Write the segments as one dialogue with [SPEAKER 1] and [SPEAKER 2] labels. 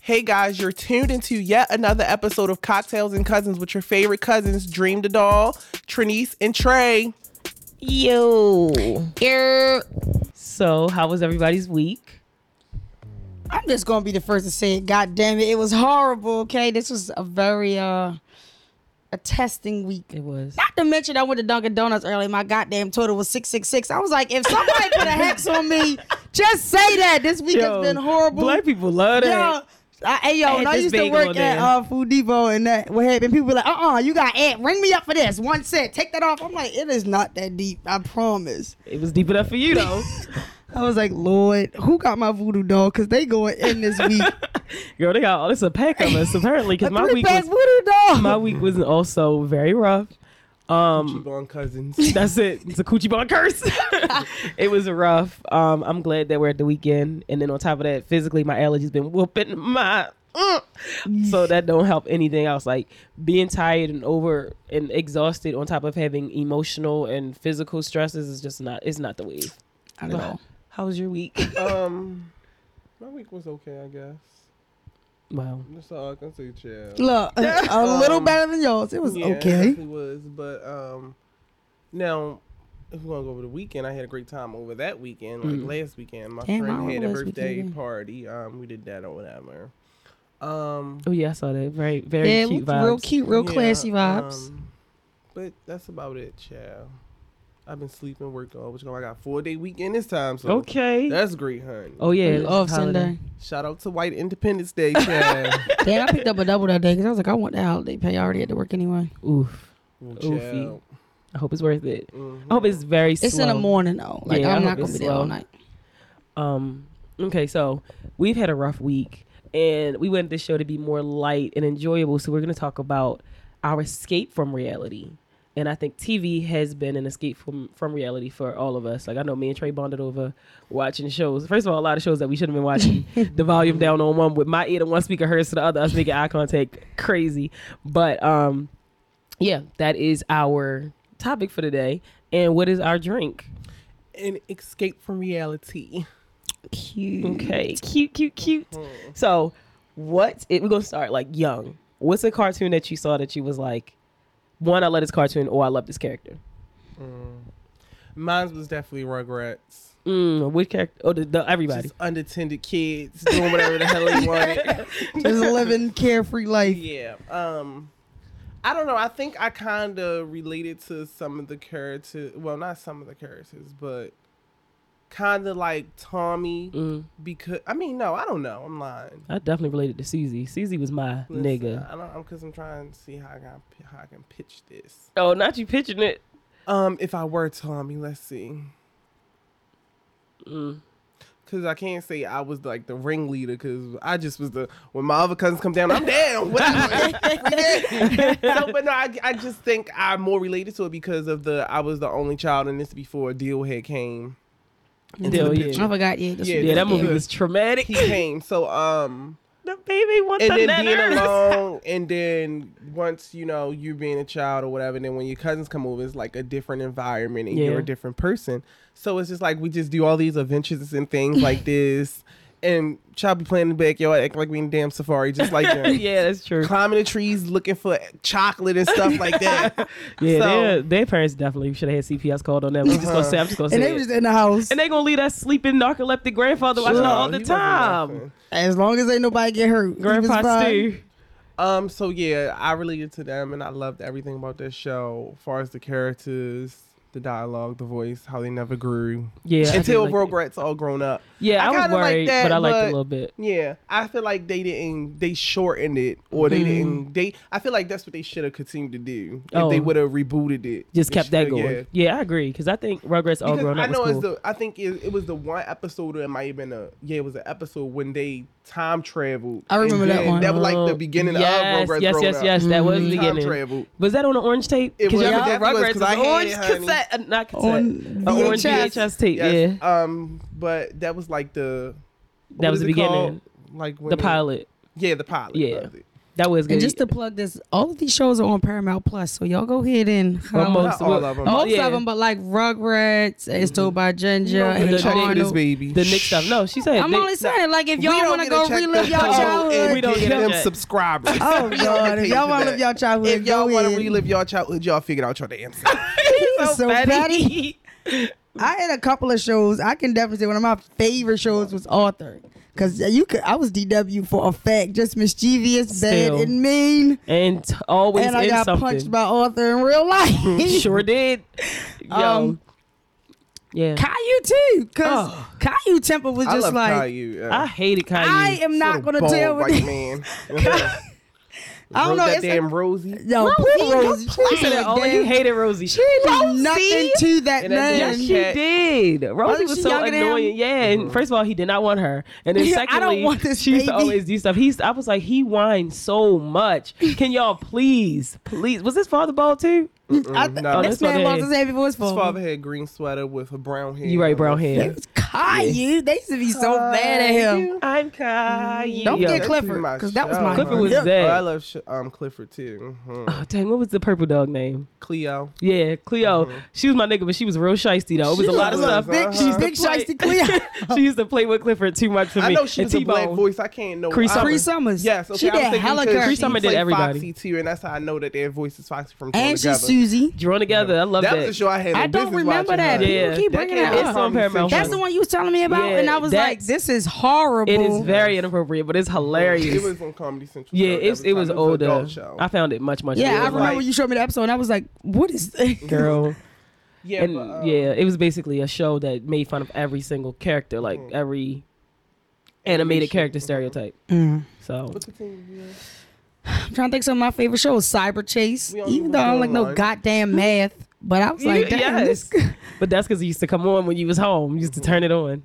[SPEAKER 1] Hey guys, you're tuned into yet another episode of Cocktails and Cousins with your favorite cousins, Dream the Doll, Trinice, and Trey.
[SPEAKER 2] Yo.
[SPEAKER 3] You're
[SPEAKER 2] So, how was everybody's week?
[SPEAKER 4] I'm just gonna be the first to say it. God damn it, it was horrible. Okay, this was a very uh a testing week.
[SPEAKER 2] It was.
[SPEAKER 4] Not to mention, I went to Dunkin' Donuts early. My goddamn total was six six six. I was like, if somebody put a hex on me, just say that. This week
[SPEAKER 2] Yo,
[SPEAKER 4] has been horrible.
[SPEAKER 2] Black people love
[SPEAKER 4] Yo,
[SPEAKER 2] that.
[SPEAKER 4] I, hey yo,
[SPEAKER 2] Add
[SPEAKER 4] when I
[SPEAKER 2] this
[SPEAKER 4] used to
[SPEAKER 2] bagel
[SPEAKER 4] work
[SPEAKER 2] in there.
[SPEAKER 4] at uh, Food Depot and that what happened, people were like, uh uh you got it. Ring me up for this. One cent. Take that off. I'm like, it is not that deep. I promise.
[SPEAKER 2] It was deep enough for you though.
[SPEAKER 4] I was like, Lord, who got my voodoo doll? Cause they going in this week.
[SPEAKER 2] Girl, they got all this a pack of us apparently because
[SPEAKER 4] A
[SPEAKER 2] my
[SPEAKER 4] three
[SPEAKER 2] week
[SPEAKER 4] pack
[SPEAKER 2] was
[SPEAKER 4] voodoo doll.
[SPEAKER 2] my week was also very rough. Um,
[SPEAKER 1] Keep on, cousins.
[SPEAKER 2] that's it. It's a coochie bun curse. it was rough. Um, I'm glad that we're at the weekend, and then on top of that, physically my allergies been whooping my. Mm. So that don't help anything else. Like being tired and over and exhausted, on top of having emotional and physical stresses, is just not. It's not the wave.
[SPEAKER 4] Not at all.
[SPEAKER 2] How was your week?
[SPEAKER 1] um, my week was okay, I guess.
[SPEAKER 2] wow.
[SPEAKER 1] That's all I can say, child.
[SPEAKER 4] Look, a little
[SPEAKER 1] Um,
[SPEAKER 4] better than yours. It was okay.
[SPEAKER 1] It was, but um, now if we're gonna go over the weekend, I had a great time over that weekend, like
[SPEAKER 2] Mm.
[SPEAKER 1] last weekend. My
[SPEAKER 4] Mm-hmm. Damn, I
[SPEAKER 1] friend had a
[SPEAKER 4] remember last
[SPEAKER 1] birthday
[SPEAKER 4] weekend.
[SPEAKER 1] party. Um, we did that or whatever. Um,
[SPEAKER 2] Oh yeah, I saw that. Very very
[SPEAKER 4] yeah,
[SPEAKER 2] cute vibes.
[SPEAKER 4] real cute, real
[SPEAKER 1] yeah,
[SPEAKER 4] classy vibes.
[SPEAKER 1] um, but that's about it, child. I've been sleeping, working all which I got four day weekend this time, so
[SPEAKER 2] Okay.
[SPEAKER 1] that's great, honey.
[SPEAKER 2] oh yeah.
[SPEAKER 4] You off
[SPEAKER 2] holiday.
[SPEAKER 4] Sunday.
[SPEAKER 1] Shout out to White Independence Day, child.
[SPEAKER 4] Damn, I picked up a double that day because I was like, I want that holiday pay. I already had to work anyway.
[SPEAKER 2] Oof.
[SPEAKER 1] Well,
[SPEAKER 2] Oofy.
[SPEAKER 1] child.
[SPEAKER 2] I hope it's worth it.
[SPEAKER 1] Mhm.
[SPEAKER 2] I hope it's very.
[SPEAKER 4] It's in the
[SPEAKER 2] slow.
[SPEAKER 4] morning though. Like
[SPEAKER 2] Yeah, I
[SPEAKER 4] I'm
[SPEAKER 2] hope
[SPEAKER 4] not gonna
[SPEAKER 2] it's
[SPEAKER 4] be there all
[SPEAKER 2] slow.
[SPEAKER 4] night.
[SPEAKER 2] Um. Okay, so we've had a rough week, and we wanted this show to be more light and enjoyable. So we're going to talk about our escape from reality, and I think TV has been an escape from from reality for all of us. Like I know me and Trey bonded over watching shows. First of all, a lot of shows that we shouldn't have been watching. the volume down on one with my ear to one speaker, hers to the other. Us making eye contact, crazy. But um, yeah, that is our topic for today. And what is our drink?
[SPEAKER 1] An escape from reality.
[SPEAKER 4] Cute.
[SPEAKER 2] Okay, Mm-hmm. cute, cute, cute. So, what? It, we're gonna start like young. What's a cartoon that you saw that you was like, one, I love this cartoon, or I love this character.
[SPEAKER 1] Mine Mm. was definitely Rugrats.
[SPEAKER 2] Mm, which character? Oh, the, the everybody.
[SPEAKER 1] Just unattended kids doing whatever the hell they want.
[SPEAKER 4] Just living carefree life.
[SPEAKER 1] Yeah. Um, I don't know. I think I kind of related to some of the characters. Well, not some of the characters, but kind of like Tommy.
[SPEAKER 2] Mm,
[SPEAKER 1] Because I mean, no, I don't know. I'm lying.
[SPEAKER 2] I definitely related to CZ. CZ was my
[SPEAKER 1] Listen,
[SPEAKER 2] nigga.
[SPEAKER 1] I don't. I'm because I'm trying to see how I can how I can pitch this.
[SPEAKER 2] Oh, not you pitching it.
[SPEAKER 1] Um, if I were Tommy, let's see.
[SPEAKER 2] Mm.
[SPEAKER 1] Cause I can't say I was like the ringleader. Cause I just was the when my other cousins come down, I'm down. Whatever. so, but no, I, I just think I'm more related to it because of the I was the only child, and this before Deal had came. into
[SPEAKER 2] Deal,
[SPEAKER 1] the
[SPEAKER 2] yeah.
[SPEAKER 1] picture.
[SPEAKER 4] I forgot. Yeah, this
[SPEAKER 1] Yeah,
[SPEAKER 4] was-
[SPEAKER 2] Yeah, that movie
[SPEAKER 1] Yeah.
[SPEAKER 2] was traumatic.
[SPEAKER 1] He came. So um,
[SPEAKER 2] the baby wants
[SPEAKER 1] and
[SPEAKER 2] the
[SPEAKER 1] then being
[SPEAKER 2] letters.
[SPEAKER 1] alone, and then once you know you being a child or whatever, and then when your cousins come over, it's like a different environment, and
[SPEAKER 2] Yeah.
[SPEAKER 1] you're a different person. So it's just like we just do all these adventures and things like this, and child be playing in the backyard, acting like we in damn safari, just like them.
[SPEAKER 2] yeah, that's true.
[SPEAKER 1] climbing the trees looking for chocolate and stuff like that.
[SPEAKER 2] Yeah,
[SPEAKER 1] So-
[SPEAKER 2] their, their parents definitely should have had CPS called on them. I'm just gonna say, I'm
[SPEAKER 1] Uh-huh.
[SPEAKER 2] just gonna
[SPEAKER 4] And
[SPEAKER 2] say,
[SPEAKER 4] they
[SPEAKER 2] it.
[SPEAKER 4] was just in the house.
[SPEAKER 2] and they gonna leave that sleeping narcoleptic grandfather watching
[SPEAKER 1] Child,
[SPEAKER 2] all
[SPEAKER 1] he
[SPEAKER 2] the
[SPEAKER 1] wasn't
[SPEAKER 2] time.
[SPEAKER 1] nothing.
[SPEAKER 4] As long as ain't nobody get hurt. he was
[SPEAKER 2] Grandpa
[SPEAKER 4] fine.
[SPEAKER 2] Stu.
[SPEAKER 1] Um, so yeah, I related to them and I loved everything about this show, as far as the characters, the dialogue, the voice, how they never grew.
[SPEAKER 2] Yeah.
[SPEAKER 1] Until
[SPEAKER 2] like it.
[SPEAKER 1] Rugrats all grown up.
[SPEAKER 2] Yeah,
[SPEAKER 1] I
[SPEAKER 2] I, was
[SPEAKER 1] kinda like
[SPEAKER 2] worried,
[SPEAKER 1] that,
[SPEAKER 2] but I liked it a
[SPEAKER 1] but-
[SPEAKER 2] little bit.
[SPEAKER 1] Yeah. I feel like they didn't they shortened it or they
[SPEAKER 2] Mhm.
[SPEAKER 1] didn't they I feel like that's what they should have continued to do. If
[SPEAKER 2] Oh.
[SPEAKER 1] they would have rebooted it.
[SPEAKER 2] Just
[SPEAKER 1] they
[SPEAKER 2] kept that
[SPEAKER 1] shoulda-
[SPEAKER 2] going.
[SPEAKER 1] yeah.
[SPEAKER 2] Yeah, I agree because I think Rugrats all
[SPEAKER 1] Because
[SPEAKER 2] grown
[SPEAKER 1] I
[SPEAKER 2] up
[SPEAKER 1] know
[SPEAKER 2] was
[SPEAKER 1] it's
[SPEAKER 2] cool.
[SPEAKER 1] the I think it, it was the one episode or it might have been a yeah it was an episode when they time traveled.
[SPEAKER 4] I remember
[SPEAKER 1] And
[SPEAKER 4] that
[SPEAKER 1] then
[SPEAKER 4] one.
[SPEAKER 1] That was like
[SPEAKER 2] Oh,
[SPEAKER 1] the beginning
[SPEAKER 2] yes,
[SPEAKER 1] of Rugrats
[SPEAKER 2] Yes,
[SPEAKER 1] Grown
[SPEAKER 2] yes,
[SPEAKER 1] Up.
[SPEAKER 2] yes. That was the
[SPEAKER 4] Mhm.
[SPEAKER 1] Time
[SPEAKER 2] beginning.
[SPEAKER 1] travel.
[SPEAKER 2] Was that on an orange tape?
[SPEAKER 1] It
[SPEAKER 2] Because
[SPEAKER 1] was,
[SPEAKER 2] y'all
[SPEAKER 1] yeah,
[SPEAKER 2] remember
[SPEAKER 1] that was,
[SPEAKER 2] Rugrats
[SPEAKER 1] 'cause
[SPEAKER 2] was
[SPEAKER 1] I
[SPEAKER 2] an
[SPEAKER 1] had it,
[SPEAKER 2] orange
[SPEAKER 1] honey.
[SPEAKER 2] cassette, uh, not cassette,
[SPEAKER 4] On
[SPEAKER 2] an orange
[SPEAKER 4] VHS.
[SPEAKER 2] VHS tape.
[SPEAKER 1] Yes,
[SPEAKER 2] Yeah,
[SPEAKER 1] Um, but that was like the what
[SPEAKER 2] that was
[SPEAKER 1] is
[SPEAKER 2] the
[SPEAKER 1] it called?
[SPEAKER 2] beginning.
[SPEAKER 1] Like when
[SPEAKER 2] The
[SPEAKER 1] they-
[SPEAKER 2] pilot.
[SPEAKER 1] Yeah, the pilot.
[SPEAKER 2] Yeah.
[SPEAKER 1] of it.
[SPEAKER 2] That was good.
[SPEAKER 4] And just to plug this, all of these shows are on Paramount Plus, so y'all go ahead and
[SPEAKER 2] Well,
[SPEAKER 4] holla.
[SPEAKER 1] Not all of them.
[SPEAKER 4] most
[SPEAKER 2] yeah. Mm-hmm.
[SPEAKER 4] of them, but like Rugrats, It's Told by Ginger, and
[SPEAKER 2] the-
[SPEAKER 1] check this
[SPEAKER 4] Arnold.
[SPEAKER 1] baby.
[SPEAKER 2] the Nick stuff. No, she said
[SPEAKER 4] I'm
[SPEAKER 2] Nick-
[SPEAKER 4] only saying, like, if y'all want to go relive y'all
[SPEAKER 2] Oh, and
[SPEAKER 4] childhood,
[SPEAKER 2] we don't get a
[SPEAKER 1] them
[SPEAKER 2] check.
[SPEAKER 1] subscribers.
[SPEAKER 4] oh
[SPEAKER 1] We don't
[SPEAKER 4] lord,
[SPEAKER 1] get
[SPEAKER 4] if
[SPEAKER 1] paid
[SPEAKER 4] y'all
[SPEAKER 1] for
[SPEAKER 4] want to
[SPEAKER 1] that.
[SPEAKER 4] live y'all childhood,
[SPEAKER 1] If y'all
[SPEAKER 4] want
[SPEAKER 1] want to relive your childhood, y'all figure out your damn self.
[SPEAKER 4] so petty. I had a couple of shows. I can definitely say one of my favorite shows was Author. Cause you could, I was DW for a fact, just mischievous, bad,
[SPEAKER 2] Still.
[SPEAKER 4] and mean,
[SPEAKER 2] and t- always
[SPEAKER 4] and I
[SPEAKER 2] in
[SPEAKER 4] got
[SPEAKER 2] something.
[SPEAKER 4] punched by Author in real life.
[SPEAKER 2] sure did. Yo.
[SPEAKER 4] Um,
[SPEAKER 2] yeah.
[SPEAKER 4] Caillou too, cause
[SPEAKER 2] Oh.
[SPEAKER 4] Caillou temper was
[SPEAKER 1] I
[SPEAKER 4] just
[SPEAKER 1] love
[SPEAKER 4] like
[SPEAKER 1] Caillou. Uh,
[SPEAKER 2] I hated Kanye.
[SPEAKER 4] I am not
[SPEAKER 1] little
[SPEAKER 4] gonna deal
[SPEAKER 1] bald
[SPEAKER 4] with
[SPEAKER 1] white
[SPEAKER 4] it.
[SPEAKER 1] man.
[SPEAKER 4] I don't know.
[SPEAKER 1] That
[SPEAKER 4] It's
[SPEAKER 1] damn
[SPEAKER 4] like,
[SPEAKER 1] Rosie.
[SPEAKER 4] yo,
[SPEAKER 2] Rosie,
[SPEAKER 4] poor Rosie.
[SPEAKER 2] He said that
[SPEAKER 4] oh,
[SPEAKER 2] all- he hated Rosie.
[SPEAKER 4] She did nothing to that
[SPEAKER 1] And that
[SPEAKER 4] man.
[SPEAKER 2] Yes, Mm-hmm. she did. Rosie
[SPEAKER 4] Wasn't
[SPEAKER 2] was
[SPEAKER 4] she
[SPEAKER 2] so
[SPEAKER 4] younger than him?
[SPEAKER 2] annoying. Yeah, and first of all, he did not want her, and then
[SPEAKER 4] Yeah, I
[SPEAKER 2] secondly,
[SPEAKER 4] don't want this
[SPEAKER 2] she used to
[SPEAKER 4] baby.
[SPEAKER 2] always do stuff. He's, I was like, he whines so much. Can y'all please, please? Was his father bald too?
[SPEAKER 4] I th-
[SPEAKER 1] No,
[SPEAKER 2] Mm, that's
[SPEAKER 4] this
[SPEAKER 2] my
[SPEAKER 4] man lost
[SPEAKER 2] dad.
[SPEAKER 4] his head before his
[SPEAKER 1] His father
[SPEAKER 4] father.
[SPEAKER 1] had green sweater with a brown hair.
[SPEAKER 2] You right, brown
[SPEAKER 4] They
[SPEAKER 2] hair.
[SPEAKER 4] was Caillou. They used to be so mad at him.
[SPEAKER 2] I'm Caillou.
[SPEAKER 4] Don't
[SPEAKER 2] Yo.
[SPEAKER 4] forget
[SPEAKER 1] That's
[SPEAKER 4] Clifford,
[SPEAKER 1] my
[SPEAKER 4] 'cause that was
[SPEAKER 1] show,
[SPEAKER 4] my
[SPEAKER 2] Clifford was
[SPEAKER 1] huh?
[SPEAKER 2] dead.
[SPEAKER 1] Oh, I love sh- um, Clifford too. Mhm.
[SPEAKER 2] Oh, dang, what was the purple dog name?
[SPEAKER 1] Cleo.
[SPEAKER 2] Yeah, Cleo. She was my nigga, but she was real shisty though. It was a
[SPEAKER 4] She
[SPEAKER 2] lot of
[SPEAKER 1] was
[SPEAKER 2] stuff.
[SPEAKER 1] a big-
[SPEAKER 2] She used to
[SPEAKER 4] big
[SPEAKER 2] play-
[SPEAKER 4] shisty Cleo.
[SPEAKER 2] she used to play with Clifford too much for me.
[SPEAKER 1] I know she
[SPEAKER 2] and
[SPEAKER 1] was a black
[SPEAKER 2] T-Bone.
[SPEAKER 1] voice. I can't know.
[SPEAKER 2] Cree
[SPEAKER 1] I
[SPEAKER 2] Summer.
[SPEAKER 4] Cree
[SPEAKER 1] was-
[SPEAKER 4] Summers.
[SPEAKER 1] Yes, okay.
[SPEAKER 4] she
[SPEAKER 1] I was
[SPEAKER 4] did
[SPEAKER 1] thinking
[SPEAKER 4] hella
[SPEAKER 1] because
[SPEAKER 4] good.
[SPEAKER 2] Cree
[SPEAKER 1] she
[SPEAKER 2] Summer did
[SPEAKER 1] played
[SPEAKER 2] everybody.
[SPEAKER 1] Foxy too, and that's how I know that their voice is Foxy from Drawn
[SPEAKER 4] And she's
[SPEAKER 1] Together.
[SPEAKER 4] Susie.
[SPEAKER 2] Drawn together. I love
[SPEAKER 1] That
[SPEAKER 2] that.
[SPEAKER 1] was a show I had. No
[SPEAKER 4] I don't
[SPEAKER 1] business
[SPEAKER 4] remember
[SPEAKER 1] watching,
[SPEAKER 4] that.
[SPEAKER 1] huh?
[SPEAKER 2] Yeah.
[SPEAKER 4] People keep bringing
[SPEAKER 1] came
[SPEAKER 4] that
[SPEAKER 1] out
[SPEAKER 4] up.
[SPEAKER 2] It's on
[SPEAKER 1] Comedy
[SPEAKER 2] Paramount
[SPEAKER 1] Central.
[SPEAKER 4] That's the one you was telling me about,
[SPEAKER 2] Yeah,
[SPEAKER 4] and I was like,
[SPEAKER 2] that's-
[SPEAKER 4] "This is horrible."
[SPEAKER 2] It is very inappropriate, but it's hilarious.
[SPEAKER 1] It was on Comedy Central.
[SPEAKER 2] yeah,
[SPEAKER 1] though,
[SPEAKER 2] it's,
[SPEAKER 1] every
[SPEAKER 2] it
[SPEAKER 1] time.
[SPEAKER 2] was
[SPEAKER 1] an
[SPEAKER 2] older.
[SPEAKER 1] adult show.
[SPEAKER 2] I found it much much.
[SPEAKER 4] yeah, I
[SPEAKER 2] older.
[SPEAKER 4] remember
[SPEAKER 1] like-
[SPEAKER 4] when you showed me the episode, and I was like, "What is this?"
[SPEAKER 2] girl.
[SPEAKER 1] yeah,
[SPEAKER 2] And
[SPEAKER 1] but, uh,
[SPEAKER 2] yeah, it was basically a show that made fun of every single character, like every animated
[SPEAKER 1] Mm. Animation,
[SPEAKER 2] character
[SPEAKER 1] mhm.
[SPEAKER 2] stereotype. So
[SPEAKER 1] What's the thing? Yeah.
[SPEAKER 4] I'm trying to think. Some of my favorite shows, Cyber Chase.
[SPEAKER 1] We don't
[SPEAKER 4] Even
[SPEAKER 1] even
[SPEAKER 4] though I don't
[SPEAKER 1] do
[SPEAKER 4] like no
[SPEAKER 1] online.
[SPEAKER 4] goddamn math, but I was like,
[SPEAKER 2] You-
[SPEAKER 4] "Damn, this."
[SPEAKER 2] but that's because it used to come on when you was home. You used to turn it on.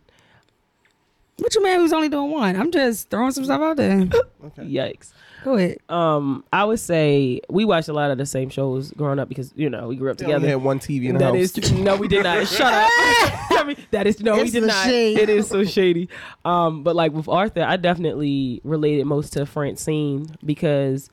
[SPEAKER 4] What you man who's only doing one? I'm just throwing some stuff out there.
[SPEAKER 1] Okay.
[SPEAKER 2] Yikes.
[SPEAKER 4] Go ahead.
[SPEAKER 2] Um, I would say we watched a lot of the same shows growing up because you know we grew up
[SPEAKER 1] They only
[SPEAKER 2] together.
[SPEAKER 1] had one TV in the
[SPEAKER 2] That
[SPEAKER 1] house.
[SPEAKER 2] is no, we did not. Shut up. Tell me- that is no, we
[SPEAKER 4] It's
[SPEAKER 2] did
[SPEAKER 4] the
[SPEAKER 2] not.
[SPEAKER 4] shade.
[SPEAKER 2] It is so shady. Um, but like with Arthur, I definitely related most to Francine because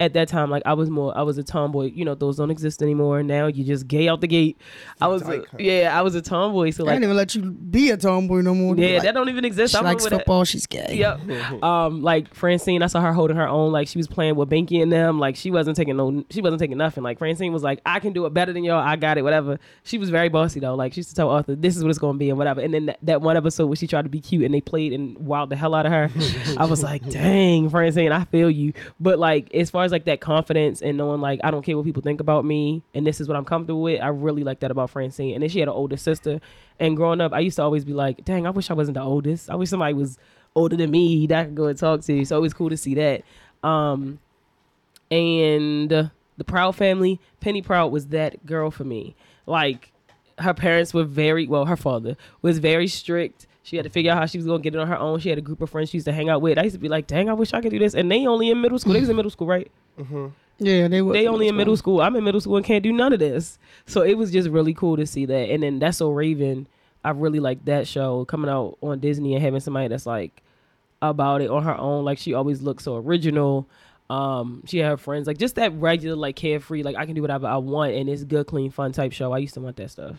[SPEAKER 2] at that time, like I was more, I was a tomboy. You know, those don't exist anymore. Now you just gay out the gate. I was, a,
[SPEAKER 1] Dyke, huh?
[SPEAKER 2] yeah, I was a tomboy. So
[SPEAKER 4] I didn't
[SPEAKER 2] like,
[SPEAKER 4] even let you be a tomboy no more.
[SPEAKER 2] yeah,
[SPEAKER 4] Like,
[SPEAKER 2] that don't even exist.
[SPEAKER 4] she
[SPEAKER 2] I
[SPEAKER 4] likes
[SPEAKER 2] remember that.
[SPEAKER 4] football. She's gay.
[SPEAKER 2] Yep. um, like Francine, I saw her holding her own. Like she was playing with Binky and them. Like she wasn't taking no, she wasn't taking nothing. Like Francine was like, I can do it better than y'all. I got it. Whatever. She was very bossy though. Like she used to tell Arthur, this is what it's gonna be and whatever. And then that, that one episode where she tried to be cute and they played and wowed the hell out of her. I was like, dang, Francine, I feel you. But like as far as like that confidence and knowing like I don't care what people think about me and this is what I'm comfortable with, I really like that about Francine. And then she had an older sister. And growing up, I used to always be like, dang, I wish I wasn't the oldest. I wish somebody was older than me that I could go and talk to. So it was cool to see that. Um, and uh, the Proud family, Penny Proud was that girl for me. Like her parents were very well, her father was very strict. She had to figure out how she was gonna get it on her own. She had a group of friends she used to hang out with. I used to be like, dang, I wish I could do this. And they only in middle school. They was in middle school, right?
[SPEAKER 4] Yeah, they were.
[SPEAKER 2] They only in middle school. I'm in middle school and can't do none of this. So it was just really cool to see that. And then that's so Raven. I really like that show coming out on Disney and having somebody that's like about it on her own. Like she always looks so original. Um, she had her friends like just that regular like carefree like I can do whatever I want and it's good clean fun type show. I used to want that stuff.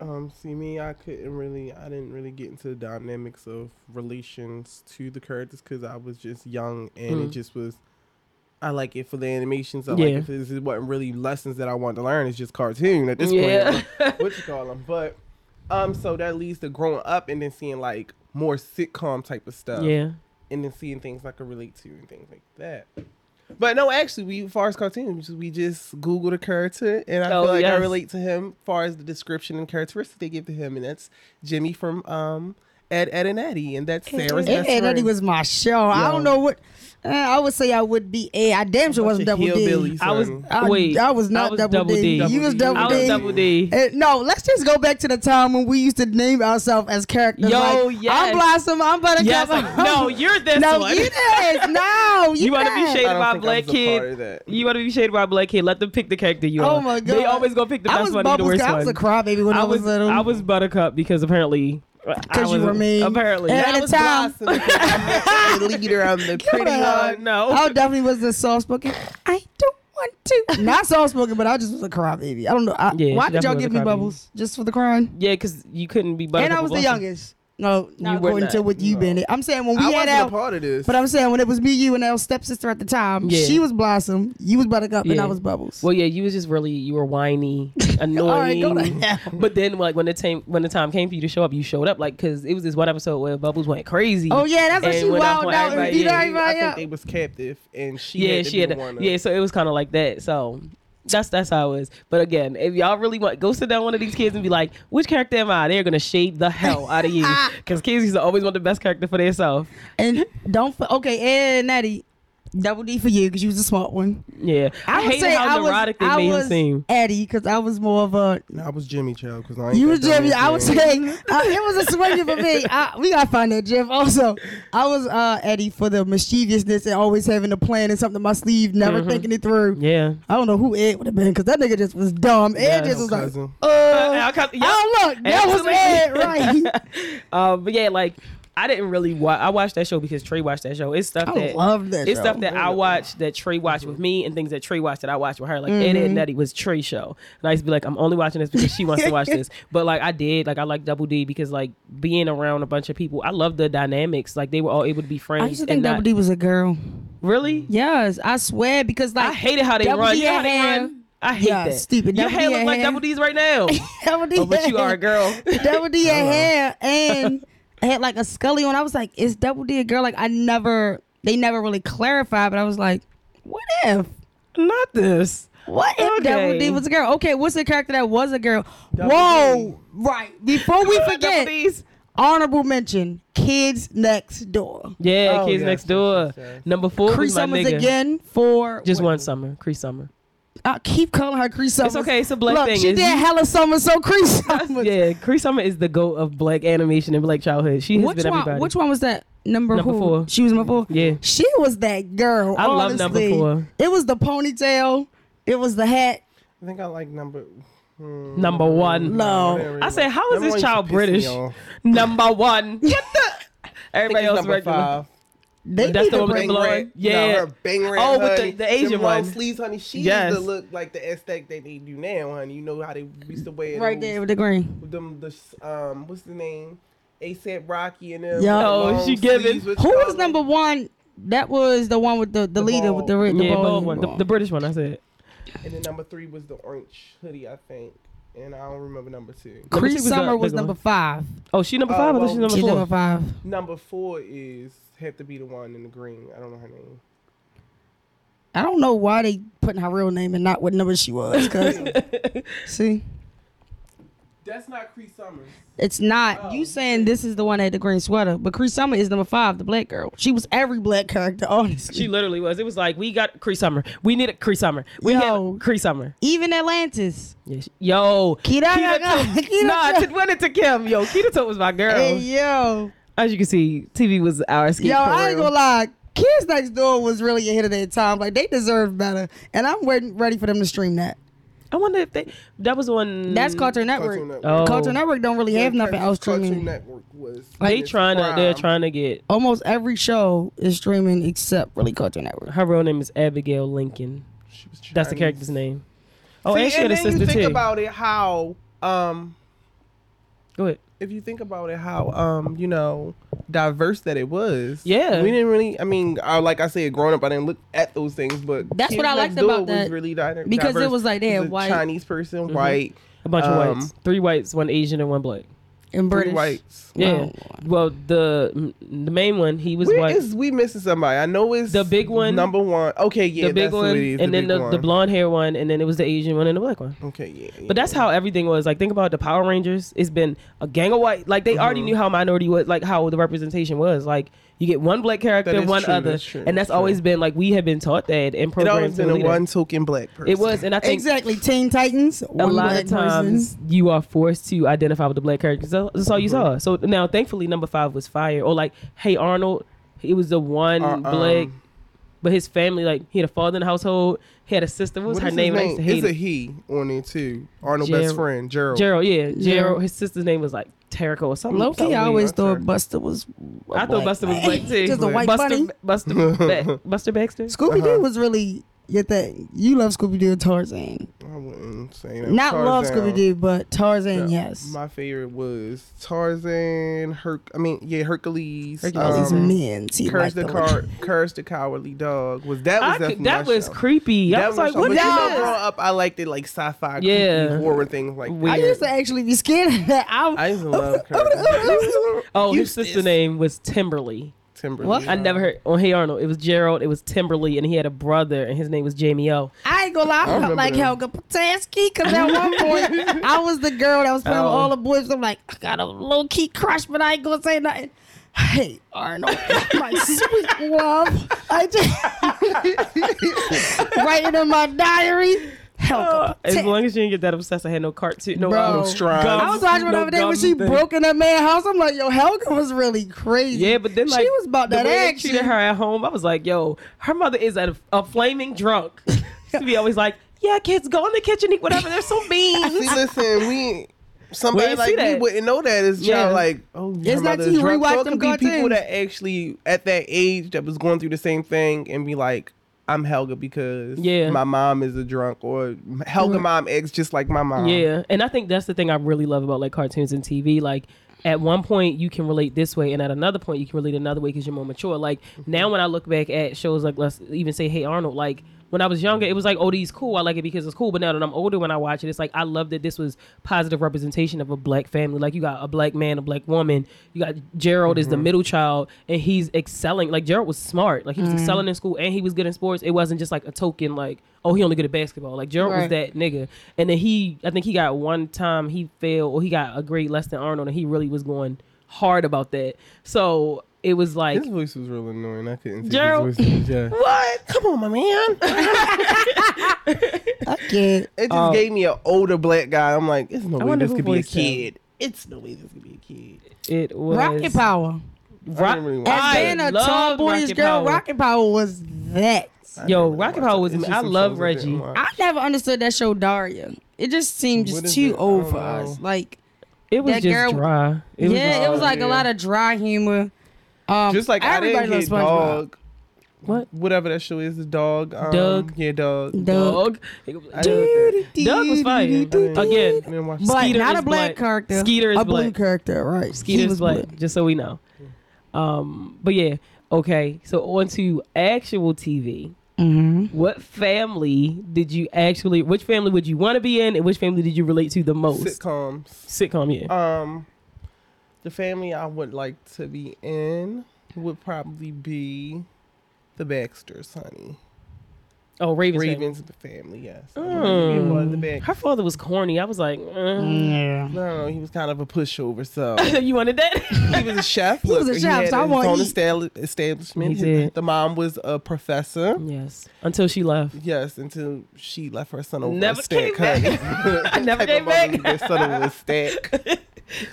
[SPEAKER 1] Um, see me, I couldn't really, I didn't really get into the dynamics of relations to the characters because I was just young and it
[SPEAKER 2] Mm.
[SPEAKER 1] just was. I like it for the animations. I
[SPEAKER 2] Yeah.
[SPEAKER 1] like it. For, this wasn't really lessons that I wanted to learn. It's just cartoon at this
[SPEAKER 2] Yeah.
[SPEAKER 1] point. like, what you call them? But um, so that leads to growing up and then seeing like more sitcom type of stuff.
[SPEAKER 2] yeah.
[SPEAKER 1] and then seeing things I could relate to and things like that. But no, actually, we as far as cartoons, we just Googled a character, and I
[SPEAKER 2] Oh,
[SPEAKER 1] feel like I
[SPEAKER 2] yes.
[SPEAKER 1] relate to him as far as the description and characteristics they give to him, and that's Jimmy from um Ed, Ed and Eddie, and that's Sarah's
[SPEAKER 4] Ed,
[SPEAKER 1] best
[SPEAKER 4] Ed, Eddie
[SPEAKER 1] friend.
[SPEAKER 4] was my show. I
[SPEAKER 1] Yo.
[SPEAKER 4] don't know what. eh, I would say I would be A. I damn sure wasn't
[SPEAKER 1] Bunch
[SPEAKER 4] double
[SPEAKER 1] of
[SPEAKER 4] D.
[SPEAKER 1] hillbillies.
[SPEAKER 2] I was
[SPEAKER 1] Sorry.
[SPEAKER 4] I,
[SPEAKER 2] wait.
[SPEAKER 4] I was not double, D. You was double
[SPEAKER 2] I
[SPEAKER 4] D.
[SPEAKER 2] was double D.
[SPEAKER 4] Eh, no, let's just go back to the time when we used to name ourselves as characters.
[SPEAKER 2] Yo,
[SPEAKER 4] like,
[SPEAKER 2] yes.
[SPEAKER 4] I'm Blossom. I'm Buttercup.
[SPEAKER 2] Yes. like, no, you're this
[SPEAKER 4] no,
[SPEAKER 2] one.
[SPEAKER 4] you this. No, you,
[SPEAKER 2] You want to be
[SPEAKER 4] that.
[SPEAKER 1] I
[SPEAKER 2] shaded
[SPEAKER 1] don't
[SPEAKER 2] by a
[SPEAKER 1] think I
[SPEAKER 2] black
[SPEAKER 1] was a part
[SPEAKER 2] kid.
[SPEAKER 1] of that.
[SPEAKER 2] You want to be shaded by a black kid. Let them pick the character you
[SPEAKER 4] Oh
[SPEAKER 2] are.
[SPEAKER 4] my
[SPEAKER 2] They
[SPEAKER 4] God.
[SPEAKER 2] always gonna pick the
[SPEAKER 4] I
[SPEAKER 2] best
[SPEAKER 4] was
[SPEAKER 2] one and the
[SPEAKER 4] bubbles.
[SPEAKER 2] worst
[SPEAKER 4] I
[SPEAKER 2] one.
[SPEAKER 4] was a crybaby when I was, little.
[SPEAKER 2] I was Buttercup because apparently I
[SPEAKER 4] Because you
[SPEAKER 2] was-
[SPEAKER 4] were mean.
[SPEAKER 2] Apparently.
[SPEAKER 4] And
[SPEAKER 1] I
[SPEAKER 4] at
[SPEAKER 1] was
[SPEAKER 4] the time,
[SPEAKER 1] blossoming 'cause I'm the leader. I'm the pretty
[SPEAKER 4] on.
[SPEAKER 1] one. No.
[SPEAKER 4] I definitely was the soft spoken. I don't want to. Not soft spoken, but I just was a crybaby. I don't know. I,
[SPEAKER 2] Yeah,
[SPEAKER 4] why
[SPEAKER 2] she
[SPEAKER 4] did
[SPEAKER 2] definitely
[SPEAKER 4] y'all
[SPEAKER 2] was
[SPEAKER 4] give
[SPEAKER 2] a
[SPEAKER 4] me
[SPEAKER 2] crybaby.
[SPEAKER 4] bubbles just for the crying?
[SPEAKER 2] Yeah, because you couldn't be
[SPEAKER 4] and I was the youngest. No, not
[SPEAKER 2] You were
[SPEAKER 4] according to
[SPEAKER 2] not.
[SPEAKER 4] what you
[SPEAKER 1] No.
[SPEAKER 4] been. I'm saying when we
[SPEAKER 1] I
[SPEAKER 4] had
[SPEAKER 1] wasn't a
[SPEAKER 4] out,
[SPEAKER 1] part of this.
[SPEAKER 4] but I'm saying when it was me, you, and our stepsister at the time,
[SPEAKER 2] Yeah.
[SPEAKER 4] she was Blossom, you was Buttercup, and
[SPEAKER 2] Yeah.
[SPEAKER 4] I was Bubbles.
[SPEAKER 2] Well, yeah, you was just really you were whiny,
[SPEAKER 4] All right,
[SPEAKER 2] annoying.
[SPEAKER 4] go to hell.
[SPEAKER 2] but then, like when the time when the time came for you to show up, you showed up. Like because it was this one episode where Bubbles went crazy.
[SPEAKER 4] Oh yeah, that's when
[SPEAKER 2] And
[SPEAKER 4] she
[SPEAKER 2] went off
[SPEAKER 4] wowed
[SPEAKER 2] on
[SPEAKER 4] out and
[SPEAKER 2] everybody,
[SPEAKER 4] beat
[SPEAKER 2] yeah.
[SPEAKER 1] I
[SPEAKER 4] everybody
[SPEAKER 1] think
[SPEAKER 4] up.
[SPEAKER 1] they was captive, and she
[SPEAKER 2] yeah,
[SPEAKER 1] had to
[SPEAKER 2] she had
[SPEAKER 1] be
[SPEAKER 2] to-
[SPEAKER 1] one of-
[SPEAKER 2] yeah. So it was kind of like that. So that's that's how it is. But again, if y'all really want, go sit down one of these kids and be like, which character am I? They're gonna shade the hell out of you because kids used to always want the best character for themselves.
[SPEAKER 4] And don't f- okay, and Natty, double D for you because you was a smart one.
[SPEAKER 2] Yeah, I,
[SPEAKER 4] would
[SPEAKER 2] hate how neurotic they
[SPEAKER 4] I
[SPEAKER 2] made him
[SPEAKER 4] was
[SPEAKER 2] seem.
[SPEAKER 4] Eddie because I was more of a
[SPEAKER 1] No, I was Jimmy Child because I ain't
[SPEAKER 4] you
[SPEAKER 1] that
[SPEAKER 4] was
[SPEAKER 1] dumb
[SPEAKER 4] Jimmy.
[SPEAKER 1] as
[SPEAKER 4] I would
[SPEAKER 1] you.
[SPEAKER 4] say uh, it was a swing for me. I, we gotta find that Jeff. Also, I was uh, Eddie for the mischievousness and always having a plan and something in my sleeve, never
[SPEAKER 2] Mm-hmm.
[SPEAKER 4] thinking it through.
[SPEAKER 2] Yeah.
[SPEAKER 4] I don't know who Ed would have been because that nigga just was dumb. Ed
[SPEAKER 2] Yeah.
[SPEAKER 4] just was like,
[SPEAKER 1] Cousin.
[SPEAKER 4] uh,
[SPEAKER 2] Uh, yeah.
[SPEAKER 4] oh look, that was
[SPEAKER 2] Absolutely.
[SPEAKER 4] Ed, right?
[SPEAKER 2] Uh, but yeah, like I didn't really watch. I watched that show because Trey watched that show. It's stuff
[SPEAKER 4] I
[SPEAKER 2] that
[SPEAKER 4] love that.
[SPEAKER 2] it's
[SPEAKER 4] show.
[SPEAKER 2] stuff that I watched that Trey watched with me, and things that Trey watched that I watched with her. Like Ed, Ed and Nettie was Trey show, and I used to be like, I'm only watching this because she wants to watch this. But like I did, like I like Double D because like being around a bunch of people, I love the dynamics. Like they were all able to be friends.
[SPEAKER 4] I used to
[SPEAKER 2] and
[SPEAKER 4] think Double
[SPEAKER 2] not-
[SPEAKER 4] D was a girl.
[SPEAKER 2] really.
[SPEAKER 4] Yes, I swear because like
[SPEAKER 2] I hated how they
[SPEAKER 4] Double
[SPEAKER 2] run.
[SPEAKER 4] D
[SPEAKER 2] You know how they
[SPEAKER 4] had-
[SPEAKER 2] run. I hate
[SPEAKER 4] Yeah,
[SPEAKER 2] that.
[SPEAKER 4] stupid.
[SPEAKER 2] Your
[SPEAKER 4] Double
[SPEAKER 2] hair
[SPEAKER 4] D
[SPEAKER 2] looks
[SPEAKER 4] had
[SPEAKER 2] like
[SPEAKER 4] hair.
[SPEAKER 2] Double D's right now.
[SPEAKER 4] Double D,
[SPEAKER 2] oh, but you are a
[SPEAKER 4] had-
[SPEAKER 2] girl.
[SPEAKER 4] Double D had hair and had like a scully on. I was like, is Double D a girl? Like I never, they never really clarified, but I was like, what if?
[SPEAKER 2] not this.
[SPEAKER 4] What if Double D
[SPEAKER 2] Okay.
[SPEAKER 4] was a girl? Okay, what's the character that was a girl?
[SPEAKER 1] Double
[SPEAKER 4] Whoa,
[SPEAKER 1] D.
[SPEAKER 4] right. Before we
[SPEAKER 2] Double
[SPEAKER 4] forget,
[SPEAKER 2] D's.
[SPEAKER 4] honorable mention: Kids Next Door.
[SPEAKER 2] Yeah,
[SPEAKER 1] Oh,
[SPEAKER 2] Kids
[SPEAKER 1] yes,
[SPEAKER 2] Next
[SPEAKER 1] yes,
[SPEAKER 2] Door.
[SPEAKER 1] yes, yes.
[SPEAKER 2] Number four
[SPEAKER 4] Cree
[SPEAKER 2] was my
[SPEAKER 4] Summers
[SPEAKER 2] nigga.
[SPEAKER 4] again for
[SPEAKER 2] Just
[SPEAKER 4] wait,
[SPEAKER 2] one summer, Cree Summer.
[SPEAKER 4] I keep calling her Cree Summers.
[SPEAKER 2] okay, it's a black
[SPEAKER 4] Look,
[SPEAKER 2] thing.
[SPEAKER 4] She
[SPEAKER 2] It's-
[SPEAKER 4] did hella summer, so Cree Summers.
[SPEAKER 2] Yeah, Cree Summer is the goat of black animation and black childhood. She has
[SPEAKER 4] Which
[SPEAKER 2] been
[SPEAKER 4] one?
[SPEAKER 2] everybody.
[SPEAKER 4] Which one was that? Number,
[SPEAKER 2] Number
[SPEAKER 4] who?
[SPEAKER 2] four.
[SPEAKER 4] She was number four.
[SPEAKER 2] Yeah.
[SPEAKER 4] She was that girl.
[SPEAKER 2] I love
[SPEAKER 4] honestly.
[SPEAKER 2] number four.
[SPEAKER 4] It was the ponytail. It was the hat.
[SPEAKER 1] I think I like number. Hmm.
[SPEAKER 2] Number one.
[SPEAKER 4] No.
[SPEAKER 1] didn't really
[SPEAKER 2] I said,
[SPEAKER 1] like-
[SPEAKER 2] how is
[SPEAKER 1] Number
[SPEAKER 2] this
[SPEAKER 1] one
[SPEAKER 2] child
[SPEAKER 1] used to piss me
[SPEAKER 2] British?
[SPEAKER 1] off.
[SPEAKER 2] Number one. Get the.
[SPEAKER 1] I think
[SPEAKER 2] Everybody
[SPEAKER 1] it's
[SPEAKER 2] else
[SPEAKER 1] number
[SPEAKER 2] regular.
[SPEAKER 1] five.
[SPEAKER 4] They
[SPEAKER 2] That's the one
[SPEAKER 4] need to
[SPEAKER 2] with the
[SPEAKER 1] Bang
[SPEAKER 4] bring
[SPEAKER 2] blonde-
[SPEAKER 4] back-
[SPEAKER 1] red,
[SPEAKER 2] Yeah.
[SPEAKER 1] no, her bang red.
[SPEAKER 2] Oh, with the-
[SPEAKER 1] honey.
[SPEAKER 2] the Asian
[SPEAKER 1] Them long
[SPEAKER 2] one.
[SPEAKER 1] sleeves, honey. She
[SPEAKER 2] Yes.
[SPEAKER 1] used to look like the aesthetic that they do now, honey. You know how they used to wear
[SPEAKER 4] right
[SPEAKER 1] those-
[SPEAKER 4] there with the green.
[SPEAKER 1] with them. The um, what's the name? ASAP Rocky and them.
[SPEAKER 4] Yeah.
[SPEAKER 2] Oh,
[SPEAKER 1] long
[SPEAKER 2] she giving.
[SPEAKER 1] sleeves with
[SPEAKER 4] Who was
[SPEAKER 1] collar.
[SPEAKER 4] number one? That was the one with the, the
[SPEAKER 1] The
[SPEAKER 4] leader with the red. The
[SPEAKER 2] yeah,
[SPEAKER 4] bald
[SPEAKER 2] bald one. The, the British one, I said.
[SPEAKER 1] And then number three was the orange hoodie, I think. And I don't remember number two.
[SPEAKER 2] Number
[SPEAKER 4] Cree
[SPEAKER 2] two was the
[SPEAKER 4] Summer was
[SPEAKER 2] bigger
[SPEAKER 4] number
[SPEAKER 2] one.
[SPEAKER 4] five.
[SPEAKER 2] Oh, she number
[SPEAKER 1] Oh,
[SPEAKER 2] five or
[SPEAKER 1] well,
[SPEAKER 2] this is number
[SPEAKER 4] She's
[SPEAKER 2] four?
[SPEAKER 4] number five.
[SPEAKER 1] Number four is have to be the one in the green. I don't know her name.
[SPEAKER 4] I don't know why they putting her real name and not what number she was. 'cause- see,
[SPEAKER 1] That's not Cree Summers.
[SPEAKER 4] it's not.
[SPEAKER 1] Oh.
[SPEAKER 4] You saying this is the one that had the green sweater, but Cree Summer is number five, the black girl. She was every black character, honestly.
[SPEAKER 2] She literally was. It was like, we got Cree Summer. We need a Cree Summer. We
[SPEAKER 4] Yo.
[SPEAKER 2] had Cree Summer.
[SPEAKER 4] Even Atlantis.
[SPEAKER 2] Yeah, she- Yo.
[SPEAKER 4] Kira,
[SPEAKER 2] Kira
[SPEAKER 4] Kira,
[SPEAKER 2] Tote- Nah, I wanted to Kim. Yo, Kita Tote was my girl.
[SPEAKER 4] Hey, yo.
[SPEAKER 2] As you can see, TV was our escape.
[SPEAKER 4] Yo,
[SPEAKER 2] for
[SPEAKER 4] I ain't
[SPEAKER 2] real.
[SPEAKER 4] gonna lie. Kids Next Door was really a hit of their time. Like, they deserved better. And I'm waiting, ready for them to stream that.
[SPEAKER 2] I wonder if they that was on.
[SPEAKER 4] That's Cartoon Network.
[SPEAKER 1] Cartoon Network.
[SPEAKER 2] Mm, Oh,
[SPEAKER 4] Cartoon Network don't really have
[SPEAKER 1] Yeah,
[SPEAKER 4] nothing else
[SPEAKER 1] Cartoon
[SPEAKER 4] streaming.
[SPEAKER 1] Network was.
[SPEAKER 2] They
[SPEAKER 1] in its
[SPEAKER 2] trying to. They're
[SPEAKER 1] prime.
[SPEAKER 2] trying to get.
[SPEAKER 4] Almost every show is streaming except really Cartoon Network.
[SPEAKER 2] Her real name is Abigail Lincoln.
[SPEAKER 1] She was
[SPEAKER 2] That's the
[SPEAKER 1] Chinese.
[SPEAKER 2] character's name. Oh,
[SPEAKER 1] See,
[SPEAKER 2] and she had
[SPEAKER 1] and
[SPEAKER 2] a
[SPEAKER 1] then you
[SPEAKER 2] sister
[SPEAKER 1] think
[SPEAKER 2] too.
[SPEAKER 1] about it, how um,
[SPEAKER 2] Go ahead.
[SPEAKER 1] if you think about it, how um, you know, diverse that it was.
[SPEAKER 2] Yeah.
[SPEAKER 1] we didn't really. I mean, I, like I said, growing up, I didn't look at those things, but
[SPEAKER 4] That's
[SPEAKER 1] Kids
[SPEAKER 4] what I
[SPEAKER 1] Next
[SPEAKER 4] liked about
[SPEAKER 1] Door
[SPEAKER 4] that,
[SPEAKER 1] was really di-
[SPEAKER 4] because it
[SPEAKER 1] diverse.
[SPEAKER 4] was like they
[SPEAKER 1] There's
[SPEAKER 4] had
[SPEAKER 1] a
[SPEAKER 4] white-
[SPEAKER 1] Chinese person,
[SPEAKER 2] Mm-hmm.
[SPEAKER 1] white,
[SPEAKER 2] A bunch of
[SPEAKER 1] Um, oh,
[SPEAKER 2] whites. Three whites, one Asian, and one black.
[SPEAKER 4] And
[SPEAKER 1] three
[SPEAKER 4] British.
[SPEAKER 1] whites.
[SPEAKER 2] Yeah.
[SPEAKER 4] Wow.
[SPEAKER 2] Well, the m- the main one, he was
[SPEAKER 1] Where
[SPEAKER 2] white.
[SPEAKER 1] is- we missing somebody? I know it's
[SPEAKER 2] The big one-
[SPEAKER 1] number one. Okay, yeah,
[SPEAKER 2] the big
[SPEAKER 1] that's
[SPEAKER 2] one,
[SPEAKER 1] what it is.
[SPEAKER 2] and
[SPEAKER 1] the
[SPEAKER 2] then
[SPEAKER 1] big
[SPEAKER 2] the,
[SPEAKER 1] one.
[SPEAKER 2] the blonde hair one, and then it was the Asian one and the black one.
[SPEAKER 1] Okay, yeah,
[SPEAKER 2] But that's how everything was. Like, think about the Power Rangers. It's been a gang of white. Like, they
[SPEAKER 1] Mm-hmm.
[SPEAKER 2] already knew how minority was, like, how the representation was. Like, you get one black character,
[SPEAKER 1] That is
[SPEAKER 2] one
[SPEAKER 1] true,
[SPEAKER 2] other.
[SPEAKER 1] that's true,
[SPEAKER 2] and that's
[SPEAKER 1] that's true.
[SPEAKER 2] always been, like, we have been taught that in
[SPEAKER 1] it
[SPEAKER 2] programs.
[SPEAKER 1] always been
[SPEAKER 2] to
[SPEAKER 1] a
[SPEAKER 2] lead us.
[SPEAKER 1] one token black person.
[SPEAKER 2] It was. And I think
[SPEAKER 4] Exactly. Teen Titans.
[SPEAKER 2] a lot of times you are forced to identify with the black characters. That's that's all you saw. So now, thankfully, number five was fire. Or, like, Hey Arnold, it was the one
[SPEAKER 1] Uh, um,
[SPEAKER 2] black. But his family, like he had a father in the household. He had a sister. What was
[SPEAKER 1] What
[SPEAKER 2] her
[SPEAKER 1] is his
[SPEAKER 2] name? I used to hate
[SPEAKER 1] It's a
[SPEAKER 2] it.
[SPEAKER 1] he on there too. Arnold
[SPEAKER 2] Gerald-
[SPEAKER 1] best friend Gerald.
[SPEAKER 2] Gerald, yeah, Gerald.
[SPEAKER 4] Gerald.
[SPEAKER 2] His sister's name was like Terrico or something.
[SPEAKER 4] Low
[SPEAKER 2] something
[SPEAKER 4] key, I always
[SPEAKER 1] weird.
[SPEAKER 4] thought Buster was. a
[SPEAKER 2] I thought
[SPEAKER 4] black
[SPEAKER 2] Buster was
[SPEAKER 4] man.
[SPEAKER 2] black too.
[SPEAKER 4] Just a white
[SPEAKER 2] Buster,
[SPEAKER 4] bunny.
[SPEAKER 2] Buster, Ba- Buster Baxter.
[SPEAKER 4] Scooby
[SPEAKER 2] Uh-huh.
[SPEAKER 4] Doo was really your thing. You love Scooby Doo and Tarzan.
[SPEAKER 1] I wouldn't say that.
[SPEAKER 4] Not love
[SPEAKER 1] Tarzan.
[SPEAKER 4] Scooby Doo, but Tarzan,
[SPEAKER 1] Yeah.
[SPEAKER 4] yes.
[SPEAKER 1] My favorite was Tarzan. Her, I mean, yeah, Hercules.
[SPEAKER 4] All these
[SPEAKER 1] um,
[SPEAKER 4] men. See,
[SPEAKER 1] Curse
[SPEAKER 4] like
[SPEAKER 1] the
[SPEAKER 4] the
[SPEAKER 1] car, curse the cowardly dog. Was that was
[SPEAKER 2] I could-
[SPEAKER 1] definitely
[SPEAKER 2] that
[SPEAKER 1] my
[SPEAKER 2] was
[SPEAKER 1] show.
[SPEAKER 2] creepy. I
[SPEAKER 1] That
[SPEAKER 2] was like,
[SPEAKER 1] my show.
[SPEAKER 2] what
[SPEAKER 1] But
[SPEAKER 2] is
[SPEAKER 1] you know,
[SPEAKER 2] this?
[SPEAKER 1] growing up, I liked it like sci-fi,
[SPEAKER 2] Yeah.
[SPEAKER 1] yeah, horror things like
[SPEAKER 2] Weird.
[SPEAKER 1] that.
[SPEAKER 4] I used to actually be scared of that. I,
[SPEAKER 1] I used to love curse.
[SPEAKER 2] Oh,
[SPEAKER 1] You
[SPEAKER 2] his sister
[SPEAKER 1] sis-
[SPEAKER 2] name was Timberly.
[SPEAKER 1] Timberly.
[SPEAKER 2] I never heard on Hey Arnold. It was Gerald. It was Timberly, and he had a brother, and his name was Jamie O.
[SPEAKER 4] I ain't gonna lie, I felt
[SPEAKER 1] remember
[SPEAKER 4] like
[SPEAKER 1] that.
[SPEAKER 4] Helga Potaski because at one point I was the girl that was playing with
[SPEAKER 2] Oh.
[SPEAKER 4] all the boys. I'm like, I got a low key crush, but I ain't gonna say nothing. Hey Arnold, my sweet love, I just writing in my diary. Helga,
[SPEAKER 2] Oh, As
[SPEAKER 4] Potas-
[SPEAKER 2] long as you didn't get that obsessed, I had no cartoon, no,
[SPEAKER 4] Bro.
[SPEAKER 2] um,
[SPEAKER 4] No
[SPEAKER 1] strides.
[SPEAKER 2] gum-
[SPEAKER 4] I was watching one
[SPEAKER 2] no
[SPEAKER 4] over there when
[SPEAKER 2] gum
[SPEAKER 4] she
[SPEAKER 2] thing.
[SPEAKER 4] broke in that man's house. I'm like, yo, Helga was really crazy.
[SPEAKER 2] Yeah, but then like
[SPEAKER 4] she was about
[SPEAKER 2] the
[SPEAKER 4] that
[SPEAKER 2] way they
[SPEAKER 4] action.
[SPEAKER 2] Treated her at home. I was like, yo, her mother is a, a flaming drunk. She be always like, yeah, kids, go in the kitchen, eat whatever. They're so mean.
[SPEAKER 1] See, listen, we
[SPEAKER 2] We
[SPEAKER 1] somebody
[SPEAKER 2] ain't see
[SPEAKER 1] like me
[SPEAKER 2] that.
[SPEAKER 1] wouldn't know that. It's
[SPEAKER 2] Yeah.
[SPEAKER 1] yeah. like, oh, her
[SPEAKER 4] It's not
[SPEAKER 1] mother's
[SPEAKER 4] till you
[SPEAKER 1] drunk.
[SPEAKER 4] rewatch
[SPEAKER 1] So it
[SPEAKER 4] them
[SPEAKER 1] could be people
[SPEAKER 4] cartoons.
[SPEAKER 1] that actually at that age that was going through the same thing and be like. I'm Helga because
[SPEAKER 2] Yeah.
[SPEAKER 1] my mom is a drunk, or Helga mom acts just like my mom.
[SPEAKER 2] Yeah, and I think that's the thing I really love about like cartoons and TV. Like, at one point you can relate this way, and at another point you can relate another way because you're more mature. Like now, when I look back at shows like let's even say Hey Arnold, like when I was younger, it was like oh these cool, I like it because it's cool. But now that I'm older, when I watch it, it's like I love that this was positive representation of a black family. Like you got a black man, a black woman. You got Gerald is the middle child, and he's excelling. Like Gerald was smart, like he was excelling in school, and he was good in sports. It wasn't just like a token like. Oh, he only good at basketball. Like Gerald was
[SPEAKER 4] Right.
[SPEAKER 2] that that nigga. And then he, I think he got one time he failed or he got a grade less than Arnold, and he really was going hard about that. So it was like,
[SPEAKER 1] His voice was real annoying. I couldn't see
[SPEAKER 2] Gerald.
[SPEAKER 1] his voice. Yeah.
[SPEAKER 2] what?
[SPEAKER 1] Come on, my man.
[SPEAKER 4] I can't.
[SPEAKER 1] It just gave me an older black guy. I'm like, it's no way
[SPEAKER 2] Um, wonder
[SPEAKER 1] this
[SPEAKER 2] who
[SPEAKER 1] could be a
[SPEAKER 2] voiced him.
[SPEAKER 1] kid. It's no way this could be a kid.
[SPEAKER 2] It was
[SPEAKER 4] Rocket
[SPEAKER 1] I
[SPEAKER 4] Power.
[SPEAKER 2] Rock-
[SPEAKER 1] didn't really watch
[SPEAKER 4] As
[SPEAKER 2] I
[SPEAKER 4] being a
[SPEAKER 2] loved
[SPEAKER 4] tomboyish
[SPEAKER 2] Rocket
[SPEAKER 4] girl,
[SPEAKER 2] Power.
[SPEAKER 4] Rocket Power was that.
[SPEAKER 2] Yo,
[SPEAKER 1] never
[SPEAKER 2] Rocket
[SPEAKER 1] watched
[SPEAKER 2] Power
[SPEAKER 1] it.
[SPEAKER 2] was.
[SPEAKER 1] It's just
[SPEAKER 2] I
[SPEAKER 1] some
[SPEAKER 2] love
[SPEAKER 1] shows I didn't
[SPEAKER 2] Reggie.
[SPEAKER 1] watch.
[SPEAKER 4] I never understood that show Daria. It just seemed
[SPEAKER 1] What is
[SPEAKER 4] just too
[SPEAKER 1] it? I
[SPEAKER 4] old
[SPEAKER 1] don't
[SPEAKER 4] for
[SPEAKER 1] know.
[SPEAKER 4] us. Like,
[SPEAKER 2] It was
[SPEAKER 4] That
[SPEAKER 2] just
[SPEAKER 4] girl-
[SPEAKER 2] dry. It was
[SPEAKER 4] yeah,
[SPEAKER 2] just-
[SPEAKER 4] it was like
[SPEAKER 1] yeah.
[SPEAKER 4] a lot of dry humor. Um,
[SPEAKER 1] Just like
[SPEAKER 4] everybody
[SPEAKER 1] I didn't get
[SPEAKER 4] loves SpongeBob.
[SPEAKER 1] dog.
[SPEAKER 2] What?
[SPEAKER 1] Whatever that show is, the dog. Um,
[SPEAKER 2] Dog.
[SPEAKER 1] Yeah, dog.
[SPEAKER 2] Doug.
[SPEAKER 1] I
[SPEAKER 2] Doug.
[SPEAKER 1] didn't-
[SPEAKER 2] Doug was fire. Again,
[SPEAKER 1] I didn't watch
[SPEAKER 4] But
[SPEAKER 2] Skeeter
[SPEAKER 4] not
[SPEAKER 2] is
[SPEAKER 4] a
[SPEAKER 2] black.
[SPEAKER 4] black character.
[SPEAKER 2] Skeeter is
[SPEAKER 4] a blue
[SPEAKER 2] black.
[SPEAKER 4] character, right? He
[SPEAKER 2] Skeeter's
[SPEAKER 4] was
[SPEAKER 2] black, just so we know. Um, but yeah, okay. So on to actual TV.
[SPEAKER 4] Mhm.
[SPEAKER 2] What family did you actually? Which family would you want to be in, and which family did you relate to the most?
[SPEAKER 1] sitcoms.
[SPEAKER 2] Sitcom, yeah.
[SPEAKER 1] Um, the family I would like to be in would probably be the Baxters, honey.
[SPEAKER 2] oh, Ravens. family.
[SPEAKER 1] Ravens family, yes. I would like to be one of the
[SPEAKER 2] Mm.
[SPEAKER 1] Baxters.
[SPEAKER 2] Her father was corny. I was like, mm.
[SPEAKER 4] Yeah.
[SPEAKER 1] No, he was kind of a pushover, so.
[SPEAKER 2] "Uh, you wanted that?
[SPEAKER 1] He was a chef.
[SPEAKER 4] He was a
[SPEAKER 1] Look,
[SPEAKER 4] chef,
[SPEAKER 1] had
[SPEAKER 4] so I
[SPEAKER 1] his
[SPEAKER 4] won't
[SPEAKER 1] own
[SPEAKER 4] eat.
[SPEAKER 1] establi- establishment.
[SPEAKER 2] He
[SPEAKER 1] His-
[SPEAKER 2] did.
[SPEAKER 1] The mom was a professor.
[SPEAKER 2] yes. Until she left.
[SPEAKER 1] Yes, until she left her son over
[SPEAKER 2] Never
[SPEAKER 1] a stack.
[SPEAKER 2] came back.
[SPEAKER 1] honey.
[SPEAKER 2] Never
[SPEAKER 1] Type of
[SPEAKER 2] came back.
[SPEAKER 1] mother that Son over a stack.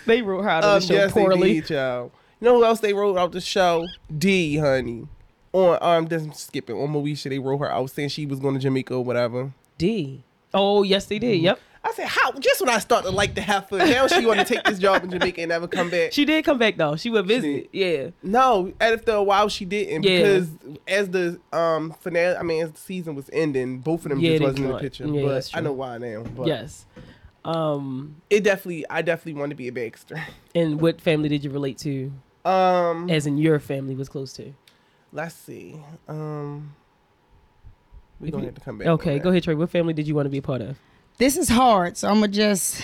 [SPEAKER 2] They wrote her out of
[SPEAKER 1] Um,
[SPEAKER 2] the show
[SPEAKER 1] yes,
[SPEAKER 2] poorly.
[SPEAKER 1] they did, y'all. You know who else they wrote out the show? D, honey. On um, just skipping on Moesha, they wrote her out saying she was going to Jamaica or whatever.
[SPEAKER 2] D. Oh, yes, they did. Yep.
[SPEAKER 1] I said, how? Just when I start to like the heifer, now she want to take this job in Jamaica and never come back.
[SPEAKER 2] She did come back though. She would
[SPEAKER 1] She
[SPEAKER 2] visit. yeah.
[SPEAKER 1] No, after a while she didn't
[SPEAKER 2] Yeah.
[SPEAKER 1] because as the um finale, I mean, as the season was ending, both of them
[SPEAKER 2] Yeah,
[SPEAKER 1] just
[SPEAKER 2] they
[SPEAKER 1] wasn't in the
[SPEAKER 2] can't.
[SPEAKER 1] picture.
[SPEAKER 2] Yeah, that's
[SPEAKER 1] but
[SPEAKER 2] true.
[SPEAKER 1] I know why now. But
[SPEAKER 2] Yes. Um.
[SPEAKER 1] it definitely, I definitely want to be a Baxter.
[SPEAKER 2] And what family did you relate to,
[SPEAKER 1] Um,
[SPEAKER 2] as in your family was close to?
[SPEAKER 1] let's see. Um, we
[SPEAKER 2] If
[SPEAKER 1] gonna
[SPEAKER 2] you-
[SPEAKER 1] have to come back.
[SPEAKER 2] Okay, go ahead, Trey. What family did you want to be a part of?
[SPEAKER 4] This is hard, so I'm gonna just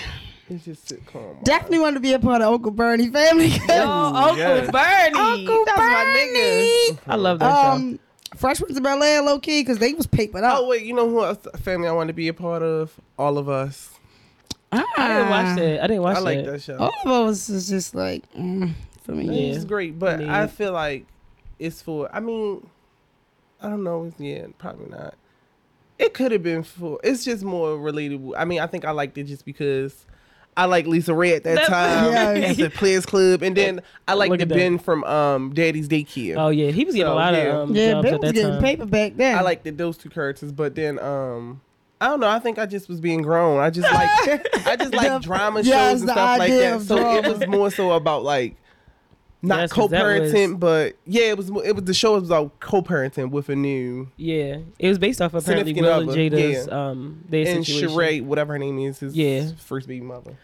[SPEAKER 1] It's just sitcom.
[SPEAKER 4] definitely want to be a part of Uncle Bernie family.
[SPEAKER 1] Uncle yes.
[SPEAKER 2] Oh, Bernie.
[SPEAKER 4] Uncle Bernie.
[SPEAKER 2] I love that show.
[SPEAKER 4] Um, Fresh Prince of Bel Air, low key, because they was papered up.
[SPEAKER 1] Oh wait, you know who else family I want to be a part of? All of us.
[SPEAKER 2] Oh, I didn't watch that. I didn't watch Oh,
[SPEAKER 1] I like
[SPEAKER 2] that.
[SPEAKER 1] that show.
[SPEAKER 4] Ah. All of us is just like mm, for me.
[SPEAKER 2] Yeah.
[SPEAKER 1] It's great, but
[SPEAKER 2] Me
[SPEAKER 1] I
[SPEAKER 2] neither.
[SPEAKER 1] feel like it's for. I mean, I don't know. It's- Yeah, probably not. It could have been for. It's just more relatable. I mean, I think I liked it just because I like Lisa Ray at that
[SPEAKER 2] That's-
[SPEAKER 1] time
[SPEAKER 4] Yes.
[SPEAKER 1] at the Players Club, and then I like
[SPEAKER 2] Look
[SPEAKER 1] the
[SPEAKER 2] at that.
[SPEAKER 1] Ben from um, Daddy's Daycare.
[SPEAKER 2] Oh yeah, he was getting
[SPEAKER 1] So,
[SPEAKER 2] a lot
[SPEAKER 1] yeah.
[SPEAKER 2] of um,
[SPEAKER 4] Yeah,
[SPEAKER 2] jobs
[SPEAKER 4] Ben
[SPEAKER 2] at
[SPEAKER 4] was
[SPEAKER 2] that
[SPEAKER 4] getting
[SPEAKER 2] time.
[SPEAKER 4] paper back then.
[SPEAKER 1] I liked it, those two characters, but then um, I don't know. I think I just was being grown. I just like I just like
[SPEAKER 4] The-
[SPEAKER 1] drama
[SPEAKER 4] yes,
[SPEAKER 1] shows and
[SPEAKER 4] the
[SPEAKER 1] stuff like
[SPEAKER 4] idea
[SPEAKER 1] that.
[SPEAKER 4] of
[SPEAKER 1] So it
[SPEAKER 4] drama.
[SPEAKER 1] was more so about like not
[SPEAKER 2] Yes, 'cause that was-
[SPEAKER 1] co-parenting, but yeah, it was mo- it was the show was about co-parenting with a new
[SPEAKER 2] Yeah, it was based off apparently
[SPEAKER 1] Significant
[SPEAKER 2] Will and
[SPEAKER 1] other,
[SPEAKER 2] Jada's um their
[SPEAKER 1] and
[SPEAKER 2] situation.
[SPEAKER 1] Sheree, whatever her name is, his
[SPEAKER 2] Yeah.
[SPEAKER 1] first baby mother.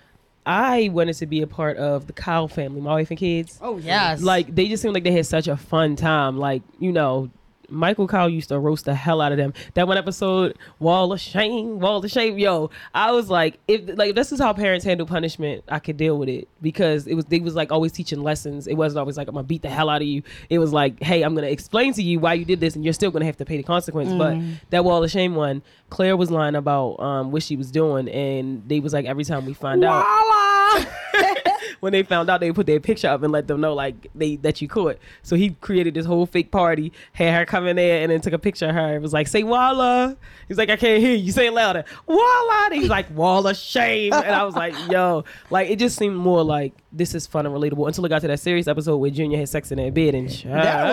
[SPEAKER 2] I wanted to be a part of the Kyle family, my wife and kids.
[SPEAKER 4] oh yes,
[SPEAKER 2] Like they just seemed like they had such a fun time. Like you know, Michael Kyle used to roast the hell out of them. That one episode, Wall of Shame, Wall of Shame. Yo, I was like, if like this is how parents handle punishment, I could deal with it because it was they was like always teaching lessons. It wasn't always like I'm gonna beat the hell out of you. It was like, hey, I'm gonna explain to you why you did this, and you're still gonna have to pay the consequence.
[SPEAKER 4] Mm.
[SPEAKER 2] But that Wall of Shame one, Claire was lying about um, what she was doing, and they was like, every time we find out when they found out, they put their picture up and let them know like they that you caught. So he created this whole fake party, had her come in there, and then took a picture of her. It was like, "Say Walla." He's like, "I can't hear you. Say it louder." Walla. And he's like, "Walla shame." And I was like, "Yo," like it just seemed more like this is fun and relatable until it got to that serious episode where Junior had sex in their bed and
[SPEAKER 4] That was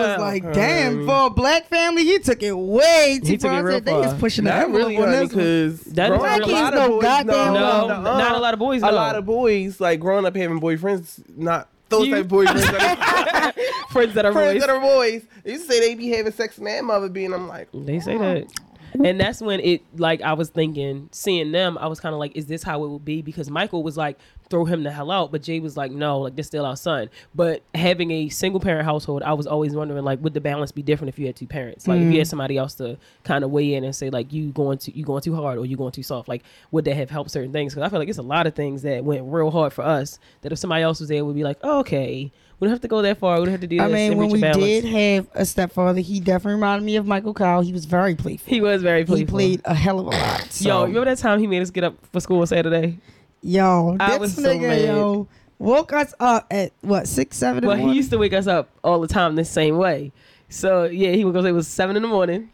[SPEAKER 2] child.
[SPEAKER 4] like, damn, for a black family, you took it way too
[SPEAKER 2] Mm. He took it
[SPEAKER 4] far. I
[SPEAKER 2] real
[SPEAKER 4] said, They
[SPEAKER 2] far.
[SPEAKER 4] just pushing the
[SPEAKER 1] Not
[SPEAKER 4] envelope
[SPEAKER 1] really,
[SPEAKER 4] on
[SPEAKER 1] honey,
[SPEAKER 4] this one.
[SPEAKER 1] because
[SPEAKER 2] That is
[SPEAKER 1] growing
[SPEAKER 2] not
[SPEAKER 1] up,
[SPEAKER 2] really-
[SPEAKER 1] a lot of
[SPEAKER 4] No
[SPEAKER 1] boys,
[SPEAKER 4] goddamn
[SPEAKER 2] no,
[SPEAKER 4] love.
[SPEAKER 1] nuh-uh.
[SPEAKER 2] not a lot of boys.
[SPEAKER 1] A
[SPEAKER 2] no.
[SPEAKER 1] lot of boys, like growing up having boyfriends, not those
[SPEAKER 2] You-
[SPEAKER 1] type of boyfriends. that are-
[SPEAKER 2] friends that are
[SPEAKER 1] friends
[SPEAKER 2] boys.
[SPEAKER 1] that are boys. You say they be having sex and their mother being. I'm like,
[SPEAKER 2] They say that. And that's when it like I was thinking, seeing them, I was kind of like, is this how it will be? Because Michael was like, throw him the hell out, but Jay was like, no, like this still our son. But having a single parent household, I was always wondering like, would the balance be different if you had two parents? Like if
[SPEAKER 4] Mm.
[SPEAKER 2] you had somebody else to kind of weigh in and say like, you going to you going too hard or you going too soft? Like would that have helped certain things? Because I feel like it's a lot of things that went real hard for us that if somebody else was there, would be like, oh, okay, we don't have to go that far. We don't have to do this.
[SPEAKER 4] I mean,
[SPEAKER 2] and
[SPEAKER 4] when
[SPEAKER 2] reach
[SPEAKER 4] we
[SPEAKER 2] a balance.
[SPEAKER 4] did have a stepfather, he definitely reminded me of Michael Kyle. He was very playful.
[SPEAKER 2] He was very
[SPEAKER 4] He
[SPEAKER 2] playful.
[SPEAKER 4] played a hell of a lot. So.
[SPEAKER 2] Yo, remember that time he made us get up for school Saturday?
[SPEAKER 4] Yo,
[SPEAKER 2] I
[SPEAKER 4] this
[SPEAKER 2] was so
[SPEAKER 4] nigga,
[SPEAKER 2] mad.
[SPEAKER 4] yo, woke us up at what six, seven in
[SPEAKER 2] Well,
[SPEAKER 4] the
[SPEAKER 2] he
[SPEAKER 4] morning.
[SPEAKER 2] used to wake us up all the time the same way. So yeah, he would go. It was seven in the morning.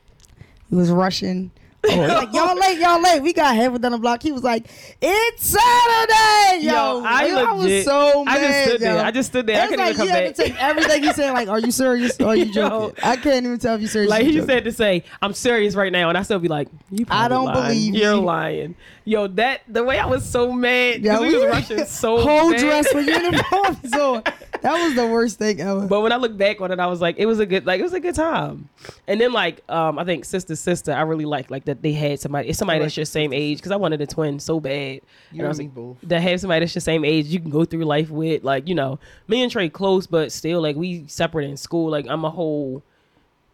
[SPEAKER 4] He was rushing. Oh, he's like, y'all late, y'all late. We got halfway down the block. He was like, "It's Saturday, yo."
[SPEAKER 2] Yo, I
[SPEAKER 4] was
[SPEAKER 2] legit-
[SPEAKER 4] so
[SPEAKER 2] I
[SPEAKER 4] mad.
[SPEAKER 2] just stood
[SPEAKER 4] yo.
[SPEAKER 2] there. I just stood there. I
[SPEAKER 4] It's
[SPEAKER 2] couldn't
[SPEAKER 4] like
[SPEAKER 2] even come
[SPEAKER 4] you had
[SPEAKER 2] back.
[SPEAKER 4] to take everything he's saying. Like, are you serious? Or are you
[SPEAKER 2] Yo.
[SPEAKER 4] joking? I can't even tell if you serious. or
[SPEAKER 2] Like
[SPEAKER 4] you
[SPEAKER 2] he
[SPEAKER 4] joking.
[SPEAKER 2] said to say, "I'm serious right now," and I still be like, you
[SPEAKER 4] I
[SPEAKER 2] probably
[SPEAKER 4] don't
[SPEAKER 2] lying.
[SPEAKER 4] believe
[SPEAKER 2] you're
[SPEAKER 4] you."
[SPEAKER 2] lying." Yo, that the way I was so mad. Yeah, we, was rushing so
[SPEAKER 4] whole
[SPEAKER 2] bad.
[SPEAKER 4] dress with uniforms on. That was the worst thing ever.
[SPEAKER 2] But when I look back on it, I was like, it was a good, like it was a good time. And then like, um, I think sister, sister, I really liked like that they had somebody, it's somebody
[SPEAKER 1] I like
[SPEAKER 2] that's your same age because I wanted a twin so bad.
[SPEAKER 1] you
[SPEAKER 2] I
[SPEAKER 1] and
[SPEAKER 2] was
[SPEAKER 1] me
[SPEAKER 2] like,
[SPEAKER 1] both.
[SPEAKER 2] that have somebody that's your same age you can go through life with. Like, you know, me and Trey close, but still like we separate in school. Like I'm a whole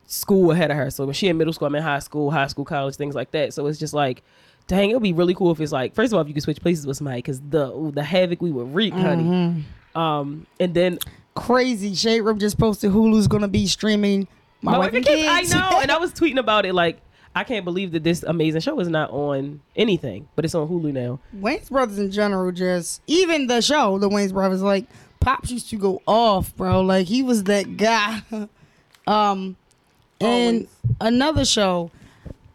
[SPEAKER 2] school ahead of her. So when she in middle school, I'm in high school, high school, college, things like that. So it's just like, dang, it would be really cool if it's like, first of all, if you could switch places with somebody, because the ooh, the havoc we would wreak, honey.
[SPEAKER 1] Mm-hmm.
[SPEAKER 2] Um, and then
[SPEAKER 4] Crazy. Shade Room just posted Hulu's gonna be streaming my,
[SPEAKER 2] my
[SPEAKER 4] wife and kids.
[SPEAKER 2] I know, and I was tweeting about it like. I can't believe that this amazing show is not on anything, but it's on Hulu now.
[SPEAKER 4] Wayne's brothers in general just even the show, the Wayne's brothers, like Pops used to go off, bro. Like he was that guy. um and another show.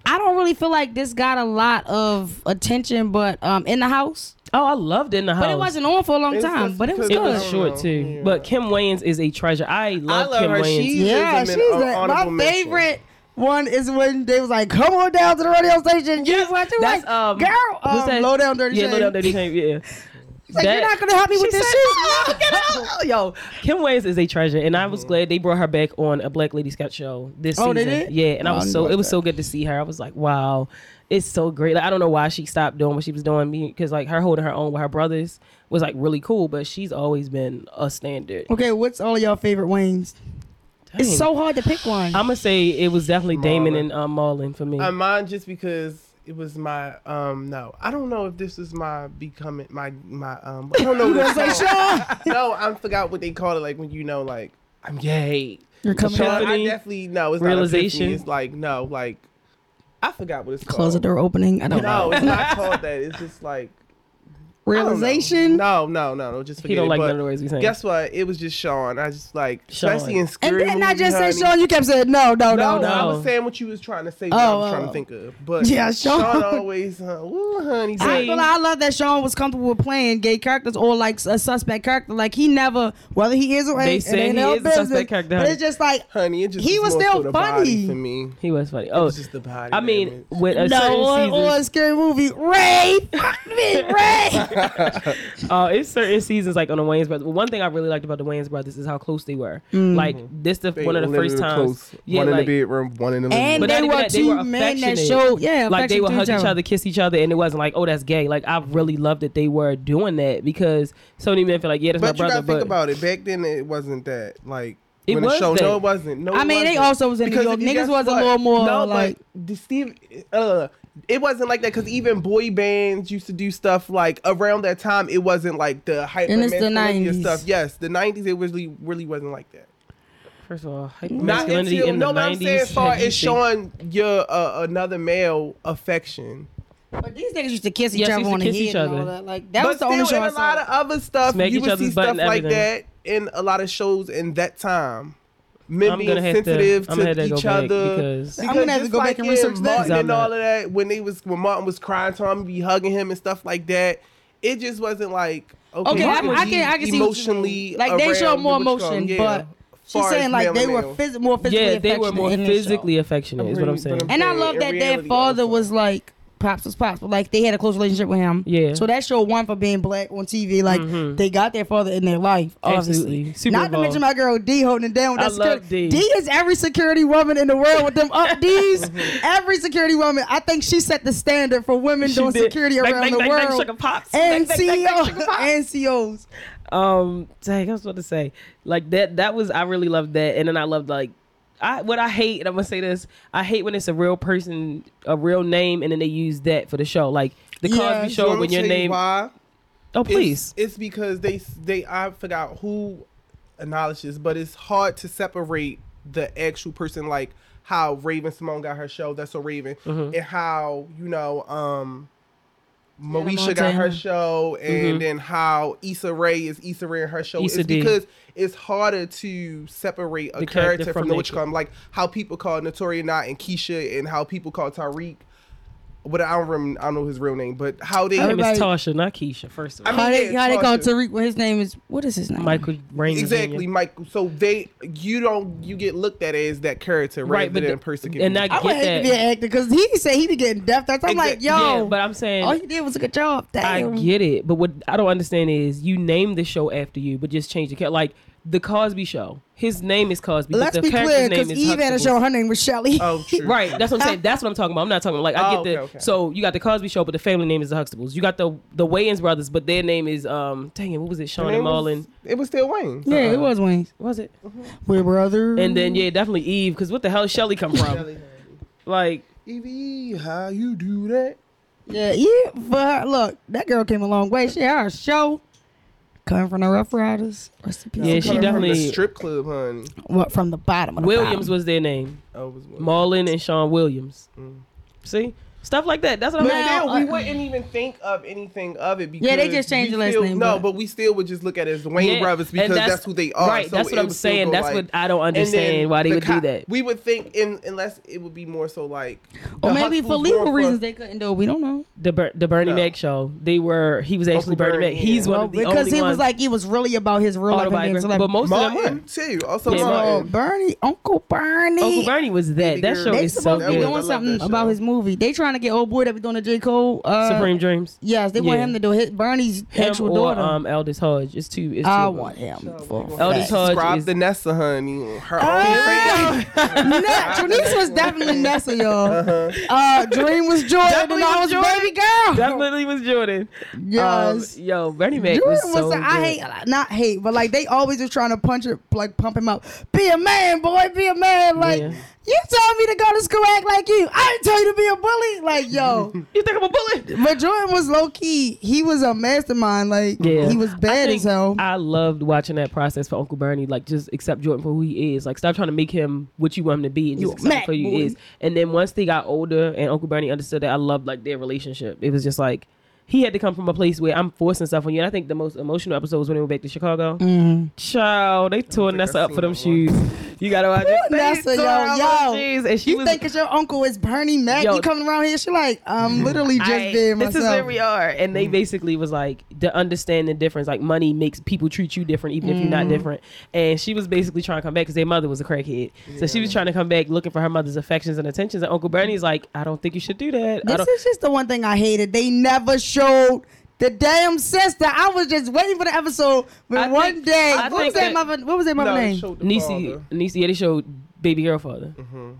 [SPEAKER 4] I don't really feel like this got a lot of attention, but um in the house.
[SPEAKER 2] Oh, I loved it in the house.
[SPEAKER 4] But it wasn't on for a long
[SPEAKER 1] It's
[SPEAKER 4] time.
[SPEAKER 1] just
[SPEAKER 4] But it was
[SPEAKER 1] because
[SPEAKER 4] good. Oh,
[SPEAKER 2] It was
[SPEAKER 1] I don't
[SPEAKER 2] short
[SPEAKER 1] know.
[SPEAKER 2] too.
[SPEAKER 1] Yeah.
[SPEAKER 2] But Kim Wayans is a treasure. I love,
[SPEAKER 1] love
[SPEAKER 2] Kim
[SPEAKER 1] her.
[SPEAKER 2] Wayans.
[SPEAKER 1] She-
[SPEAKER 4] Yeah,
[SPEAKER 1] is a
[SPEAKER 4] she's
[SPEAKER 1] min- a-
[SPEAKER 4] that. My
[SPEAKER 1] honorable mention.
[SPEAKER 4] favorite one is when they was like, "Come on down to the radio station." You what you
[SPEAKER 2] That's
[SPEAKER 4] like,
[SPEAKER 2] um,
[SPEAKER 4] girl.
[SPEAKER 2] what's
[SPEAKER 4] Um,
[SPEAKER 2] that?
[SPEAKER 4] Low down, dirty.
[SPEAKER 2] Yeah, low
[SPEAKER 4] Shame.
[SPEAKER 2] down, dirty shame. Yeah.
[SPEAKER 4] She's Like,
[SPEAKER 2] That-
[SPEAKER 4] You're not gonna help me
[SPEAKER 2] She
[SPEAKER 4] with this
[SPEAKER 2] said,
[SPEAKER 4] shit.
[SPEAKER 2] "Oh, get out." Yo, Kim Wayans is a treasure, and I was glad they brought her back on a Black Lady Scout show this
[SPEAKER 4] Oh,
[SPEAKER 2] season.
[SPEAKER 4] they did?
[SPEAKER 2] Yeah, and I
[SPEAKER 4] Oh, I
[SPEAKER 2] was
[SPEAKER 4] didn't
[SPEAKER 2] so
[SPEAKER 4] watch
[SPEAKER 2] it was
[SPEAKER 4] that.
[SPEAKER 2] so good to see her. I was like, wow, it's so great. Like, I don't know why she stopped doing what she was doing because like her holding her own with her brothers was like really cool, but she's always been a standard.
[SPEAKER 4] Okay, what's all y'all favorite wings? It's
[SPEAKER 2] Dang.
[SPEAKER 4] so hard to pick one.
[SPEAKER 2] I'm gonna say it was definitely Damon
[SPEAKER 1] Marlon.
[SPEAKER 2] and um, Marlon for me.
[SPEAKER 4] Mm-hmm.
[SPEAKER 1] I mine just because it was my um no. I don't know if this is my becoming my my um. I don't know.
[SPEAKER 4] you
[SPEAKER 1] What
[SPEAKER 4] gonna say
[SPEAKER 1] it's called.
[SPEAKER 4] Sean?
[SPEAKER 1] no, I forgot what they call it. Like when you know, like I'm gay.
[SPEAKER 4] You're coming
[SPEAKER 1] Sean,
[SPEAKER 4] out.
[SPEAKER 2] Epiphany?
[SPEAKER 1] I definitely no. It's
[SPEAKER 2] Realization?
[SPEAKER 1] Not epiphany. it's like no, like I forgot what it's called.
[SPEAKER 4] Close the door opening. I don't know.
[SPEAKER 1] No, it's not called that. It's just like I don't know.
[SPEAKER 4] realization.
[SPEAKER 1] No, no, no, no. Just forget
[SPEAKER 2] He don't
[SPEAKER 1] it.
[SPEAKER 2] like
[SPEAKER 1] but
[SPEAKER 2] none of the words we saying.
[SPEAKER 1] Guess what? It was just Sean. I just like,
[SPEAKER 2] Sean.
[SPEAKER 1] especially in
[SPEAKER 4] And
[SPEAKER 1] scary
[SPEAKER 4] then I
[SPEAKER 1] movies,
[SPEAKER 4] just said,
[SPEAKER 1] honey.
[SPEAKER 4] Sean, you kept saying no, no, no,
[SPEAKER 1] No,
[SPEAKER 4] no.
[SPEAKER 1] I
[SPEAKER 2] no.
[SPEAKER 1] was saying what you was trying to say. What I was
[SPEAKER 4] Oh,
[SPEAKER 1] trying
[SPEAKER 4] oh.
[SPEAKER 1] to think of, but
[SPEAKER 4] Yeah, Sean.
[SPEAKER 1] Sean always, uh, ooh, honey,
[SPEAKER 4] I,
[SPEAKER 1] babe.
[SPEAKER 4] ain't gonna lie, I love that Sean was comfortable with playing gay characters or like a suspect character. Like he never, whether he is or
[SPEAKER 2] They
[SPEAKER 4] ain't, it
[SPEAKER 2] said
[SPEAKER 4] ain't
[SPEAKER 2] he
[SPEAKER 4] our
[SPEAKER 2] is a
[SPEAKER 4] business,
[SPEAKER 2] suspect character,
[SPEAKER 4] But
[SPEAKER 2] honey.
[SPEAKER 4] it's just like
[SPEAKER 1] honey. It just
[SPEAKER 4] He was
[SPEAKER 1] more
[SPEAKER 4] still
[SPEAKER 1] so the body
[SPEAKER 4] funny.
[SPEAKER 1] for me.
[SPEAKER 2] He was funny. Oh,
[SPEAKER 1] It's just the body.
[SPEAKER 2] I mean,
[SPEAKER 1] damage.
[SPEAKER 2] with a
[SPEAKER 4] no, or,
[SPEAKER 2] certain
[SPEAKER 4] or a
[SPEAKER 2] seasons,
[SPEAKER 4] scary movie. Ray, fuck me, Ray.
[SPEAKER 2] uh, it's certain seasons like on the Wayne's Brothers. One thing I really liked about the Wayne's Brothers is how close they were.
[SPEAKER 4] Mm.
[SPEAKER 2] Like this, the
[SPEAKER 1] They
[SPEAKER 2] one of the
[SPEAKER 1] literally
[SPEAKER 2] first
[SPEAKER 1] were
[SPEAKER 2] times.
[SPEAKER 1] close. one in
[SPEAKER 2] like,
[SPEAKER 1] the bedroom, one in the living
[SPEAKER 4] and
[SPEAKER 1] room.
[SPEAKER 2] But not
[SPEAKER 4] they
[SPEAKER 2] even
[SPEAKER 4] were
[SPEAKER 2] that, they
[SPEAKER 4] two
[SPEAKER 2] were
[SPEAKER 4] men that
[SPEAKER 2] affectionate.
[SPEAKER 4] showed, yeah,
[SPEAKER 2] like they
[SPEAKER 4] affection
[SPEAKER 2] would
[SPEAKER 4] to
[SPEAKER 2] hug each other, kiss each other, and it wasn't like, oh, that's gay. Like I really loved that they were doing that because so many men feel like, yeah, that's
[SPEAKER 1] But
[SPEAKER 2] my
[SPEAKER 1] you
[SPEAKER 2] brother.
[SPEAKER 1] gotta think
[SPEAKER 2] but
[SPEAKER 1] about it. Back then, it wasn't that like.
[SPEAKER 2] It
[SPEAKER 1] when
[SPEAKER 2] was
[SPEAKER 1] the show,
[SPEAKER 2] that.
[SPEAKER 1] no, it wasn't. No,
[SPEAKER 4] I
[SPEAKER 1] it
[SPEAKER 4] mean, they
[SPEAKER 1] wasn't.
[SPEAKER 4] also was in New
[SPEAKER 1] Because
[SPEAKER 4] York.
[SPEAKER 1] if you
[SPEAKER 4] Niggas
[SPEAKER 1] guess
[SPEAKER 4] was a
[SPEAKER 1] what?
[SPEAKER 4] little more,
[SPEAKER 1] no, but
[SPEAKER 4] like-
[SPEAKER 1] the Steve. Uh, it wasn't like that because even boy bands used to do stuff like around that time. It wasn't like the hype
[SPEAKER 4] And it's the 90s.
[SPEAKER 1] stuff. Yes, the nineties. It really, really wasn't like that.
[SPEAKER 2] first of all,
[SPEAKER 1] Not
[SPEAKER 2] masculinity
[SPEAKER 1] until
[SPEAKER 2] in the
[SPEAKER 1] no, but I'm
[SPEAKER 2] nineties.
[SPEAKER 1] saying as far as showing your uh, another male affection.
[SPEAKER 4] But these niggas used to kiss each
[SPEAKER 2] Yes,
[SPEAKER 4] other
[SPEAKER 2] used to
[SPEAKER 4] on the
[SPEAKER 2] kiss
[SPEAKER 4] head
[SPEAKER 2] each
[SPEAKER 4] and
[SPEAKER 2] other.
[SPEAKER 4] all that. Like that
[SPEAKER 1] but
[SPEAKER 4] was the only
[SPEAKER 1] still,
[SPEAKER 4] show
[SPEAKER 1] in
[SPEAKER 4] I
[SPEAKER 1] a lot
[SPEAKER 4] saw.
[SPEAKER 1] of other stuff,
[SPEAKER 2] Smack
[SPEAKER 1] you
[SPEAKER 2] each
[SPEAKER 1] would
[SPEAKER 2] other's
[SPEAKER 1] see
[SPEAKER 2] butt
[SPEAKER 1] stuff
[SPEAKER 2] and
[SPEAKER 1] like that
[SPEAKER 2] everything.
[SPEAKER 1] in a lot of shows in that time. Men
[SPEAKER 2] I'm
[SPEAKER 1] being
[SPEAKER 2] gonna have to-
[SPEAKER 1] sensitive
[SPEAKER 2] I'm gonna have to go
[SPEAKER 1] each
[SPEAKER 2] back
[SPEAKER 1] other.
[SPEAKER 2] because-
[SPEAKER 4] I'm gonna have to
[SPEAKER 1] just
[SPEAKER 4] go back
[SPEAKER 1] like
[SPEAKER 4] and
[SPEAKER 1] in
[SPEAKER 4] research that.
[SPEAKER 1] Martin
[SPEAKER 2] I'm
[SPEAKER 1] and
[SPEAKER 2] not-
[SPEAKER 1] all of that. When they was when Martin was crying to him, be hugging him and stuff like that. It just wasn't like okay.
[SPEAKER 4] Okay, I,
[SPEAKER 1] you
[SPEAKER 4] I can, I
[SPEAKER 1] be
[SPEAKER 4] can see what you mean.
[SPEAKER 1] emotionally
[SPEAKER 4] Like they showed
[SPEAKER 1] around
[SPEAKER 4] more
[SPEAKER 1] what you call
[SPEAKER 4] emotion,
[SPEAKER 1] them, yeah,
[SPEAKER 4] but she's
[SPEAKER 1] far as
[SPEAKER 4] saying like
[SPEAKER 1] male
[SPEAKER 4] they
[SPEAKER 1] and
[SPEAKER 4] were
[SPEAKER 1] male.
[SPEAKER 4] phys- more physically
[SPEAKER 2] Yeah, they were
[SPEAKER 4] affectionate
[SPEAKER 2] more
[SPEAKER 4] in this show.
[SPEAKER 2] physically affectionate. Is what I'm
[SPEAKER 1] But
[SPEAKER 2] saying.
[SPEAKER 1] I'm
[SPEAKER 4] And I
[SPEAKER 1] saying
[SPEAKER 4] love
[SPEAKER 1] in
[SPEAKER 4] that their
[SPEAKER 1] reality
[SPEAKER 4] father
[SPEAKER 1] also.
[SPEAKER 4] was like pops was pops, but like they had a close relationship with him.
[SPEAKER 2] Yeah. Mm-hmm.
[SPEAKER 4] So that showed one for being black on TV. Like they got their father in their life. Obviously.
[SPEAKER 2] Absolutely. Super
[SPEAKER 4] Not to
[SPEAKER 2] involved.
[SPEAKER 4] mention my girl D holding it down with
[SPEAKER 2] I
[SPEAKER 4] that
[SPEAKER 2] love
[SPEAKER 4] security.
[SPEAKER 2] D.
[SPEAKER 4] is every security woman in the world with them up D's. every security woman. I think she set the standard for women
[SPEAKER 2] Mm-hmm. She
[SPEAKER 4] doing
[SPEAKER 2] did.
[SPEAKER 4] security
[SPEAKER 2] Bang,
[SPEAKER 4] around
[SPEAKER 2] bang,
[SPEAKER 4] the
[SPEAKER 2] bang, bang,
[SPEAKER 4] world.
[SPEAKER 2] sugar pops.
[SPEAKER 4] and E
[SPEAKER 2] Bang, bang, bang, bang, sugar
[SPEAKER 4] COs.
[SPEAKER 2] pops.
[SPEAKER 4] and COs.
[SPEAKER 2] um dang, I was about to say like that that was I really loved that and then I loved like I what I hate and I'm gonna say this I hate when it's a real person a real name and then they use that for the show like the Cosby
[SPEAKER 4] Yeah.
[SPEAKER 1] You
[SPEAKER 2] Show
[SPEAKER 1] wanna
[SPEAKER 2] when your
[SPEAKER 1] tell you
[SPEAKER 2] name
[SPEAKER 1] Why?
[SPEAKER 2] oh
[SPEAKER 1] It's-
[SPEAKER 2] please
[SPEAKER 1] It's, because they they I forgot who acknowledged this, but it's hard to separate the actual person, like how Raven Simone got her show. That's a Raven,
[SPEAKER 2] Mm-hmm.
[SPEAKER 1] and how you know um Moesha got her
[SPEAKER 4] Montana.
[SPEAKER 1] show, and then how Issa Rae is Issa Rae in her show.
[SPEAKER 2] Mm-hmm. Issa
[SPEAKER 1] it's
[SPEAKER 2] D.
[SPEAKER 1] because it's harder to separate a
[SPEAKER 2] The character
[SPEAKER 1] character,
[SPEAKER 2] from
[SPEAKER 1] from,
[SPEAKER 2] the-
[SPEAKER 1] the witch come like how people call Notoria Not and Keisha, and how people call Tariq. What I don't remember, I don't know his real name, but how they
[SPEAKER 2] her name is
[SPEAKER 4] everybody-
[SPEAKER 2] Tasha not Keisha first of all
[SPEAKER 1] I mean,
[SPEAKER 4] How they,
[SPEAKER 1] yeah,
[SPEAKER 4] how they call
[SPEAKER 1] Tasha.
[SPEAKER 4] Tariq? Well, his name is what is his name?
[SPEAKER 2] Michael Rain
[SPEAKER 1] Exactly, Michael. So they, you don't, you get looked at as that character
[SPEAKER 2] Right,
[SPEAKER 1] rather
[SPEAKER 2] but
[SPEAKER 1] than
[SPEAKER 2] the-
[SPEAKER 1] a person.
[SPEAKER 2] and
[SPEAKER 1] getting-
[SPEAKER 2] I
[SPEAKER 4] I would
[SPEAKER 2] get
[SPEAKER 4] hate
[SPEAKER 2] that.
[SPEAKER 4] to be an actor because he said he be getting death threats. I'm like,
[SPEAKER 1] Exact-
[SPEAKER 4] yo,
[SPEAKER 2] yeah but I'm saying
[SPEAKER 4] all he did was a good job.
[SPEAKER 2] I
[SPEAKER 4] Damn.
[SPEAKER 2] get it, but what I don't understand is you name the show after you, but just change the character. Like the Cosby Show, his name is Cosby.
[SPEAKER 4] Let's
[SPEAKER 2] but the
[SPEAKER 4] be
[SPEAKER 2] character's name
[SPEAKER 4] clear, because
[SPEAKER 2] is
[SPEAKER 4] Eve had a
[SPEAKER 2] Huxtable.
[SPEAKER 4] show. Her name was Shelly.
[SPEAKER 1] oh, true.
[SPEAKER 2] Right, that's what I'm saying. That's what I'm talking about. I'm not talking like I
[SPEAKER 1] Oh,
[SPEAKER 2] get the.
[SPEAKER 1] okay, okay.
[SPEAKER 2] So you got the Cosby Show, but the family name is the Huxtables. You got the the Wayans brothers, but their name is um. Dang it, what was it?
[SPEAKER 1] Her
[SPEAKER 2] Sean
[SPEAKER 1] name
[SPEAKER 2] and
[SPEAKER 1] was-
[SPEAKER 2] Marlon.
[SPEAKER 1] It was still Wayne.
[SPEAKER 4] yeah, it was Wayne's.
[SPEAKER 2] Was it?
[SPEAKER 1] Mm-hmm.
[SPEAKER 4] We're brothers.
[SPEAKER 2] And then yeah, definitely Eve. Because what the hell, Shelly come from? like
[SPEAKER 1] Evie, how you do that?
[SPEAKER 4] yeah, yeah. But her- look, that girl came a long way. She had her show. Coming from the Rough Riders. Rest in peace.
[SPEAKER 2] Yeah,
[SPEAKER 4] I'm
[SPEAKER 2] she
[SPEAKER 1] Coming
[SPEAKER 4] coming
[SPEAKER 1] from the
[SPEAKER 2] definitely-
[SPEAKER 1] strip club, honey.
[SPEAKER 4] From, what, from the bottom of the
[SPEAKER 2] Williams
[SPEAKER 4] bottom.
[SPEAKER 2] was their name.
[SPEAKER 1] Oh, it was one.
[SPEAKER 2] Marlon and Sean Williams. See stuff like that. That's what I'm
[SPEAKER 1] Mm. But
[SPEAKER 2] saying.
[SPEAKER 4] Now,
[SPEAKER 1] still, we
[SPEAKER 4] uh,
[SPEAKER 1] wouldn't even think of anything of it because
[SPEAKER 4] Yeah, they just changed
[SPEAKER 1] we
[SPEAKER 4] the last
[SPEAKER 1] still-
[SPEAKER 4] name,
[SPEAKER 1] No,
[SPEAKER 4] but-
[SPEAKER 1] but we still would just look at it as the Wayne
[SPEAKER 2] Yeah,
[SPEAKER 1] brothers
[SPEAKER 2] and
[SPEAKER 1] because that's, who they are.
[SPEAKER 2] Right,
[SPEAKER 1] So
[SPEAKER 2] that's what
[SPEAKER 1] it
[SPEAKER 2] I'm
[SPEAKER 1] would still
[SPEAKER 2] saying.
[SPEAKER 1] go
[SPEAKER 2] That's
[SPEAKER 1] like-
[SPEAKER 2] what I don't
[SPEAKER 1] And then
[SPEAKER 2] understand why they
[SPEAKER 1] the
[SPEAKER 2] would do
[SPEAKER 1] co-
[SPEAKER 2] that.
[SPEAKER 1] We would think, in, unless it would be more so like,
[SPEAKER 4] Or
[SPEAKER 1] the
[SPEAKER 4] maybe
[SPEAKER 1] Huxtables
[SPEAKER 4] for legal
[SPEAKER 1] going
[SPEAKER 4] reasons they couldn't do it. We don't know.
[SPEAKER 2] The Ber- the Bernie
[SPEAKER 1] No.
[SPEAKER 2] Mac show. They were. He was actually
[SPEAKER 1] Uncle
[SPEAKER 2] Bernie,
[SPEAKER 1] Bernie,
[SPEAKER 2] Mac. He's
[SPEAKER 1] yeah.
[SPEAKER 2] one
[SPEAKER 4] Well,
[SPEAKER 2] of the
[SPEAKER 4] because
[SPEAKER 2] only
[SPEAKER 4] he was
[SPEAKER 2] ones
[SPEAKER 4] like, it was really about his real life. and being
[SPEAKER 2] autobiographical.
[SPEAKER 4] celebrity.
[SPEAKER 2] But most of them
[SPEAKER 1] Martin
[SPEAKER 2] were.
[SPEAKER 1] too. Also
[SPEAKER 2] Yeah,
[SPEAKER 4] Oh,
[SPEAKER 1] Martin.
[SPEAKER 4] Bernie, Uncle Bernie.
[SPEAKER 2] Uncle Bernie was that. That
[SPEAKER 1] Girl.
[SPEAKER 2] show
[SPEAKER 4] They
[SPEAKER 2] is so
[SPEAKER 4] supposed to be
[SPEAKER 1] good.
[SPEAKER 2] good.
[SPEAKER 1] I
[SPEAKER 4] doing
[SPEAKER 1] love
[SPEAKER 4] something
[SPEAKER 1] that
[SPEAKER 4] about
[SPEAKER 1] show.
[SPEAKER 4] his movie. They trying to get old boy that be doing the J Cole. Uh,
[SPEAKER 2] Supreme Dreams.
[SPEAKER 4] Yes, they want
[SPEAKER 2] Yeah.
[SPEAKER 4] him to do his Bernie's
[SPEAKER 2] Him
[SPEAKER 4] actual
[SPEAKER 2] or
[SPEAKER 4] daughter.
[SPEAKER 2] um, Eldest Hodge. It's two. It's two
[SPEAKER 4] I
[SPEAKER 2] of them.
[SPEAKER 4] want him. For a
[SPEAKER 2] Eldest
[SPEAKER 4] fact.
[SPEAKER 2] Hodge
[SPEAKER 1] Subscribe
[SPEAKER 2] is-
[SPEAKER 1] to Nessa, honey. Her
[SPEAKER 4] Oh, Nah, Trinice was definitely Nessa, y'all. uh Dream was Jordan,
[SPEAKER 2] Definitely
[SPEAKER 4] and I
[SPEAKER 2] was
[SPEAKER 4] was
[SPEAKER 2] Jordan.
[SPEAKER 4] baby girl.
[SPEAKER 2] Definitely was Jordan.
[SPEAKER 4] Yes.
[SPEAKER 2] Um, yo, Bernie Mac
[SPEAKER 4] Jordan
[SPEAKER 2] was
[SPEAKER 4] was,
[SPEAKER 2] so.
[SPEAKER 4] the- I
[SPEAKER 2] good.
[SPEAKER 4] hate not hate, but like they always just trying to punch it, like pump him up. Be a man, boy. Be a man. Like
[SPEAKER 2] Yeah.
[SPEAKER 4] you told me to go to school, act like you. I didn't tell you to be a bully. Like yo,
[SPEAKER 2] You think I'm a bully?
[SPEAKER 4] but Jordan was low key. He was a mastermind. Like
[SPEAKER 2] Yeah.
[SPEAKER 4] he was
[SPEAKER 2] I
[SPEAKER 4] bad
[SPEAKER 2] think
[SPEAKER 4] as hell.
[SPEAKER 2] I loved watching that process for Uncle Bernie. Like, just accept Jordan for who he is. Like, stop trying to make him what you want him to be and
[SPEAKER 4] You
[SPEAKER 2] just
[SPEAKER 4] a
[SPEAKER 2] accept him
[SPEAKER 4] Mac
[SPEAKER 2] for who
[SPEAKER 4] boy.
[SPEAKER 2] he is. And then once they got older and Uncle Bernie understood that, I loved like their relationship. It was just like he had to come from a place where I'm forcing stuff on you. And I think the most emotional episode was when they went back to Chicago.
[SPEAKER 4] Mm-hmm.
[SPEAKER 2] Child, they tore
[SPEAKER 1] think
[SPEAKER 2] Nessa
[SPEAKER 1] I've
[SPEAKER 2] up for
[SPEAKER 1] seen
[SPEAKER 2] them
[SPEAKER 1] that one.
[SPEAKER 2] shoes. You gotta watch it. They
[SPEAKER 4] Nessa,
[SPEAKER 2] tore
[SPEAKER 4] yo,
[SPEAKER 2] up her
[SPEAKER 4] yo.
[SPEAKER 2] shoes, and she
[SPEAKER 4] you
[SPEAKER 2] was
[SPEAKER 4] think it's your uncle is Bernie Mac?
[SPEAKER 2] Yo.
[SPEAKER 4] you coming around here? She like, I'm literally just
[SPEAKER 2] I-
[SPEAKER 4] being myself.
[SPEAKER 2] This is where we are. And
[SPEAKER 1] Mm.
[SPEAKER 2] they basically was like, to understand the difference, like money makes people treat you different, even if you're
[SPEAKER 4] Mm.
[SPEAKER 2] not different. And she was basically trying to come back because their mother was a crackhead. So she was trying to come back looking for her mother's affections and attentions. And Uncle Bernie's like, I don't think you should do that. I
[SPEAKER 4] This
[SPEAKER 2] don't.
[SPEAKER 4] is just the one thing I hated. They never showed the damn sister. I was just waiting for the episode. When
[SPEAKER 2] I
[SPEAKER 4] one
[SPEAKER 2] think-
[SPEAKER 4] day,
[SPEAKER 2] I
[SPEAKER 4] what was
[SPEAKER 2] think
[SPEAKER 4] their
[SPEAKER 2] that-
[SPEAKER 4] mother? What was their mother
[SPEAKER 1] No, it
[SPEAKER 4] name?
[SPEAKER 1] showed the
[SPEAKER 2] Niecy,
[SPEAKER 1] father.
[SPEAKER 2] Niecy, yeah, they showed baby girl father.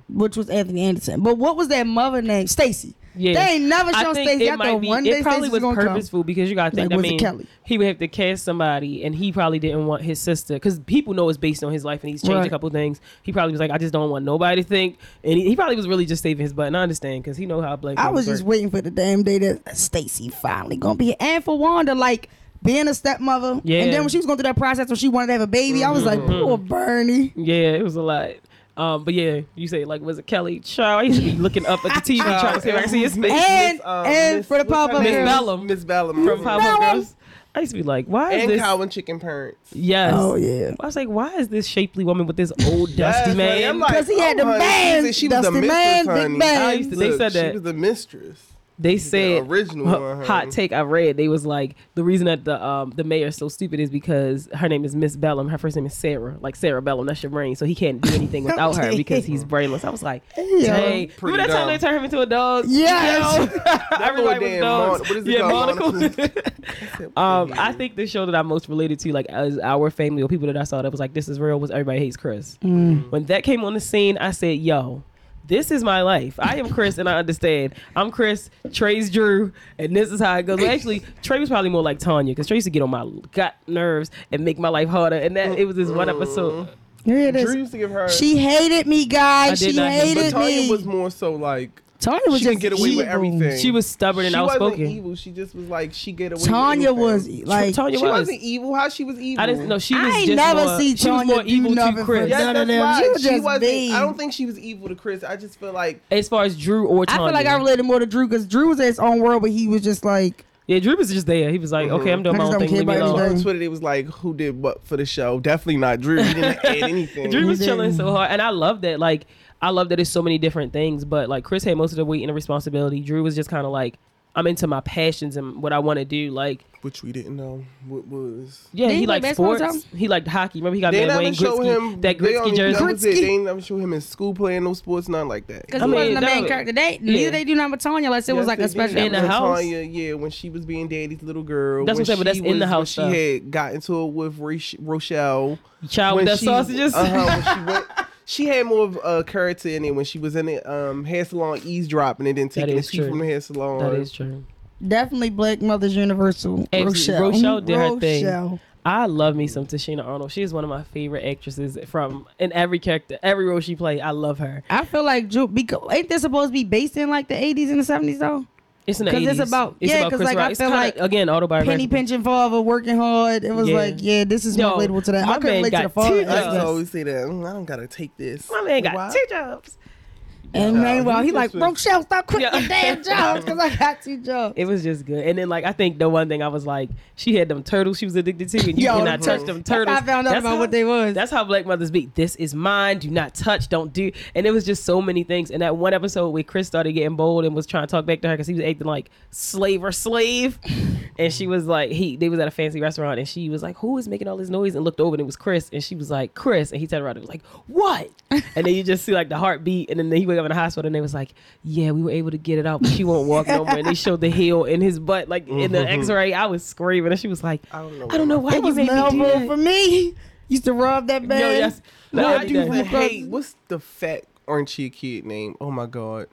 [SPEAKER 4] Which was Anthony Anderson. But what was their mother name? Stacy.
[SPEAKER 2] Yeah,
[SPEAKER 4] They ain't never shown Stacey. I thought one day
[SPEAKER 2] it probably
[SPEAKER 4] Stacey
[SPEAKER 2] was
[SPEAKER 4] was gonna come.
[SPEAKER 2] purposeful because you got to think.
[SPEAKER 4] Like,
[SPEAKER 2] I
[SPEAKER 4] was it
[SPEAKER 2] mean,
[SPEAKER 4] Kelly?
[SPEAKER 2] he would have to cast somebody, and he probably didn't want his sister because people know it's based on his life, and he's changed
[SPEAKER 4] Right.
[SPEAKER 2] a couple things. He probably was like, I just don't want nobody to think, and he, he probably was really just saving his butt. And I understand because he know how black.
[SPEAKER 4] I
[SPEAKER 2] people
[SPEAKER 4] was just
[SPEAKER 2] work.
[SPEAKER 4] waiting for the damn day that Stacy finally gonna be here. And for Wanda, like being a stepmother.
[SPEAKER 2] Yeah.
[SPEAKER 4] And then when she was going through that process when she wanted to have a baby, I was like,
[SPEAKER 2] Mm-hmm.
[SPEAKER 4] poor Bernie.
[SPEAKER 2] yeah, it was a lot. Um, but yeah, you say like was it Kelly? Child, I used to be looking up at the TV trying to see if I can see his face
[SPEAKER 4] And
[SPEAKER 1] Miss, um,
[SPEAKER 4] and
[SPEAKER 1] Miss-
[SPEAKER 4] for the
[SPEAKER 1] what's her
[SPEAKER 4] pop up
[SPEAKER 1] name?
[SPEAKER 2] Miss Bella. Bellum.
[SPEAKER 1] Miss Bellum
[SPEAKER 2] from Power
[SPEAKER 4] No, I'm-
[SPEAKER 2] Girls. I used to be like, why is
[SPEAKER 1] and
[SPEAKER 2] this?
[SPEAKER 1] Cow and Chicken Parents.
[SPEAKER 2] Yes.
[SPEAKER 4] Oh yeah.
[SPEAKER 2] I was like, why is this shapely woman with this old
[SPEAKER 1] Yes,
[SPEAKER 2] dusty
[SPEAKER 1] honey,
[SPEAKER 2] man?
[SPEAKER 1] I'm like,
[SPEAKER 4] Because he had the
[SPEAKER 1] honey,
[SPEAKER 4] man,
[SPEAKER 1] said She was the
[SPEAKER 4] Dusty
[SPEAKER 1] mistress,
[SPEAKER 4] man, big
[SPEAKER 1] honey.
[SPEAKER 4] man.
[SPEAKER 2] I used to- they
[SPEAKER 1] Look,
[SPEAKER 2] said
[SPEAKER 1] She
[SPEAKER 2] that.
[SPEAKER 1] was the mistress.
[SPEAKER 2] They said
[SPEAKER 1] original
[SPEAKER 2] ho-
[SPEAKER 1] one, honey.
[SPEAKER 2] hot take I read. They was like the reason that the um the mayor's so stupid is because her name is Miss Bellum. Her first name is Sarah, like Sarah Bellum. That's your brain, so he can't do anything without her because he's brainless. I was like, dang.
[SPEAKER 1] Pretty
[SPEAKER 2] Remember that
[SPEAKER 1] dumb.
[SPEAKER 2] time they turned him into a dog?
[SPEAKER 4] Yes.
[SPEAKER 2] You know? Everybody was
[SPEAKER 1] damn
[SPEAKER 2] dogs.
[SPEAKER 1] mon- what is it
[SPEAKER 2] yeah,
[SPEAKER 1] called?
[SPEAKER 2] monocle.
[SPEAKER 1] said,
[SPEAKER 2] um, I think the show that I'm most related to, like as our family or people that I saw that was like, this is real. Was everybody hates Chris?
[SPEAKER 4] Mm.
[SPEAKER 2] When that came on the scene, I said, yo. This is my life. I am Chris, and I understand. I'm Chris. Trey's Drew, and this is how it goes. Well, actually, Trey was probably more like Tanya because Trey used to get on my gut nerves and make my life harder. And that it was this one episode.
[SPEAKER 1] Mm-hmm.
[SPEAKER 4] Here it
[SPEAKER 1] Drew
[SPEAKER 4] is.
[SPEAKER 1] used to give her.
[SPEAKER 4] She hated me,
[SPEAKER 2] I
[SPEAKER 4] guys.
[SPEAKER 2] did
[SPEAKER 4] She
[SPEAKER 2] not hate-
[SPEAKER 1] but
[SPEAKER 4] hated
[SPEAKER 1] Tanya
[SPEAKER 4] me.
[SPEAKER 1] was more so like
[SPEAKER 4] Tanya was
[SPEAKER 1] she could
[SPEAKER 4] just
[SPEAKER 1] get away with
[SPEAKER 4] evil.
[SPEAKER 1] everything.
[SPEAKER 2] She was stubborn and
[SPEAKER 1] she wasn't
[SPEAKER 2] outspoken.
[SPEAKER 1] evil. She just was like she get away.
[SPEAKER 4] Tanya
[SPEAKER 1] with
[SPEAKER 4] was
[SPEAKER 1] anything.
[SPEAKER 4] like
[SPEAKER 2] Tanya
[SPEAKER 1] She
[SPEAKER 2] was.
[SPEAKER 1] wasn't evil. How she was evil?
[SPEAKER 2] I didn't know she
[SPEAKER 4] I
[SPEAKER 2] was
[SPEAKER 4] ain't
[SPEAKER 2] just
[SPEAKER 4] never
[SPEAKER 2] more,
[SPEAKER 4] see
[SPEAKER 2] she was
[SPEAKER 4] Tanya
[SPEAKER 2] more
[SPEAKER 4] do
[SPEAKER 2] evil
[SPEAKER 4] nothing
[SPEAKER 2] to
[SPEAKER 4] for
[SPEAKER 2] Chris.
[SPEAKER 4] them.
[SPEAKER 1] Yeah,
[SPEAKER 4] None of
[SPEAKER 1] that's
[SPEAKER 4] them.
[SPEAKER 1] why
[SPEAKER 4] She was
[SPEAKER 1] she
[SPEAKER 4] just
[SPEAKER 1] wasn't.
[SPEAKER 4] mean.
[SPEAKER 1] I don't think she was evil to Chris. I just feel like
[SPEAKER 2] As far as Drew or
[SPEAKER 4] I
[SPEAKER 2] Tanya,
[SPEAKER 4] feel like I related more to Drew because Drew was in his own world, but he was just like
[SPEAKER 2] Yeah, Drew was just there. He was like, okay,
[SPEAKER 1] Mm-hmm.
[SPEAKER 2] I'm doing
[SPEAKER 4] I
[SPEAKER 2] my
[SPEAKER 4] just
[SPEAKER 2] own
[SPEAKER 4] don't
[SPEAKER 2] thing. Leave
[SPEAKER 4] care
[SPEAKER 2] me
[SPEAKER 4] about
[SPEAKER 2] alone.
[SPEAKER 4] everything.
[SPEAKER 1] on Twitter it was like who did what for the show. Definitely not Drew. He didn't add anything.
[SPEAKER 2] Drew was
[SPEAKER 4] Mhm.
[SPEAKER 2] chilling so hard, and I love that. Like, I love that it's so many different things. But like, Chris had most of the weight and the responsibility. Drew was just kind of like, I'm into my passions and what I want to do. Like,
[SPEAKER 1] which we didn't know what was.
[SPEAKER 2] yeah,
[SPEAKER 4] Didn't
[SPEAKER 2] he
[SPEAKER 4] he play
[SPEAKER 2] liked
[SPEAKER 4] basketball
[SPEAKER 2] sports. He liked hockey. Remember, he got
[SPEAKER 1] They
[SPEAKER 2] mad
[SPEAKER 1] never
[SPEAKER 2] at Wayne
[SPEAKER 1] show
[SPEAKER 2] Gretzky.
[SPEAKER 1] him
[SPEAKER 2] that
[SPEAKER 1] they
[SPEAKER 2] Gretzky
[SPEAKER 1] only-
[SPEAKER 2] jersey.
[SPEAKER 1] that was it.
[SPEAKER 4] Gretzky.
[SPEAKER 1] They ain't never show him in school playing no sports, nothing like that.
[SPEAKER 4] because
[SPEAKER 2] I
[SPEAKER 4] he
[SPEAKER 2] mean,
[SPEAKER 4] wasn't the main
[SPEAKER 2] that-
[SPEAKER 4] character. They,
[SPEAKER 2] yeah.
[SPEAKER 4] Neither they do not with Tanya unless it
[SPEAKER 1] Yes,
[SPEAKER 4] was like
[SPEAKER 1] they
[SPEAKER 4] a special.
[SPEAKER 1] did.
[SPEAKER 2] In the
[SPEAKER 1] With
[SPEAKER 2] house?
[SPEAKER 1] Tanya, yeah, when she was being daddy's little girl.
[SPEAKER 2] That's what I'm saying, but that's
[SPEAKER 1] she
[SPEAKER 2] in the
[SPEAKER 1] was-
[SPEAKER 2] house
[SPEAKER 1] When
[SPEAKER 2] stuff.
[SPEAKER 1] she had got into it with Rach- Rochelle.
[SPEAKER 2] Child with
[SPEAKER 1] when
[SPEAKER 2] the sausages.
[SPEAKER 1] Uh-huh, when she went. She had more of uh, character in it when she was in it um, hair salon eavesdropping and then taking the
[SPEAKER 2] is
[SPEAKER 1] tea
[SPEAKER 2] true.
[SPEAKER 1] from the hair salon.
[SPEAKER 2] That is true.
[SPEAKER 4] Definitely Black Mother's Universal.
[SPEAKER 2] Ex-
[SPEAKER 4] Rochelle.
[SPEAKER 2] Rochelle did her thing.
[SPEAKER 4] Mm, Rochelle.
[SPEAKER 2] I love me some Tashina Arnold. She is one of my favorite actresses from in every character, every role she played. I love her.
[SPEAKER 4] I feel like Drew. Because ain't this supposed to be based in like the eighties and the seventies though?
[SPEAKER 2] It's in the
[SPEAKER 4] 'Cause
[SPEAKER 2] 80s.
[SPEAKER 4] it's about- yeah, 'cause,
[SPEAKER 2] Chris
[SPEAKER 4] like, I
[SPEAKER 2] Rock. It's
[SPEAKER 4] feel
[SPEAKER 2] kinda,
[SPEAKER 4] like
[SPEAKER 2] again autobiographical.
[SPEAKER 4] Penny pinching father, working hard. It was
[SPEAKER 2] Yeah.
[SPEAKER 4] like, yeah, this is more
[SPEAKER 2] Yo,
[SPEAKER 4] relatable to that.
[SPEAKER 2] my
[SPEAKER 4] I couldn't
[SPEAKER 2] man
[SPEAKER 4] relate to
[SPEAKER 2] got
[SPEAKER 4] the father.
[SPEAKER 2] two
[SPEAKER 1] I used
[SPEAKER 2] Yes.
[SPEAKER 1] to
[SPEAKER 4] Oh,
[SPEAKER 1] always say that "Mm, I don't gotta take this.
[SPEAKER 2] My man got
[SPEAKER 1] Why?
[SPEAKER 2] two jobs.
[SPEAKER 4] And meanwhile,
[SPEAKER 1] he
[SPEAKER 4] he like,
[SPEAKER 1] just was-
[SPEAKER 4] Rochelle, stop quitting
[SPEAKER 2] Yeah.
[SPEAKER 4] your damn jobs because I got two jobs.
[SPEAKER 2] It was just good. And then like I think the one thing I was like, she had them turtles she was addicted to, and you
[SPEAKER 4] Yo,
[SPEAKER 2] cannot touch
[SPEAKER 4] the turtles.
[SPEAKER 2] them
[SPEAKER 4] That's
[SPEAKER 2] turtles.
[SPEAKER 4] how I found out
[SPEAKER 2] That's
[SPEAKER 4] about
[SPEAKER 2] how-
[SPEAKER 4] what they was.
[SPEAKER 2] That's how black mothers be. This is mine. Do not touch. Don't do. And it was just so many things. And that one episode where Chris started getting bold and was trying to talk back to her because he was acting like slave or slave. and she was like, he they was at a fancy restaurant and she was like, who is making all this noise? And looked over and it was Chris. And she was like, Chris. And he turned around and was like, what? and then you just see like the heartbeat. And then he went up in the hospital and they was like, yeah, we were able to get it out, but she won't walk no more. And they showed the heel in his butt, like in the X-ray. I was screaming and she was like, I
[SPEAKER 1] don't know
[SPEAKER 2] don't know why
[SPEAKER 4] It
[SPEAKER 2] you
[SPEAKER 4] was
[SPEAKER 2] made me do
[SPEAKER 4] Melville
[SPEAKER 2] that.
[SPEAKER 4] for me. Used to rub that man.
[SPEAKER 2] Yo, yes. No,
[SPEAKER 1] Why
[SPEAKER 2] I
[SPEAKER 1] do you
[SPEAKER 2] do that.
[SPEAKER 1] hate? What's the fat Archie kid name? Oh my god.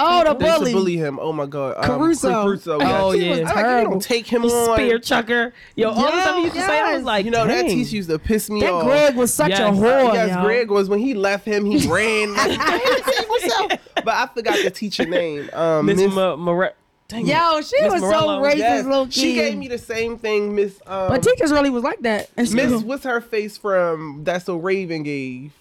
[SPEAKER 4] Oh, the
[SPEAKER 1] They used to
[SPEAKER 4] bully.
[SPEAKER 1] bully him. Oh my god. Um,
[SPEAKER 4] Caruso.
[SPEAKER 1] Caruso.
[SPEAKER 2] Oh,
[SPEAKER 1] He
[SPEAKER 2] yeah.
[SPEAKER 1] was- I like, you
[SPEAKER 4] Terrible.
[SPEAKER 1] don't take him
[SPEAKER 2] You
[SPEAKER 1] on.
[SPEAKER 2] spear chucker. Yo, all the
[SPEAKER 4] Yes,
[SPEAKER 2] stuff he used to say, I was
[SPEAKER 4] yes.
[SPEAKER 2] like,
[SPEAKER 1] You know that
[SPEAKER 2] dang.
[SPEAKER 1] teacher used to piss me
[SPEAKER 4] That
[SPEAKER 1] off.
[SPEAKER 4] Greg was such
[SPEAKER 2] Yes.
[SPEAKER 4] a whore.
[SPEAKER 1] yes,
[SPEAKER 4] yo.
[SPEAKER 1] Greg was when he left him, he ran. Like, "I can't save myself." but I forgot the teacher name. Um,
[SPEAKER 2] Miss
[SPEAKER 1] Miss-
[SPEAKER 2] Ma- Mara- Dang it.
[SPEAKER 4] Yo, she
[SPEAKER 2] Miss
[SPEAKER 4] was
[SPEAKER 2] Morello,
[SPEAKER 4] so racist,
[SPEAKER 1] yes.
[SPEAKER 4] little kid.
[SPEAKER 1] She gave me the same thing, Miss. Um,
[SPEAKER 4] But teachers really was like that. in
[SPEAKER 1] Miss,
[SPEAKER 4] school.
[SPEAKER 1] what's her face from That's So Raven gave?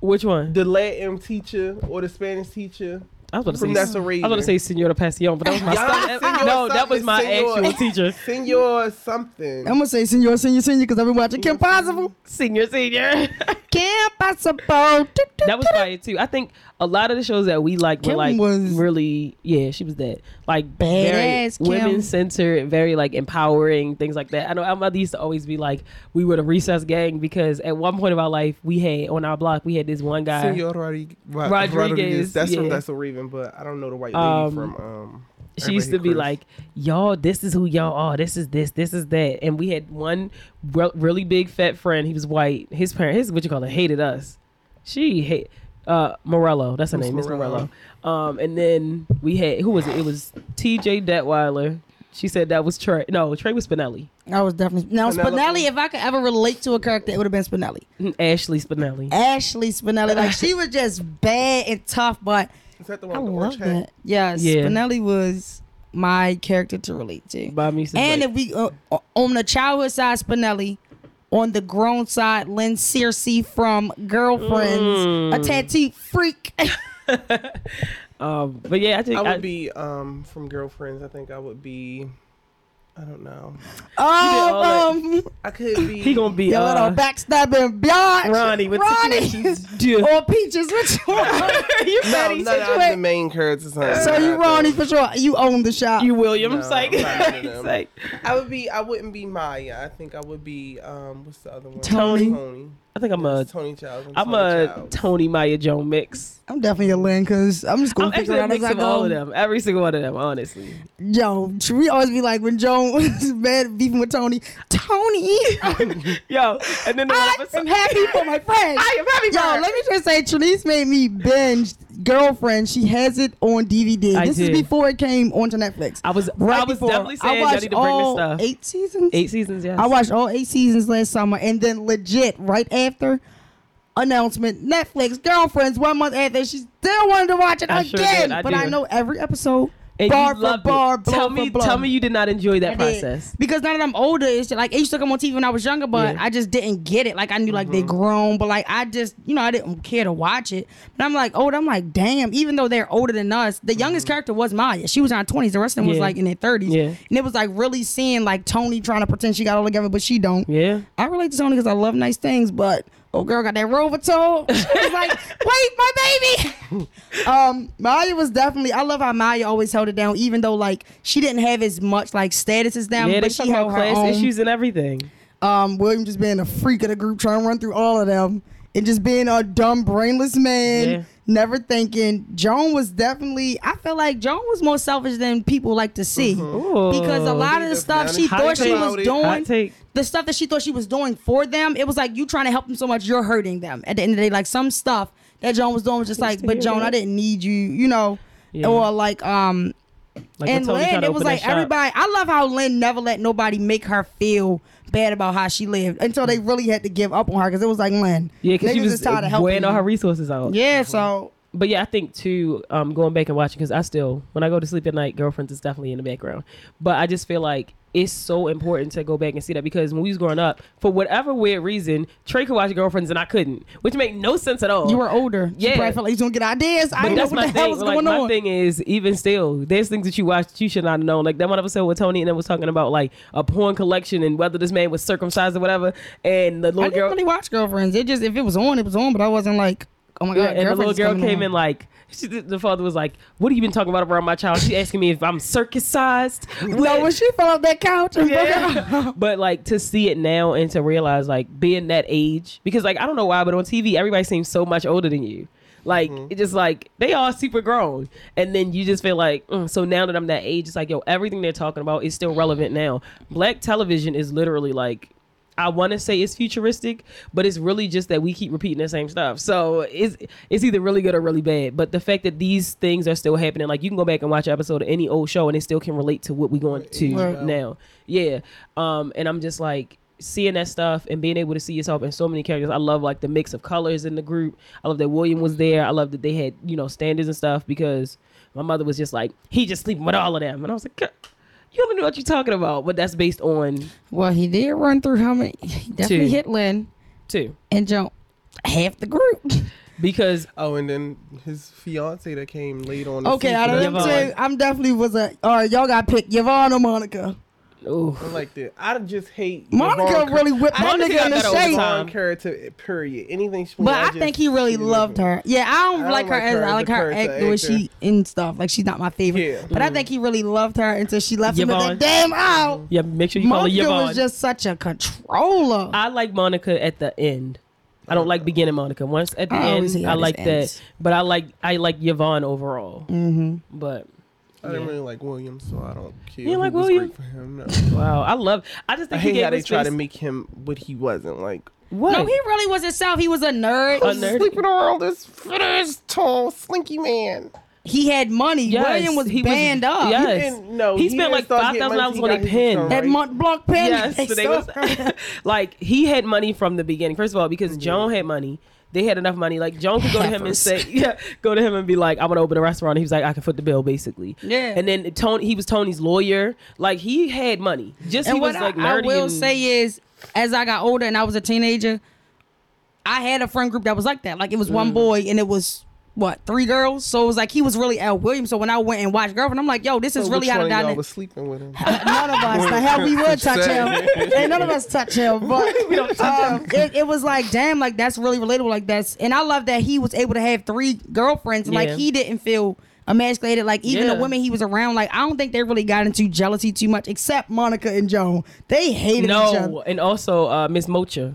[SPEAKER 2] Which one?
[SPEAKER 1] The Latin teacher or the Spanish teacher?
[SPEAKER 2] I was going to say.
[SPEAKER 1] From Nessa
[SPEAKER 2] I was going
[SPEAKER 1] Rader.
[SPEAKER 2] to say Senora Passion, but that was my.
[SPEAKER 1] Y'all,
[SPEAKER 2] stu- no, that was my
[SPEAKER 1] Senor.
[SPEAKER 2] actual teacher.
[SPEAKER 1] Senor something.
[SPEAKER 4] I'm gonna say senior, senior, senior because I've been watching Kim Possible.
[SPEAKER 2] Senior, senior.
[SPEAKER 4] Kim Possible.
[SPEAKER 2] that was fire too. I think a lot of the shows that we like were
[SPEAKER 4] Kim
[SPEAKER 2] like
[SPEAKER 4] was-
[SPEAKER 2] really, yeah, she was that like
[SPEAKER 4] Badass, Kim.
[SPEAKER 2] very women centered, very like empowering things like that. I know our mother used to always be like, we were the recess gang because at one point of our life we had on our block we had this one guy.
[SPEAKER 1] Senor Rodri- Ro-
[SPEAKER 2] Rodriguez,
[SPEAKER 1] Rodriguez. That's from
[SPEAKER 2] yeah.
[SPEAKER 1] That's a Raven, but I don't know the white lady
[SPEAKER 2] Um,
[SPEAKER 1] from. Um,
[SPEAKER 2] she used to
[SPEAKER 1] Everybody
[SPEAKER 2] be
[SPEAKER 1] Crush.
[SPEAKER 2] like, y'all, this is who y'all are. This is this. This is that. And we had one re- really big fat friend. He was white. His parent, his what you call it, hated us. She hate uh Morello. That's her
[SPEAKER 1] Who's
[SPEAKER 2] name. Miss Morello.
[SPEAKER 1] Morello?
[SPEAKER 2] Um, and then we had who was it? It was T.J. Detweiler. She said that was Trey. No, Trey was Spinelli.
[SPEAKER 4] I was definitely now
[SPEAKER 1] Penelope.
[SPEAKER 4] Spinelli. If I could ever relate to a character, it would have been Spinelli.
[SPEAKER 2] Mm, Ashley Spinelli.
[SPEAKER 4] Ashley Spinelli, like she was just bad and tough, but
[SPEAKER 1] Is that the
[SPEAKER 4] I
[SPEAKER 1] one? with the
[SPEAKER 4] love
[SPEAKER 1] orange hat?
[SPEAKER 4] that. Yes,
[SPEAKER 2] Yeah.
[SPEAKER 4] Spinelli was my character to relate to.
[SPEAKER 2] Bob used to
[SPEAKER 4] And
[SPEAKER 2] like,
[SPEAKER 4] if we uh, o- on the childhood side, Spinelli, on the grown side, Lynn Searcy from Girlfriends,
[SPEAKER 2] Mm.
[SPEAKER 4] a tattoo freak.
[SPEAKER 2] um, but yeah, I think
[SPEAKER 1] I would
[SPEAKER 2] I-
[SPEAKER 1] be um from girlfriends. I think I would be. I don't know.
[SPEAKER 2] all
[SPEAKER 4] um, um
[SPEAKER 1] I could be.
[SPEAKER 2] he gonna be
[SPEAKER 4] your
[SPEAKER 2] uh,
[SPEAKER 4] little backstabbing biatch,
[SPEAKER 2] Ronnie with
[SPEAKER 4] Ronnie,
[SPEAKER 2] situations. Dude.
[SPEAKER 4] or Peaches. Which one?
[SPEAKER 2] you
[SPEAKER 1] No,
[SPEAKER 2] ready?
[SPEAKER 1] no, no, I'm the main character.
[SPEAKER 4] so you Ronnie for sure. You own the shop.
[SPEAKER 2] You William
[SPEAKER 1] No,
[SPEAKER 2] Psych.
[SPEAKER 1] I'm not into
[SPEAKER 2] He's
[SPEAKER 1] them.
[SPEAKER 2] like,
[SPEAKER 1] I would be. I wouldn't be Maya. I think I would be. Um, what's the other one?
[SPEAKER 4] Tony.
[SPEAKER 1] Tony.
[SPEAKER 2] I think I'm a
[SPEAKER 1] It's Tony Childs.
[SPEAKER 2] Uh, I'm
[SPEAKER 1] Tony
[SPEAKER 2] a
[SPEAKER 1] Childs.
[SPEAKER 2] Tony Maya Joan mix.
[SPEAKER 4] I'm definitely a Lynn because I'm just gonna
[SPEAKER 2] I'm actually
[SPEAKER 4] figure
[SPEAKER 2] a
[SPEAKER 4] out as
[SPEAKER 2] mix
[SPEAKER 4] I
[SPEAKER 2] of all of
[SPEAKER 4] go.
[SPEAKER 2] them. Every single one of them, honestly.
[SPEAKER 4] Yo, we always be like when Joan was mad beefing with Tony. Tony,
[SPEAKER 2] Yo, and then the one
[SPEAKER 4] I am
[SPEAKER 2] episode-
[SPEAKER 4] happy for my friend.
[SPEAKER 2] I am happy for
[SPEAKER 4] Yo,
[SPEAKER 2] her.
[SPEAKER 4] let me just say, Trinice made me binge Girlfriend. She has it on DVD.
[SPEAKER 2] I
[SPEAKER 4] this
[SPEAKER 2] did.
[SPEAKER 4] is before it came onto Netflix.
[SPEAKER 2] I was
[SPEAKER 4] Right
[SPEAKER 2] I was
[SPEAKER 4] before.
[SPEAKER 2] definitely saying
[SPEAKER 4] I
[SPEAKER 2] y'all
[SPEAKER 4] watched
[SPEAKER 2] need to bring this
[SPEAKER 4] all
[SPEAKER 2] stuff.
[SPEAKER 4] eight seasons.
[SPEAKER 2] Eight seasons, yes.
[SPEAKER 4] I watched all eight seasons last summer, and then legit right after announcement, Netflix girlfriends. One month after, she still wanted to watch it
[SPEAKER 2] I sure
[SPEAKER 4] again,
[SPEAKER 2] did. I
[SPEAKER 4] but I
[SPEAKER 2] did.
[SPEAKER 4] know every episode.
[SPEAKER 2] and
[SPEAKER 4] bar
[SPEAKER 2] you
[SPEAKER 4] for
[SPEAKER 2] loved
[SPEAKER 4] bar,
[SPEAKER 2] it.
[SPEAKER 4] blow
[SPEAKER 2] Tell
[SPEAKER 4] for
[SPEAKER 2] me,
[SPEAKER 4] blow.
[SPEAKER 2] tell me you did not enjoy that
[SPEAKER 4] I did.
[SPEAKER 2] process.
[SPEAKER 4] Because now that I'm older, it's just like it used to come on TV when I was younger, but
[SPEAKER 2] Yeah. Mm-hmm.
[SPEAKER 4] I just didn't get it. Like I knew like they grown, but like I just you know I didn't care to watch it. But I'm like old. I'm like damn. Even though they're older than us, the youngest character was Maya. She was in her 20s. The rest of them was
[SPEAKER 2] Mm-hmm. Yeah.
[SPEAKER 4] like in their 30s.
[SPEAKER 2] Yeah.
[SPEAKER 4] And it was like really seeing like Tony trying to pretend she got all together, but she don't.
[SPEAKER 2] Yeah.
[SPEAKER 4] I relate to Tony because I love nice things, but oh girl got that rover toe. It's like, wait, my baby. um, Maya was definitely. I love how Maya always held it down, even though like she didn't have as much like status as them,
[SPEAKER 2] yeah, they
[SPEAKER 4] but she
[SPEAKER 2] talk about
[SPEAKER 4] held her
[SPEAKER 2] class
[SPEAKER 4] own.
[SPEAKER 2] issues and everything.
[SPEAKER 4] Um, William just being a freak of the group, trying to run through all of them, and just being a dumb, brainless man,
[SPEAKER 2] Yeah.
[SPEAKER 4] never thinking. Joan was definitely. I feel like Joan was more selfish than people like to see.
[SPEAKER 2] Ooh.
[SPEAKER 4] Because a lot of the
[SPEAKER 1] Oh, Just
[SPEAKER 4] stuff she
[SPEAKER 2] honest
[SPEAKER 4] thought she
[SPEAKER 2] about
[SPEAKER 4] was
[SPEAKER 1] it.
[SPEAKER 4] doing,
[SPEAKER 2] Hot take.
[SPEAKER 4] the stuff that she thought she was doing for them, it was like you trying to help them so much, you're hurting them. At the end of the day, like some stuff that Joan was doing was just like,
[SPEAKER 2] to
[SPEAKER 4] but
[SPEAKER 2] hear
[SPEAKER 4] Joan,
[SPEAKER 2] that.
[SPEAKER 4] I didn't need you, you know,
[SPEAKER 2] Yeah.
[SPEAKER 4] or like um.
[SPEAKER 2] Like when
[SPEAKER 4] and
[SPEAKER 2] Tony tried
[SPEAKER 4] Lynn,
[SPEAKER 2] to
[SPEAKER 4] it was
[SPEAKER 2] open that
[SPEAKER 4] like
[SPEAKER 2] shop.
[SPEAKER 4] everybody. I love how Lynn never let nobody make her feel bad about how she lived until they really had to give up on her because it was like Lynn.
[SPEAKER 2] Yeah, because she
[SPEAKER 4] niggas
[SPEAKER 2] was
[SPEAKER 4] is tired of helping
[SPEAKER 2] weighing all
[SPEAKER 4] you.
[SPEAKER 2] her resources out.
[SPEAKER 4] Yeah, so
[SPEAKER 2] but yeah, I think too, um, going back and watching because I still, when I go to sleep at night, girlfriends is definitely in the background. But I just feel like it's so important to go back and see that because when we was growing up, for whatever weird reason, Trey could watch girlfriends and I couldn't, which made no sense at all.
[SPEAKER 4] you were older. She
[SPEAKER 2] Yeah.
[SPEAKER 4] probably felt like you don't get ideas. I
[SPEAKER 2] But
[SPEAKER 4] didn't know
[SPEAKER 2] that's
[SPEAKER 4] what
[SPEAKER 2] my
[SPEAKER 4] the
[SPEAKER 2] thing.
[SPEAKER 4] hell was
[SPEAKER 2] like,
[SPEAKER 4] going
[SPEAKER 2] my
[SPEAKER 4] on.
[SPEAKER 2] thing is, even still, there's things that you watch that you should not know. Like that one episode with Tony and then was talking about like a porn collection and whether this man was circumcised or whatever. And the
[SPEAKER 4] I
[SPEAKER 2] little
[SPEAKER 4] didn't
[SPEAKER 2] girl,
[SPEAKER 4] really watch girlfriends. It just if it was on, it was on. But I wasn't like, oh my god.
[SPEAKER 2] Yeah, and the
[SPEAKER 4] Girlfriends
[SPEAKER 2] little
[SPEAKER 4] is
[SPEAKER 2] girl
[SPEAKER 4] coming
[SPEAKER 2] came
[SPEAKER 4] on.
[SPEAKER 2] in like she, the the father was like, "What have you been talking about around my child?" She asking me if I'm circumcised.
[SPEAKER 4] No, when she fell off that couch and broke her
[SPEAKER 2] Yeah. but like to see it now and to realize like being that age because like I don't know why, but on TV everybody seems so much older than you. Like it just like they are super grown, and then you just feel like mm, so now that I'm that age, it's like yo everything they're talking about is still relevant now. Black television is literally like. I want to say it's futuristic, but it's really just that we keep repeating the same stuff. So it's it's either really good or really bad. But the fact that these things are still happening, like you can go back and watch an episode of any old show, and it still can relate to what we're going to
[SPEAKER 4] Right.
[SPEAKER 2] now. Yeah. Um, and I'm just like seeing that stuff and being able to see yourself in so many characters. I love like the mix of colors in the group. I love that William was there. I love that they had, you know, standards and stuff because my mother was just like, he just sleeping with all of them. And I was like, "Girl, you don't even know what you're talking about. But that's based on
[SPEAKER 4] Well, he did run through how many? He definitely
[SPEAKER 2] Two.
[SPEAKER 4] hit Lynn
[SPEAKER 2] two.
[SPEAKER 4] and jumped half the group.
[SPEAKER 2] because
[SPEAKER 1] Oh, and then his fiance that came late on. the
[SPEAKER 4] Okay,
[SPEAKER 1] season.
[SPEAKER 4] out of them
[SPEAKER 2] Yvonne.
[SPEAKER 4] two, I'm definitely was a. All right, y'all got picked Yvonne or Monica.
[SPEAKER 2] ooh,
[SPEAKER 1] I like that. I just hate
[SPEAKER 4] Monica really whipped that
[SPEAKER 2] Monica
[SPEAKER 4] nigga
[SPEAKER 2] got
[SPEAKER 4] in
[SPEAKER 2] that
[SPEAKER 4] the
[SPEAKER 2] over
[SPEAKER 4] shape.
[SPEAKER 2] time.
[SPEAKER 1] Yvonne character. Period. Anything she.
[SPEAKER 4] But I,
[SPEAKER 1] just-
[SPEAKER 4] think he really
[SPEAKER 1] she
[SPEAKER 4] loved her. Yeah, I don't,
[SPEAKER 1] I don't
[SPEAKER 4] like her
[SPEAKER 1] like
[SPEAKER 4] as
[SPEAKER 1] her as
[SPEAKER 4] I
[SPEAKER 1] a
[SPEAKER 4] like her
[SPEAKER 1] person,
[SPEAKER 4] act the way
[SPEAKER 1] actor.
[SPEAKER 4] she in stuff. Like she's not my favorite.
[SPEAKER 1] Yeah.
[SPEAKER 4] But I think he really loved her until she left him
[SPEAKER 2] Yvonne.
[SPEAKER 4] with that damn out.
[SPEAKER 2] yeah. Make sure you call her
[SPEAKER 4] Monica
[SPEAKER 2] Yvonne.
[SPEAKER 4] was just such a controller.
[SPEAKER 2] I like Monica at the end. I don't like beginning Monica. Once at the
[SPEAKER 4] I always
[SPEAKER 2] end,
[SPEAKER 4] see
[SPEAKER 2] I
[SPEAKER 4] how this
[SPEAKER 2] like that.
[SPEAKER 4] ends.
[SPEAKER 2] But I like I like Yvonne overall.
[SPEAKER 4] mm-hmm.
[SPEAKER 2] But
[SPEAKER 1] I didn't
[SPEAKER 2] Yeah.
[SPEAKER 1] really like Williams, so I don't care.
[SPEAKER 2] You didn't
[SPEAKER 1] who
[SPEAKER 2] like
[SPEAKER 1] was
[SPEAKER 2] William?
[SPEAKER 1] great For him, no.
[SPEAKER 2] wow, I love. I just
[SPEAKER 1] I
[SPEAKER 2] think he
[SPEAKER 1] hate
[SPEAKER 2] gave
[SPEAKER 1] how they
[SPEAKER 2] his
[SPEAKER 1] try
[SPEAKER 2] face.
[SPEAKER 1] to make him what he wasn't. Like "Oh,
[SPEAKER 2] what?
[SPEAKER 4] No, he really was himself. He was a nerd.
[SPEAKER 2] A nerd.
[SPEAKER 1] sleeping around this fit ass, tall, slinky man.
[SPEAKER 4] He had money.
[SPEAKER 2] Yes,
[SPEAKER 4] William was
[SPEAKER 2] he was-
[SPEAKER 4] banned up.
[SPEAKER 2] yes.
[SPEAKER 1] didn't- no,
[SPEAKER 2] he,
[SPEAKER 1] he
[SPEAKER 2] spent
[SPEAKER 1] didn't
[SPEAKER 2] like
[SPEAKER 1] start
[SPEAKER 2] five
[SPEAKER 1] getting
[SPEAKER 2] thousand dollars on
[SPEAKER 1] money
[SPEAKER 2] a
[SPEAKER 1] till he got his
[SPEAKER 2] pen.
[SPEAKER 1] phone.
[SPEAKER 4] That
[SPEAKER 1] Right.
[SPEAKER 4] Mont Blanc pen.
[SPEAKER 2] Yes, so they was, like he had money from the beginning. First of all,
[SPEAKER 1] Mm-hmm.
[SPEAKER 2] because Joan had money, they had enough money. Like Joan could go to him and
[SPEAKER 4] Heifers.
[SPEAKER 2] say, "Yeah, go to him and be like, I'm gonna open a restaurant." He was like, "I can foot the bill, basically."
[SPEAKER 4] Yeah.
[SPEAKER 2] And then Tony, he was Tony's lawyer. Like he had money. Just
[SPEAKER 4] and
[SPEAKER 2] he
[SPEAKER 4] what
[SPEAKER 2] was like
[SPEAKER 4] I, I
[SPEAKER 2] nerdy.
[SPEAKER 4] will
[SPEAKER 2] and-
[SPEAKER 4] say is, as I got older and I was a teenager, I had a friend group that was like that. Like it was
[SPEAKER 2] Mm.
[SPEAKER 4] one boy and it was what three girls. So it was like he was really Al Williams. So when I went and watched Girlfriend, I'm like, yo, this
[SPEAKER 2] Oh,
[SPEAKER 4] is
[SPEAKER 1] So
[SPEAKER 4] really
[SPEAKER 1] which
[SPEAKER 4] how the
[SPEAKER 1] one of y'all
[SPEAKER 4] dynamic.
[SPEAKER 1] was sleeping with him.
[SPEAKER 4] none of us. The hell we would touch him. And none of us touch him. But um, It, it was like, damn, like that's really relatable. Like that's and I love that he was able to have three girlfriends. and, Like
[SPEAKER 2] Yeah.
[SPEAKER 4] he didn't feel emasculated. Like even
[SPEAKER 2] Yeah.
[SPEAKER 4] the women he was around, like I don't think they really got into jealousy too much, except Monica and Joan. They hated each other.
[SPEAKER 2] No, and also uh, Miss Mocha,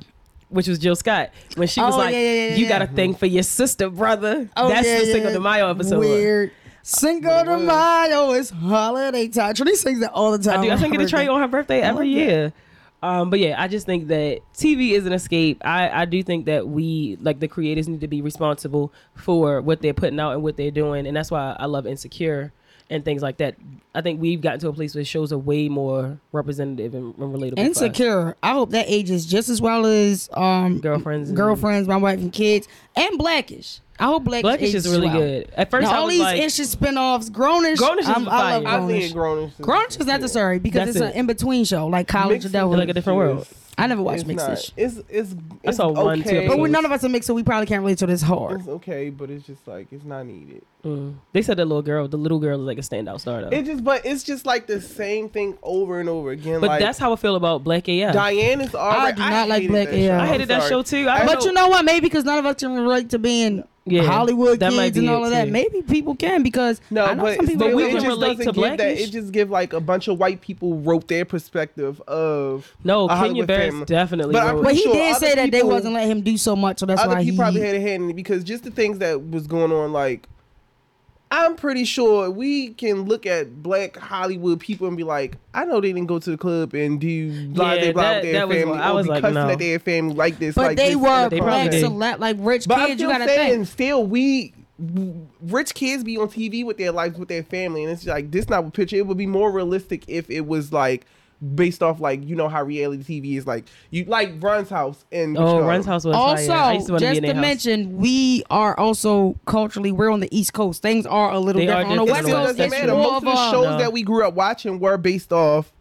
[SPEAKER 2] which was Jill Scott, when she was
[SPEAKER 4] Oh,
[SPEAKER 2] like,
[SPEAKER 4] yeah, yeah, yeah,
[SPEAKER 2] "You
[SPEAKER 4] yeah.
[SPEAKER 2] got a thing for your sister, brother."
[SPEAKER 4] Oh,
[SPEAKER 2] That's
[SPEAKER 4] yeah,
[SPEAKER 2] the
[SPEAKER 4] yeah.
[SPEAKER 2] single de Mayo episode.
[SPEAKER 4] Weird. Cinco de
[SPEAKER 1] Word.
[SPEAKER 4] Mayo is holiday time. Trini sings that all the time.
[SPEAKER 2] I do. I think of the train on her birthday every
[SPEAKER 4] love Oh, that.
[SPEAKER 2] year. Um, but yeah, I just think that TV is an escape. I, I do think that we like the creators need to be responsible for what they're putting out and what they're doing, and that's why I love Insecure and things like that. I think we've gotten to a place where shows are way more representative and, and relatable. for us.
[SPEAKER 4] Insecure. I hope that ages just as well as um
[SPEAKER 2] Girlfriends and-
[SPEAKER 4] girlfriends, my wife and kids, and Blackish. I hope Blackish,
[SPEAKER 2] Blackish
[SPEAKER 4] ages
[SPEAKER 2] is really
[SPEAKER 4] well.
[SPEAKER 2] good. At first,
[SPEAKER 4] Now,
[SPEAKER 2] I
[SPEAKER 4] all
[SPEAKER 2] was
[SPEAKER 4] these
[SPEAKER 2] like,
[SPEAKER 4] issues spinoffs, Grownish.
[SPEAKER 2] Grownish is
[SPEAKER 4] I'm- I love
[SPEAKER 2] fire.
[SPEAKER 1] I think
[SPEAKER 4] Grownish.
[SPEAKER 1] Grownish. is-
[SPEAKER 4] Grownish is necessary because
[SPEAKER 2] That's
[SPEAKER 4] it's
[SPEAKER 2] it.
[SPEAKER 4] an in between show, like college
[SPEAKER 1] Mixed
[SPEAKER 4] or
[SPEAKER 1] is
[SPEAKER 4] devil.
[SPEAKER 2] Like a different world.
[SPEAKER 4] I never watched
[SPEAKER 1] it's
[SPEAKER 4] Mixed
[SPEAKER 1] not.
[SPEAKER 4] Ish.
[SPEAKER 1] It's it's it's
[SPEAKER 2] saw
[SPEAKER 1] okay.
[SPEAKER 2] one, two
[SPEAKER 4] But
[SPEAKER 2] episodes.
[SPEAKER 4] when none of us are mixed, so we probably can't relate to this hard.
[SPEAKER 1] It's okay, but it's just like it's not needed.
[SPEAKER 2] mm. they said the little girl, the little girl is like a standout star though.
[SPEAKER 1] It just, but it's just like the same thing over and over again.
[SPEAKER 2] but
[SPEAKER 1] like,
[SPEAKER 2] that's how I feel about Black AF.
[SPEAKER 1] Diane is already.
[SPEAKER 4] do not like
[SPEAKER 1] hated
[SPEAKER 4] Black
[SPEAKER 1] that
[SPEAKER 4] Air.
[SPEAKER 1] show.
[SPEAKER 2] I
[SPEAKER 1] I'm
[SPEAKER 2] hated that
[SPEAKER 1] sorry.
[SPEAKER 2] show too. I
[SPEAKER 1] I
[SPEAKER 2] don't
[SPEAKER 4] But you know what? Maybe because none of us can relate to being
[SPEAKER 2] Yeah,
[SPEAKER 4] Hollywood
[SPEAKER 2] that might
[SPEAKER 4] kids
[SPEAKER 2] be
[SPEAKER 4] and all
[SPEAKER 2] it
[SPEAKER 4] of that.
[SPEAKER 2] too.
[SPEAKER 4] Maybe people can because
[SPEAKER 1] No,
[SPEAKER 4] I know
[SPEAKER 1] but,
[SPEAKER 4] some people
[SPEAKER 1] but
[SPEAKER 2] we
[SPEAKER 1] we
[SPEAKER 2] can
[SPEAKER 1] it just
[SPEAKER 2] relate
[SPEAKER 1] doesn't
[SPEAKER 2] to
[SPEAKER 1] give that.
[SPEAKER 2] Blackish.
[SPEAKER 1] It just give like a bunch of white people wrote their perspective of
[SPEAKER 2] No,
[SPEAKER 1] a
[SPEAKER 2] Kenya
[SPEAKER 1] Hollywood
[SPEAKER 2] Barris
[SPEAKER 1] family.
[SPEAKER 2] definitely.
[SPEAKER 1] But I'm
[SPEAKER 2] wrote-
[SPEAKER 4] But he
[SPEAKER 1] sure
[SPEAKER 4] did
[SPEAKER 1] other
[SPEAKER 4] say that they
[SPEAKER 1] people-
[SPEAKER 4] wasn't letting him do so much, so that's
[SPEAKER 1] Other
[SPEAKER 4] why
[SPEAKER 1] people
[SPEAKER 4] he.
[SPEAKER 1] probably had a hand in it because just the things that was going on, like I'm pretty sure we can look at black Hollywood people and be like, I know they didn't go to the club and do blah
[SPEAKER 2] Yeah,
[SPEAKER 1] blah blah
[SPEAKER 2] that-
[SPEAKER 1] with
[SPEAKER 2] that
[SPEAKER 1] their
[SPEAKER 2] was
[SPEAKER 1] family
[SPEAKER 2] what I
[SPEAKER 1] or
[SPEAKER 2] was
[SPEAKER 1] be
[SPEAKER 2] like,
[SPEAKER 1] cussing
[SPEAKER 2] no.
[SPEAKER 1] at their family like this.
[SPEAKER 4] but
[SPEAKER 1] like
[SPEAKER 4] they
[SPEAKER 1] this,
[SPEAKER 4] were
[SPEAKER 2] they probably
[SPEAKER 4] black
[SPEAKER 2] did.
[SPEAKER 4] select, like rich
[SPEAKER 1] But
[SPEAKER 4] kids. You
[SPEAKER 1] I'm
[SPEAKER 4] gotta
[SPEAKER 1] still saying,
[SPEAKER 4] think.
[SPEAKER 1] still, we w- rich kids be on TV with their lives with their family, and it's like this not a picture. It would be more realistic if it was like based off like you know how reality TV is like you like Run's house and
[SPEAKER 2] oh, Run's house was
[SPEAKER 4] Also,
[SPEAKER 2] fire. I used to want to be
[SPEAKER 4] just
[SPEAKER 2] in their
[SPEAKER 4] to
[SPEAKER 2] house.
[SPEAKER 4] mention, we are also culturally we're on the East Coast. Things are a little
[SPEAKER 2] They are
[SPEAKER 4] different on the
[SPEAKER 1] It
[SPEAKER 2] different
[SPEAKER 4] West
[SPEAKER 1] still
[SPEAKER 2] on
[SPEAKER 4] Coast.
[SPEAKER 1] doesn't
[SPEAKER 4] It's
[SPEAKER 1] matter.
[SPEAKER 4] more
[SPEAKER 1] Most
[SPEAKER 4] of
[SPEAKER 1] of the
[SPEAKER 4] a
[SPEAKER 1] shows
[SPEAKER 2] No.
[SPEAKER 1] that we grew up watching were based off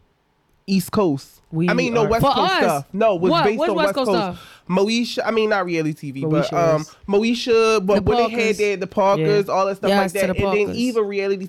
[SPEAKER 1] East Coast.
[SPEAKER 2] We
[SPEAKER 1] I mean, no
[SPEAKER 2] are-
[SPEAKER 1] West
[SPEAKER 4] For
[SPEAKER 1] Coast
[SPEAKER 4] us.
[SPEAKER 1] stuff. No, was
[SPEAKER 4] What?
[SPEAKER 1] based
[SPEAKER 4] What's
[SPEAKER 1] on
[SPEAKER 4] West
[SPEAKER 1] West
[SPEAKER 4] Coast
[SPEAKER 1] Coast.
[SPEAKER 4] stuff?
[SPEAKER 1] Moesha, I mean, not reality TV, but
[SPEAKER 2] Moesha
[SPEAKER 1] um,
[SPEAKER 2] is.
[SPEAKER 1] Moesha, but
[SPEAKER 4] The
[SPEAKER 1] when they
[SPEAKER 4] Parkers.
[SPEAKER 1] had their the Parkers, all that stuff
[SPEAKER 4] Yes,
[SPEAKER 1] like that,
[SPEAKER 4] to the
[SPEAKER 1] and then
[SPEAKER 4] Parkers.
[SPEAKER 1] even reality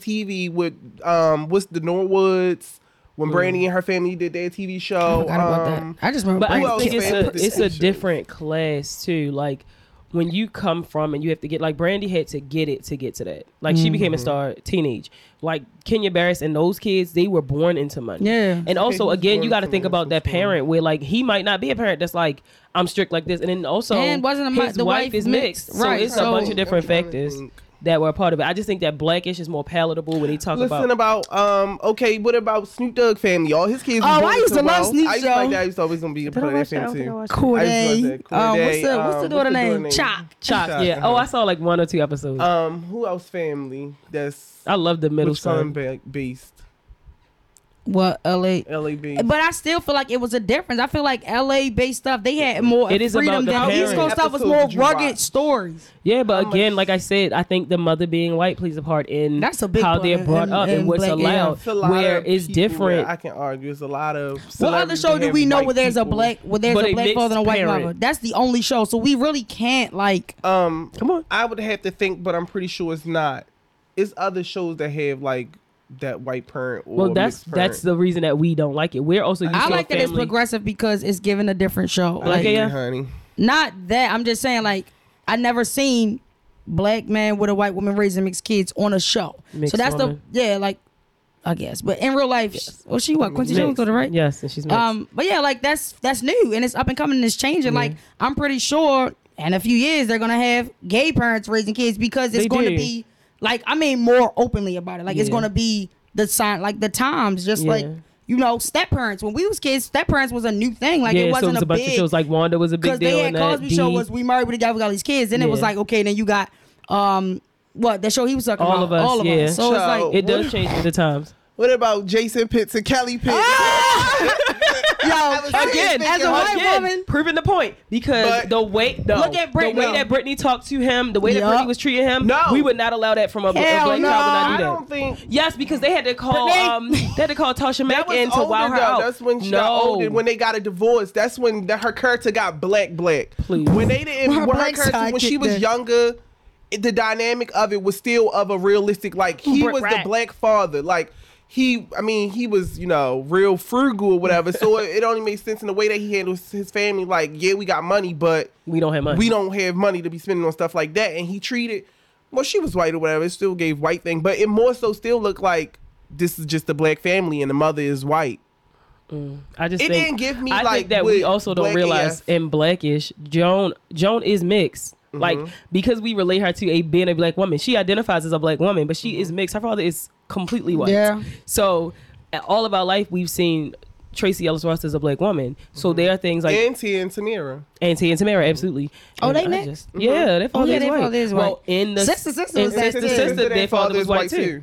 [SPEAKER 1] TV with um, what's the Norwoods when Brandy and her family did their TV show.
[SPEAKER 4] Mm. I forgot about
[SPEAKER 1] um,
[SPEAKER 4] that. I just remember.
[SPEAKER 2] But I
[SPEAKER 1] Who else
[SPEAKER 2] think it's a
[SPEAKER 1] famous?
[SPEAKER 2] it's a different class too. Like when you come from and you have to get like Brandy had to get it to get to that. Like she became a
[SPEAKER 4] Mm-hmm.
[SPEAKER 2] star teenage. Like Kenya Barris and those kids, they were born into money.
[SPEAKER 4] Yeah.
[SPEAKER 2] And also
[SPEAKER 1] was
[SPEAKER 2] again,
[SPEAKER 1] born
[SPEAKER 2] you got to
[SPEAKER 1] into
[SPEAKER 2] think
[SPEAKER 1] money,
[SPEAKER 2] about
[SPEAKER 1] that's
[SPEAKER 2] that parent where like he might not be a parent that's like I'm strict like this, and then also
[SPEAKER 4] And wasn't a mi-
[SPEAKER 2] his
[SPEAKER 4] the
[SPEAKER 2] wife,
[SPEAKER 4] wife
[SPEAKER 2] is mixed,
[SPEAKER 4] mixed,
[SPEAKER 2] right?
[SPEAKER 4] right,
[SPEAKER 2] So it's a
[SPEAKER 4] so-
[SPEAKER 2] bunch of different
[SPEAKER 1] Everybody
[SPEAKER 2] factors
[SPEAKER 1] think-
[SPEAKER 2] that were a part of it. I just think that blackish is more palatable when they talk
[SPEAKER 1] Listen
[SPEAKER 2] about.
[SPEAKER 1] about, um okay, what about Snoop Dogg family? All his kids. was
[SPEAKER 4] Oh,
[SPEAKER 1] born
[SPEAKER 4] I used
[SPEAKER 1] into
[SPEAKER 4] to love
[SPEAKER 1] wealth.
[SPEAKER 4] Snoop
[SPEAKER 1] I used to like
[SPEAKER 4] Dogg.
[SPEAKER 1] that. I used to always gonna be a part of that family too.
[SPEAKER 4] Corday.
[SPEAKER 1] I
[SPEAKER 4] Um,
[SPEAKER 1] used to watch
[SPEAKER 4] what's the
[SPEAKER 1] that.
[SPEAKER 4] what's
[SPEAKER 1] Um,
[SPEAKER 4] the daughter
[SPEAKER 1] what's the daughter
[SPEAKER 4] name?
[SPEAKER 1] name?
[SPEAKER 4] Chop.
[SPEAKER 2] Chalk,
[SPEAKER 1] Shots,
[SPEAKER 2] yeah.
[SPEAKER 1] uh-huh.
[SPEAKER 2] Oh, I saw like one or two episodes.
[SPEAKER 1] Uh, Um, who else family? That's
[SPEAKER 2] I love the middle
[SPEAKER 1] which son
[SPEAKER 2] son.
[SPEAKER 1] ba- based.
[SPEAKER 4] what LA.
[SPEAKER 1] LAB.
[SPEAKER 4] But I still feel like it was a difference. I feel like LA based stuff they had more
[SPEAKER 2] It is
[SPEAKER 4] freedom
[SPEAKER 2] about the
[SPEAKER 4] than
[SPEAKER 2] parents.
[SPEAKER 4] East Coast stuff was
[SPEAKER 1] Episodes
[SPEAKER 4] more
[SPEAKER 1] that you
[SPEAKER 4] rugged
[SPEAKER 1] watch.
[SPEAKER 4] stories.
[SPEAKER 2] Yeah, but
[SPEAKER 1] How
[SPEAKER 2] again,
[SPEAKER 1] much-
[SPEAKER 2] like I said, I think the mother being white plays a part in
[SPEAKER 4] That's a big
[SPEAKER 2] how
[SPEAKER 4] part
[SPEAKER 2] they're
[SPEAKER 4] in-
[SPEAKER 2] brought up
[SPEAKER 4] in-
[SPEAKER 2] and
[SPEAKER 4] in
[SPEAKER 2] what's
[SPEAKER 4] black- yeah.
[SPEAKER 2] allowed.
[SPEAKER 1] It's a lot
[SPEAKER 2] where
[SPEAKER 1] of
[SPEAKER 2] it's
[SPEAKER 1] people where
[SPEAKER 2] different.
[SPEAKER 1] I can argue. It's a lot of.
[SPEAKER 4] What other
[SPEAKER 1] celebrities
[SPEAKER 4] show
[SPEAKER 1] that
[SPEAKER 4] do
[SPEAKER 1] have
[SPEAKER 4] we know
[SPEAKER 1] white
[SPEAKER 4] where there's a
[SPEAKER 1] people.
[SPEAKER 4] black where there's
[SPEAKER 2] But
[SPEAKER 4] a
[SPEAKER 2] a
[SPEAKER 4] black father and a
[SPEAKER 2] mixed
[SPEAKER 4] white mother?
[SPEAKER 2] parent.
[SPEAKER 4] That's the only show. So we really can't like
[SPEAKER 1] Um,
[SPEAKER 2] Come on.
[SPEAKER 1] I would have to think, but I'm pretty sure it's not. It's other shows that have like that white parent. Or
[SPEAKER 2] Well, that's
[SPEAKER 1] mixed parent.
[SPEAKER 2] that's the reason that we don't like it. We're also used
[SPEAKER 4] I
[SPEAKER 2] to a
[SPEAKER 4] like that it's
[SPEAKER 2] family.
[SPEAKER 4] progressive because it's giving a different show.
[SPEAKER 1] I
[SPEAKER 4] Like
[SPEAKER 2] Okay,
[SPEAKER 1] agree,
[SPEAKER 2] yeah.
[SPEAKER 1] honey.
[SPEAKER 4] not that. I'm just saying like I never seen black man with a white woman raising mixed kids on a show.
[SPEAKER 2] Mixed
[SPEAKER 4] so that's
[SPEAKER 2] woman.
[SPEAKER 4] the yeah, like I guess. But in real life, well she what, Quincy Jones
[SPEAKER 2] Mixed.
[SPEAKER 4] to the right?
[SPEAKER 2] Yes, and she's mixed.
[SPEAKER 4] Um, but yeah, like that's that's new and it's up and coming and it's changing. Like I'm pretty sure in a few years they're gonna have gay parents raising kids because it's
[SPEAKER 2] They
[SPEAKER 4] going
[SPEAKER 2] do.
[SPEAKER 4] to be like I mean more openly about it. Like it's
[SPEAKER 2] Yeah.
[SPEAKER 4] going to be the sign like the times just
[SPEAKER 2] Yeah.
[SPEAKER 4] like. You know, step parents. When we was kids, step parents was a new thing. Like
[SPEAKER 2] yeah,
[SPEAKER 4] it wasn't
[SPEAKER 2] so it was a, bunch
[SPEAKER 4] big,
[SPEAKER 2] of shows like Wanda was a big
[SPEAKER 4] because
[SPEAKER 2] deal.
[SPEAKER 4] they had
[SPEAKER 2] and that.
[SPEAKER 4] Cosby Show
[SPEAKER 2] Dee,
[SPEAKER 4] was we married with a guy with all these kids, and it was
[SPEAKER 2] Yeah.
[SPEAKER 4] like okay, then you got um what that show he was talking
[SPEAKER 2] All
[SPEAKER 4] about
[SPEAKER 2] of Us,
[SPEAKER 4] all of
[SPEAKER 2] yeah.
[SPEAKER 4] us. So it's
[SPEAKER 1] Show.
[SPEAKER 4] like
[SPEAKER 2] it does change with the times.
[SPEAKER 1] What about Jason Pitts and Kelly Pitts?
[SPEAKER 4] Ah, yo
[SPEAKER 1] Again,
[SPEAKER 4] as a white
[SPEAKER 2] Again,
[SPEAKER 4] woman,
[SPEAKER 2] proving the point because
[SPEAKER 1] But-
[SPEAKER 2] the way the,
[SPEAKER 4] Look at
[SPEAKER 2] the
[SPEAKER 4] Britney,
[SPEAKER 2] way
[SPEAKER 4] though.
[SPEAKER 2] that Britney talked to him, the way
[SPEAKER 4] Yeah.
[SPEAKER 2] that Britney was treating him,
[SPEAKER 1] No.
[SPEAKER 2] we would not allow that from a, a black
[SPEAKER 4] Hell
[SPEAKER 2] child. Would
[SPEAKER 4] no.
[SPEAKER 2] not do
[SPEAKER 1] I
[SPEAKER 2] that.
[SPEAKER 1] don't think
[SPEAKER 2] Yes, because they had to call
[SPEAKER 4] they-
[SPEAKER 2] um they had to call Tasha Mack
[SPEAKER 1] that was
[SPEAKER 2] in to
[SPEAKER 1] older,
[SPEAKER 2] wow her
[SPEAKER 1] though.
[SPEAKER 2] out.
[SPEAKER 1] That's when she
[SPEAKER 2] no.
[SPEAKER 1] got older. When they got a divorce, that's when the, her character got black, black.
[SPEAKER 2] Please.
[SPEAKER 1] When they didn't,
[SPEAKER 4] Her
[SPEAKER 1] when her
[SPEAKER 4] black
[SPEAKER 1] character,
[SPEAKER 4] side
[SPEAKER 1] when she
[SPEAKER 4] kicked
[SPEAKER 1] was
[SPEAKER 4] in.
[SPEAKER 1] younger, it- the dynamic of it was still of a realistic. Like he
[SPEAKER 2] Right,
[SPEAKER 1] was the
[SPEAKER 2] right.
[SPEAKER 1] black father. Like he, I mean, he was you know real frugal or whatever. so it, it only made sense in the way that he handles his family. Like yeah, we got money, but
[SPEAKER 2] we don't have money.
[SPEAKER 1] we don't have money to be spending on stuff like that. And he treated, well, she was white or whatever. It still gave white thing, but it more so still looked like this is just a black family and the mother is white.
[SPEAKER 2] I just
[SPEAKER 1] It
[SPEAKER 2] think,
[SPEAKER 1] didn't give me,
[SPEAKER 2] I
[SPEAKER 1] like,
[SPEAKER 2] think that we
[SPEAKER 1] with
[SPEAKER 2] also don't
[SPEAKER 1] black
[SPEAKER 2] realize
[SPEAKER 1] AF.
[SPEAKER 2] in Blackish, Joan Joan is mixed. Like because we relate her to a being a black woman, she identifies as a black woman, but she is mixed. Her father is completely white.
[SPEAKER 4] Yeah.
[SPEAKER 2] So at all of our life, we've seen Tracy Ellis Ross as a black woman. So there are things like
[SPEAKER 1] and Tia and Tamira.
[SPEAKER 2] Auntie and Tamara, absolutely.
[SPEAKER 4] Oh,
[SPEAKER 2] And
[SPEAKER 4] they
[SPEAKER 2] I
[SPEAKER 4] mixed?
[SPEAKER 2] just- Yeah, their father
[SPEAKER 4] yeah,
[SPEAKER 2] is
[SPEAKER 4] their
[SPEAKER 2] white.
[SPEAKER 4] father is
[SPEAKER 2] Well,
[SPEAKER 4] white.
[SPEAKER 2] in the
[SPEAKER 4] Sister, sister
[SPEAKER 2] in
[SPEAKER 4] was black
[SPEAKER 2] sister,
[SPEAKER 4] too.
[SPEAKER 2] sister,
[SPEAKER 1] Sister,
[SPEAKER 2] their father is white too.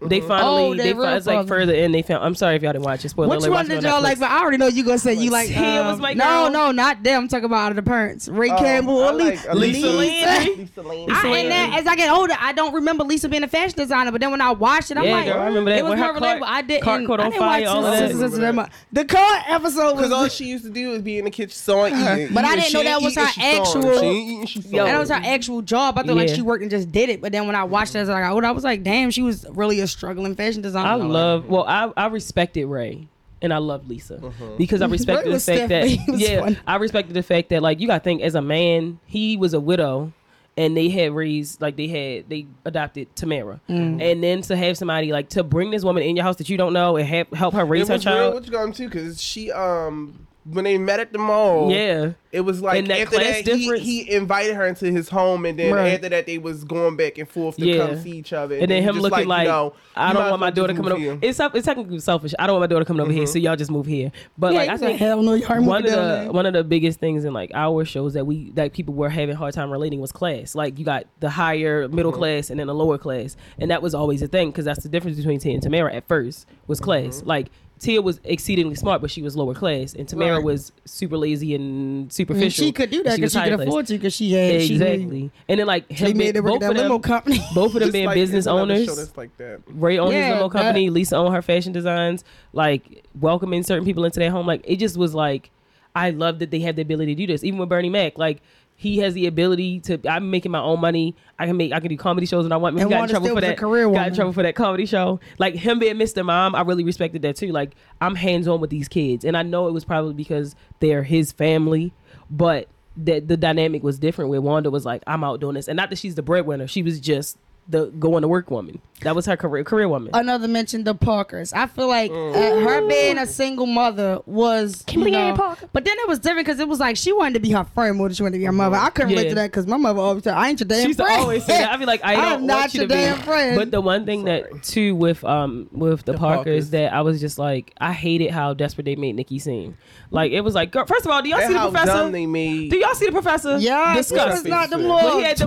[SPEAKER 2] They finally,
[SPEAKER 4] Oh, their
[SPEAKER 2] they
[SPEAKER 4] real
[SPEAKER 2] fi- it's like
[SPEAKER 4] father.
[SPEAKER 2] further in. They found. I'm sorry if y'all didn't watch it. Spoiler
[SPEAKER 4] Which
[SPEAKER 2] alert,
[SPEAKER 4] one
[SPEAKER 2] watch it
[SPEAKER 4] did
[SPEAKER 2] on
[SPEAKER 4] y'all like?
[SPEAKER 2] Netflix.
[SPEAKER 4] But I already know you gonna say you like.
[SPEAKER 2] Sia was
[SPEAKER 4] um,
[SPEAKER 2] my girl.
[SPEAKER 4] No, no, not them. I'm talking about out of the parents, Ray Campbell,
[SPEAKER 1] Oh, Uh, I
[SPEAKER 4] or Lee-
[SPEAKER 1] like
[SPEAKER 2] Lisa Landry.
[SPEAKER 1] Lisa Landry.
[SPEAKER 4] I,
[SPEAKER 2] Landry.
[SPEAKER 4] and then as I get older, I don't remember Lisa being a fashion designer. But then when I watched it, I'm
[SPEAKER 2] yeah,
[SPEAKER 4] like,
[SPEAKER 2] girl, I remember that.
[SPEAKER 4] it was
[SPEAKER 2] when her
[SPEAKER 4] more
[SPEAKER 2] cart,
[SPEAKER 4] relatable. I didn't.
[SPEAKER 2] cart caught
[SPEAKER 4] I
[SPEAKER 2] on
[SPEAKER 4] didn't
[SPEAKER 2] fire,
[SPEAKER 4] watch
[SPEAKER 2] all
[SPEAKER 4] Sister,
[SPEAKER 2] of that.
[SPEAKER 4] Sister, Sister that much. The car episode was.
[SPEAKER 1] Because all she used to do is be in the kitchen sewing, eating.
[SPEAKER 4] But I
[SPEAKER 1] eating.
[SPEAKER 4] didn't know
[SPEAKER 1] She ain't
[SPEAKER 4] that was
[SPEAKER 1] eating,
[SPEAKER 4] her
[SPEAKER 1] she sewing.
[SPEAKER 4] actual-
[SPEAKER 1] She ain't eating, she
[SPEAKER 2] Yo.
[SPEAKER 1] sewing.
[SPEAKER 4] that was her actual job. I thought like
[SPEAKER 2] Yeah.
[SPEAKER 4] she worked and just did it. But then when I watched it as I got older, I was like, damn, she was really a struggling fashion designer.
[SPEAKER 2] I love. Well, I I respected Ray. And I love Lisa
[SPEAKER 1] Uh-huh.
[SPEAKER 2] because I respected
[SPEAKER 4] Ray
[SPEAKER 2] the
[SPEAKER 4] was
[SPEAKER 2] fact that
[SPEAKER 4] definitely- he was
[SPEAKER 2] yeah,
[SPEAKER 4] funny.
[SPEAKER 2] I respected the fact that like you got to think as a man, he was a widow, and they had raised like they had they adopted Tamara,
[SPEAKER 1] Mm.
[SPEAKER 2] and then to have somebody like to bring this woman in your house that you don't know and have, help her
[SPEAKER 1] It
[SPEAKER 2] raise her
[SPEAKER 1] was real
[SPEAKER 2] child.
[SPEAKER 1] with going too, because she um when they met at the mall,
[SPEAKER 2] Yeah,
[SPEAKER 1] It was like
[SPEAKER 2] And that
[SPEAKER 1] after
[SPEAKER 2] class
[SPEAKER 1] that
[SPEAKER 2] difference.
[SPEAKER 1] he, he invited her into his home, and then
[SPEAKER 2] Right.
[SPEAKER 1] after that they was going back and forth to
[SPEAKER 2] Yeah.
[SPEAKER 1] come see each other.
[SPEAKER 2] and then
[SPEAKER 1] he
[SPEAKER 2] him
[SPEAKER 1] just
[SPEAKER 2] looking like,
[SPEAKER 1] you know,
[SPEAKER 2] I
[SPEAKER 1] you
[SPEAKER 2] don't
[SPEAKER 1] might
[SPEAKER 2] want my
[SPEAKER 1] as well
[SPEAKER 2] daughter
[SPEAKER 1] just
[SPEAKER 2] coming
[SPEAKER 1] move
[SPEAKER 2] over.
[SPEAKER 1] here. Mm-hmm.
[SPEAKER 2] It's it's technically selfish. I don't want my daughter coming over here, so y'all just move here. But
[SPEAKER 4] Yeah,
[SPEAKER 2] like
[SPEAKER 4] he
[SPEAKER 2] I
[SPEAKER 4] was like,
[SPEAKER 2] think
[SPEAKER 4] hell no, you already
[SPEAKER 2] one
[SPEAKER 4] moved
[SPEAKER 2] of
[SPEAKER 4] down
[SPEAKER 2] the
[SPEAKER 4] there.
[SPEAKER 2] one of the biggest things in like our shows that we that people were having a hard time relating was class. Like you got the higher middle
[SPEAKER 4] Mm-hmm.
[SPEAKER 2] class and then the lower class, and that was always a thing because that's the difference between Tia and Tamara. At first was class.
[SPEAKER 4] Mm-hmm.
[SPEAKER 2] Like Tia was exceedingly smart, but she was lower class, and Tamara
[SPEAKER 1] Right.
[SPEAKER 2] was super lazy and
[SPEAKER 4] I mean,
[SPEAKER 2] superficial.
[SPEAKER 4] Mm, she could do that
[SPEAKER 2] and
[SPEAKER 4] because
[SPEAKER 2] was
[SPEAKER 4] she, could
[SPEAKER 2] high class.
[SPEAKER 4] afford to because she had She knew.
[SPEAKER 2] Exactly, and then like
[SPEAKER 4] They
[SPEAKER 2] him,
[SPEAKER 4] made it work
[SPEAKER 2] both
[SPEAKER 4] at that
[SPEAKER 2] of
[SPEAKER 4] limo
[SPEAKER 2] them,
[SPEAKER 4] company.
[SPEAKER 2] both of them
[SPEAKER 1] Just
[SPEAKER 2] being
[SPEAKER 1] like
[SPEAKER 2] business
[SPEAKER 1] it's another
[SPEAKER 2] owners.
[SPEAKER 1] Show that's like that.
[SPEAKER 2] Ray owned
[SPEAKER 4] Yeah,
[SPEAKER 2] his limo
[SPEAKER 4] that-
[SPEAKER 2] company. Lisa owned her fashion designs. Like welcoming certain people into their home. Like it just was like, I love that they had the ability to do this. Even with Bernie Mac, like he has the ability to. I'm making my own money. I can make. I can do comedy shows, and I want. he
[SPEAKER 4] And
[SPEAKER 2] got in
[SPEAKER 4] Wanda
[SPEAKER 2] trouble
[SPEAKER 4] still
[SPEAKER 2] for
[SPEAKER 4] was a
[SPEAKER 2] that.
[SPEAKER 4] career
[SPEAKER 2] got in
[SPEAKER 4] woman.
[SPEAKER 2] trouble for that comedy show. Like him being Mr. Mom, I really respected that too. Like I'm hands on with these kids, and I know it was probably because they're his family, but. That the dynamic was different where Wanda was like, I'm out doing this. And not that she's the breadwinner, she was just the going to work woman. That was her career career woman.
[SPEAKER 4] Another mention, the Parkers. I feel like uh, her being a single mother was. You know, But then it was different because it was like she wanted to be her friend more than she wanted to be her mother. I couldn't relate
[SPEAKER 2] Yeah.
[SPEAKER 4] to that because my mother always said, I ain't your damn
[SPEAKER 2] She's
[SPEAKER 4] friend.
[SPEAKER 2] always say that. I'd be like, I
[SPEAKER 4] I'm
[SPEAKER 2] don't want
[SPEAKER 4] not
[SPEAKER 2] you
[SPEAKER 4] your
[SPEAKER 2] to be.
[SPEAKER 4] damn friend.
[SPEAKER 2] But the one thing that too with um with the, Parkers,
[SPEAKER 1] Parkers.
[SPEAKER 2] that I was just like, I hated how desperate they made Nikki seem. Like it was like, girl, first of all, do y'all
[SPEAKER 1] That's
[SPEAKER 2] see the
[SPEAKER 1] how
[SPEAKER 2] professor?
[SPEAKER 1] dumb they made.
[SPEAKER 2] Do y'all see the professor?
[SPEAKER 4] yeah, this
[SPEAKER 2] disgusting.
[SPEAKER 4] was not the
[SPEAKER 1] When he
[SPEAKER 2] When
[SPEAKER 4] more
[SPEAKER 2] he had the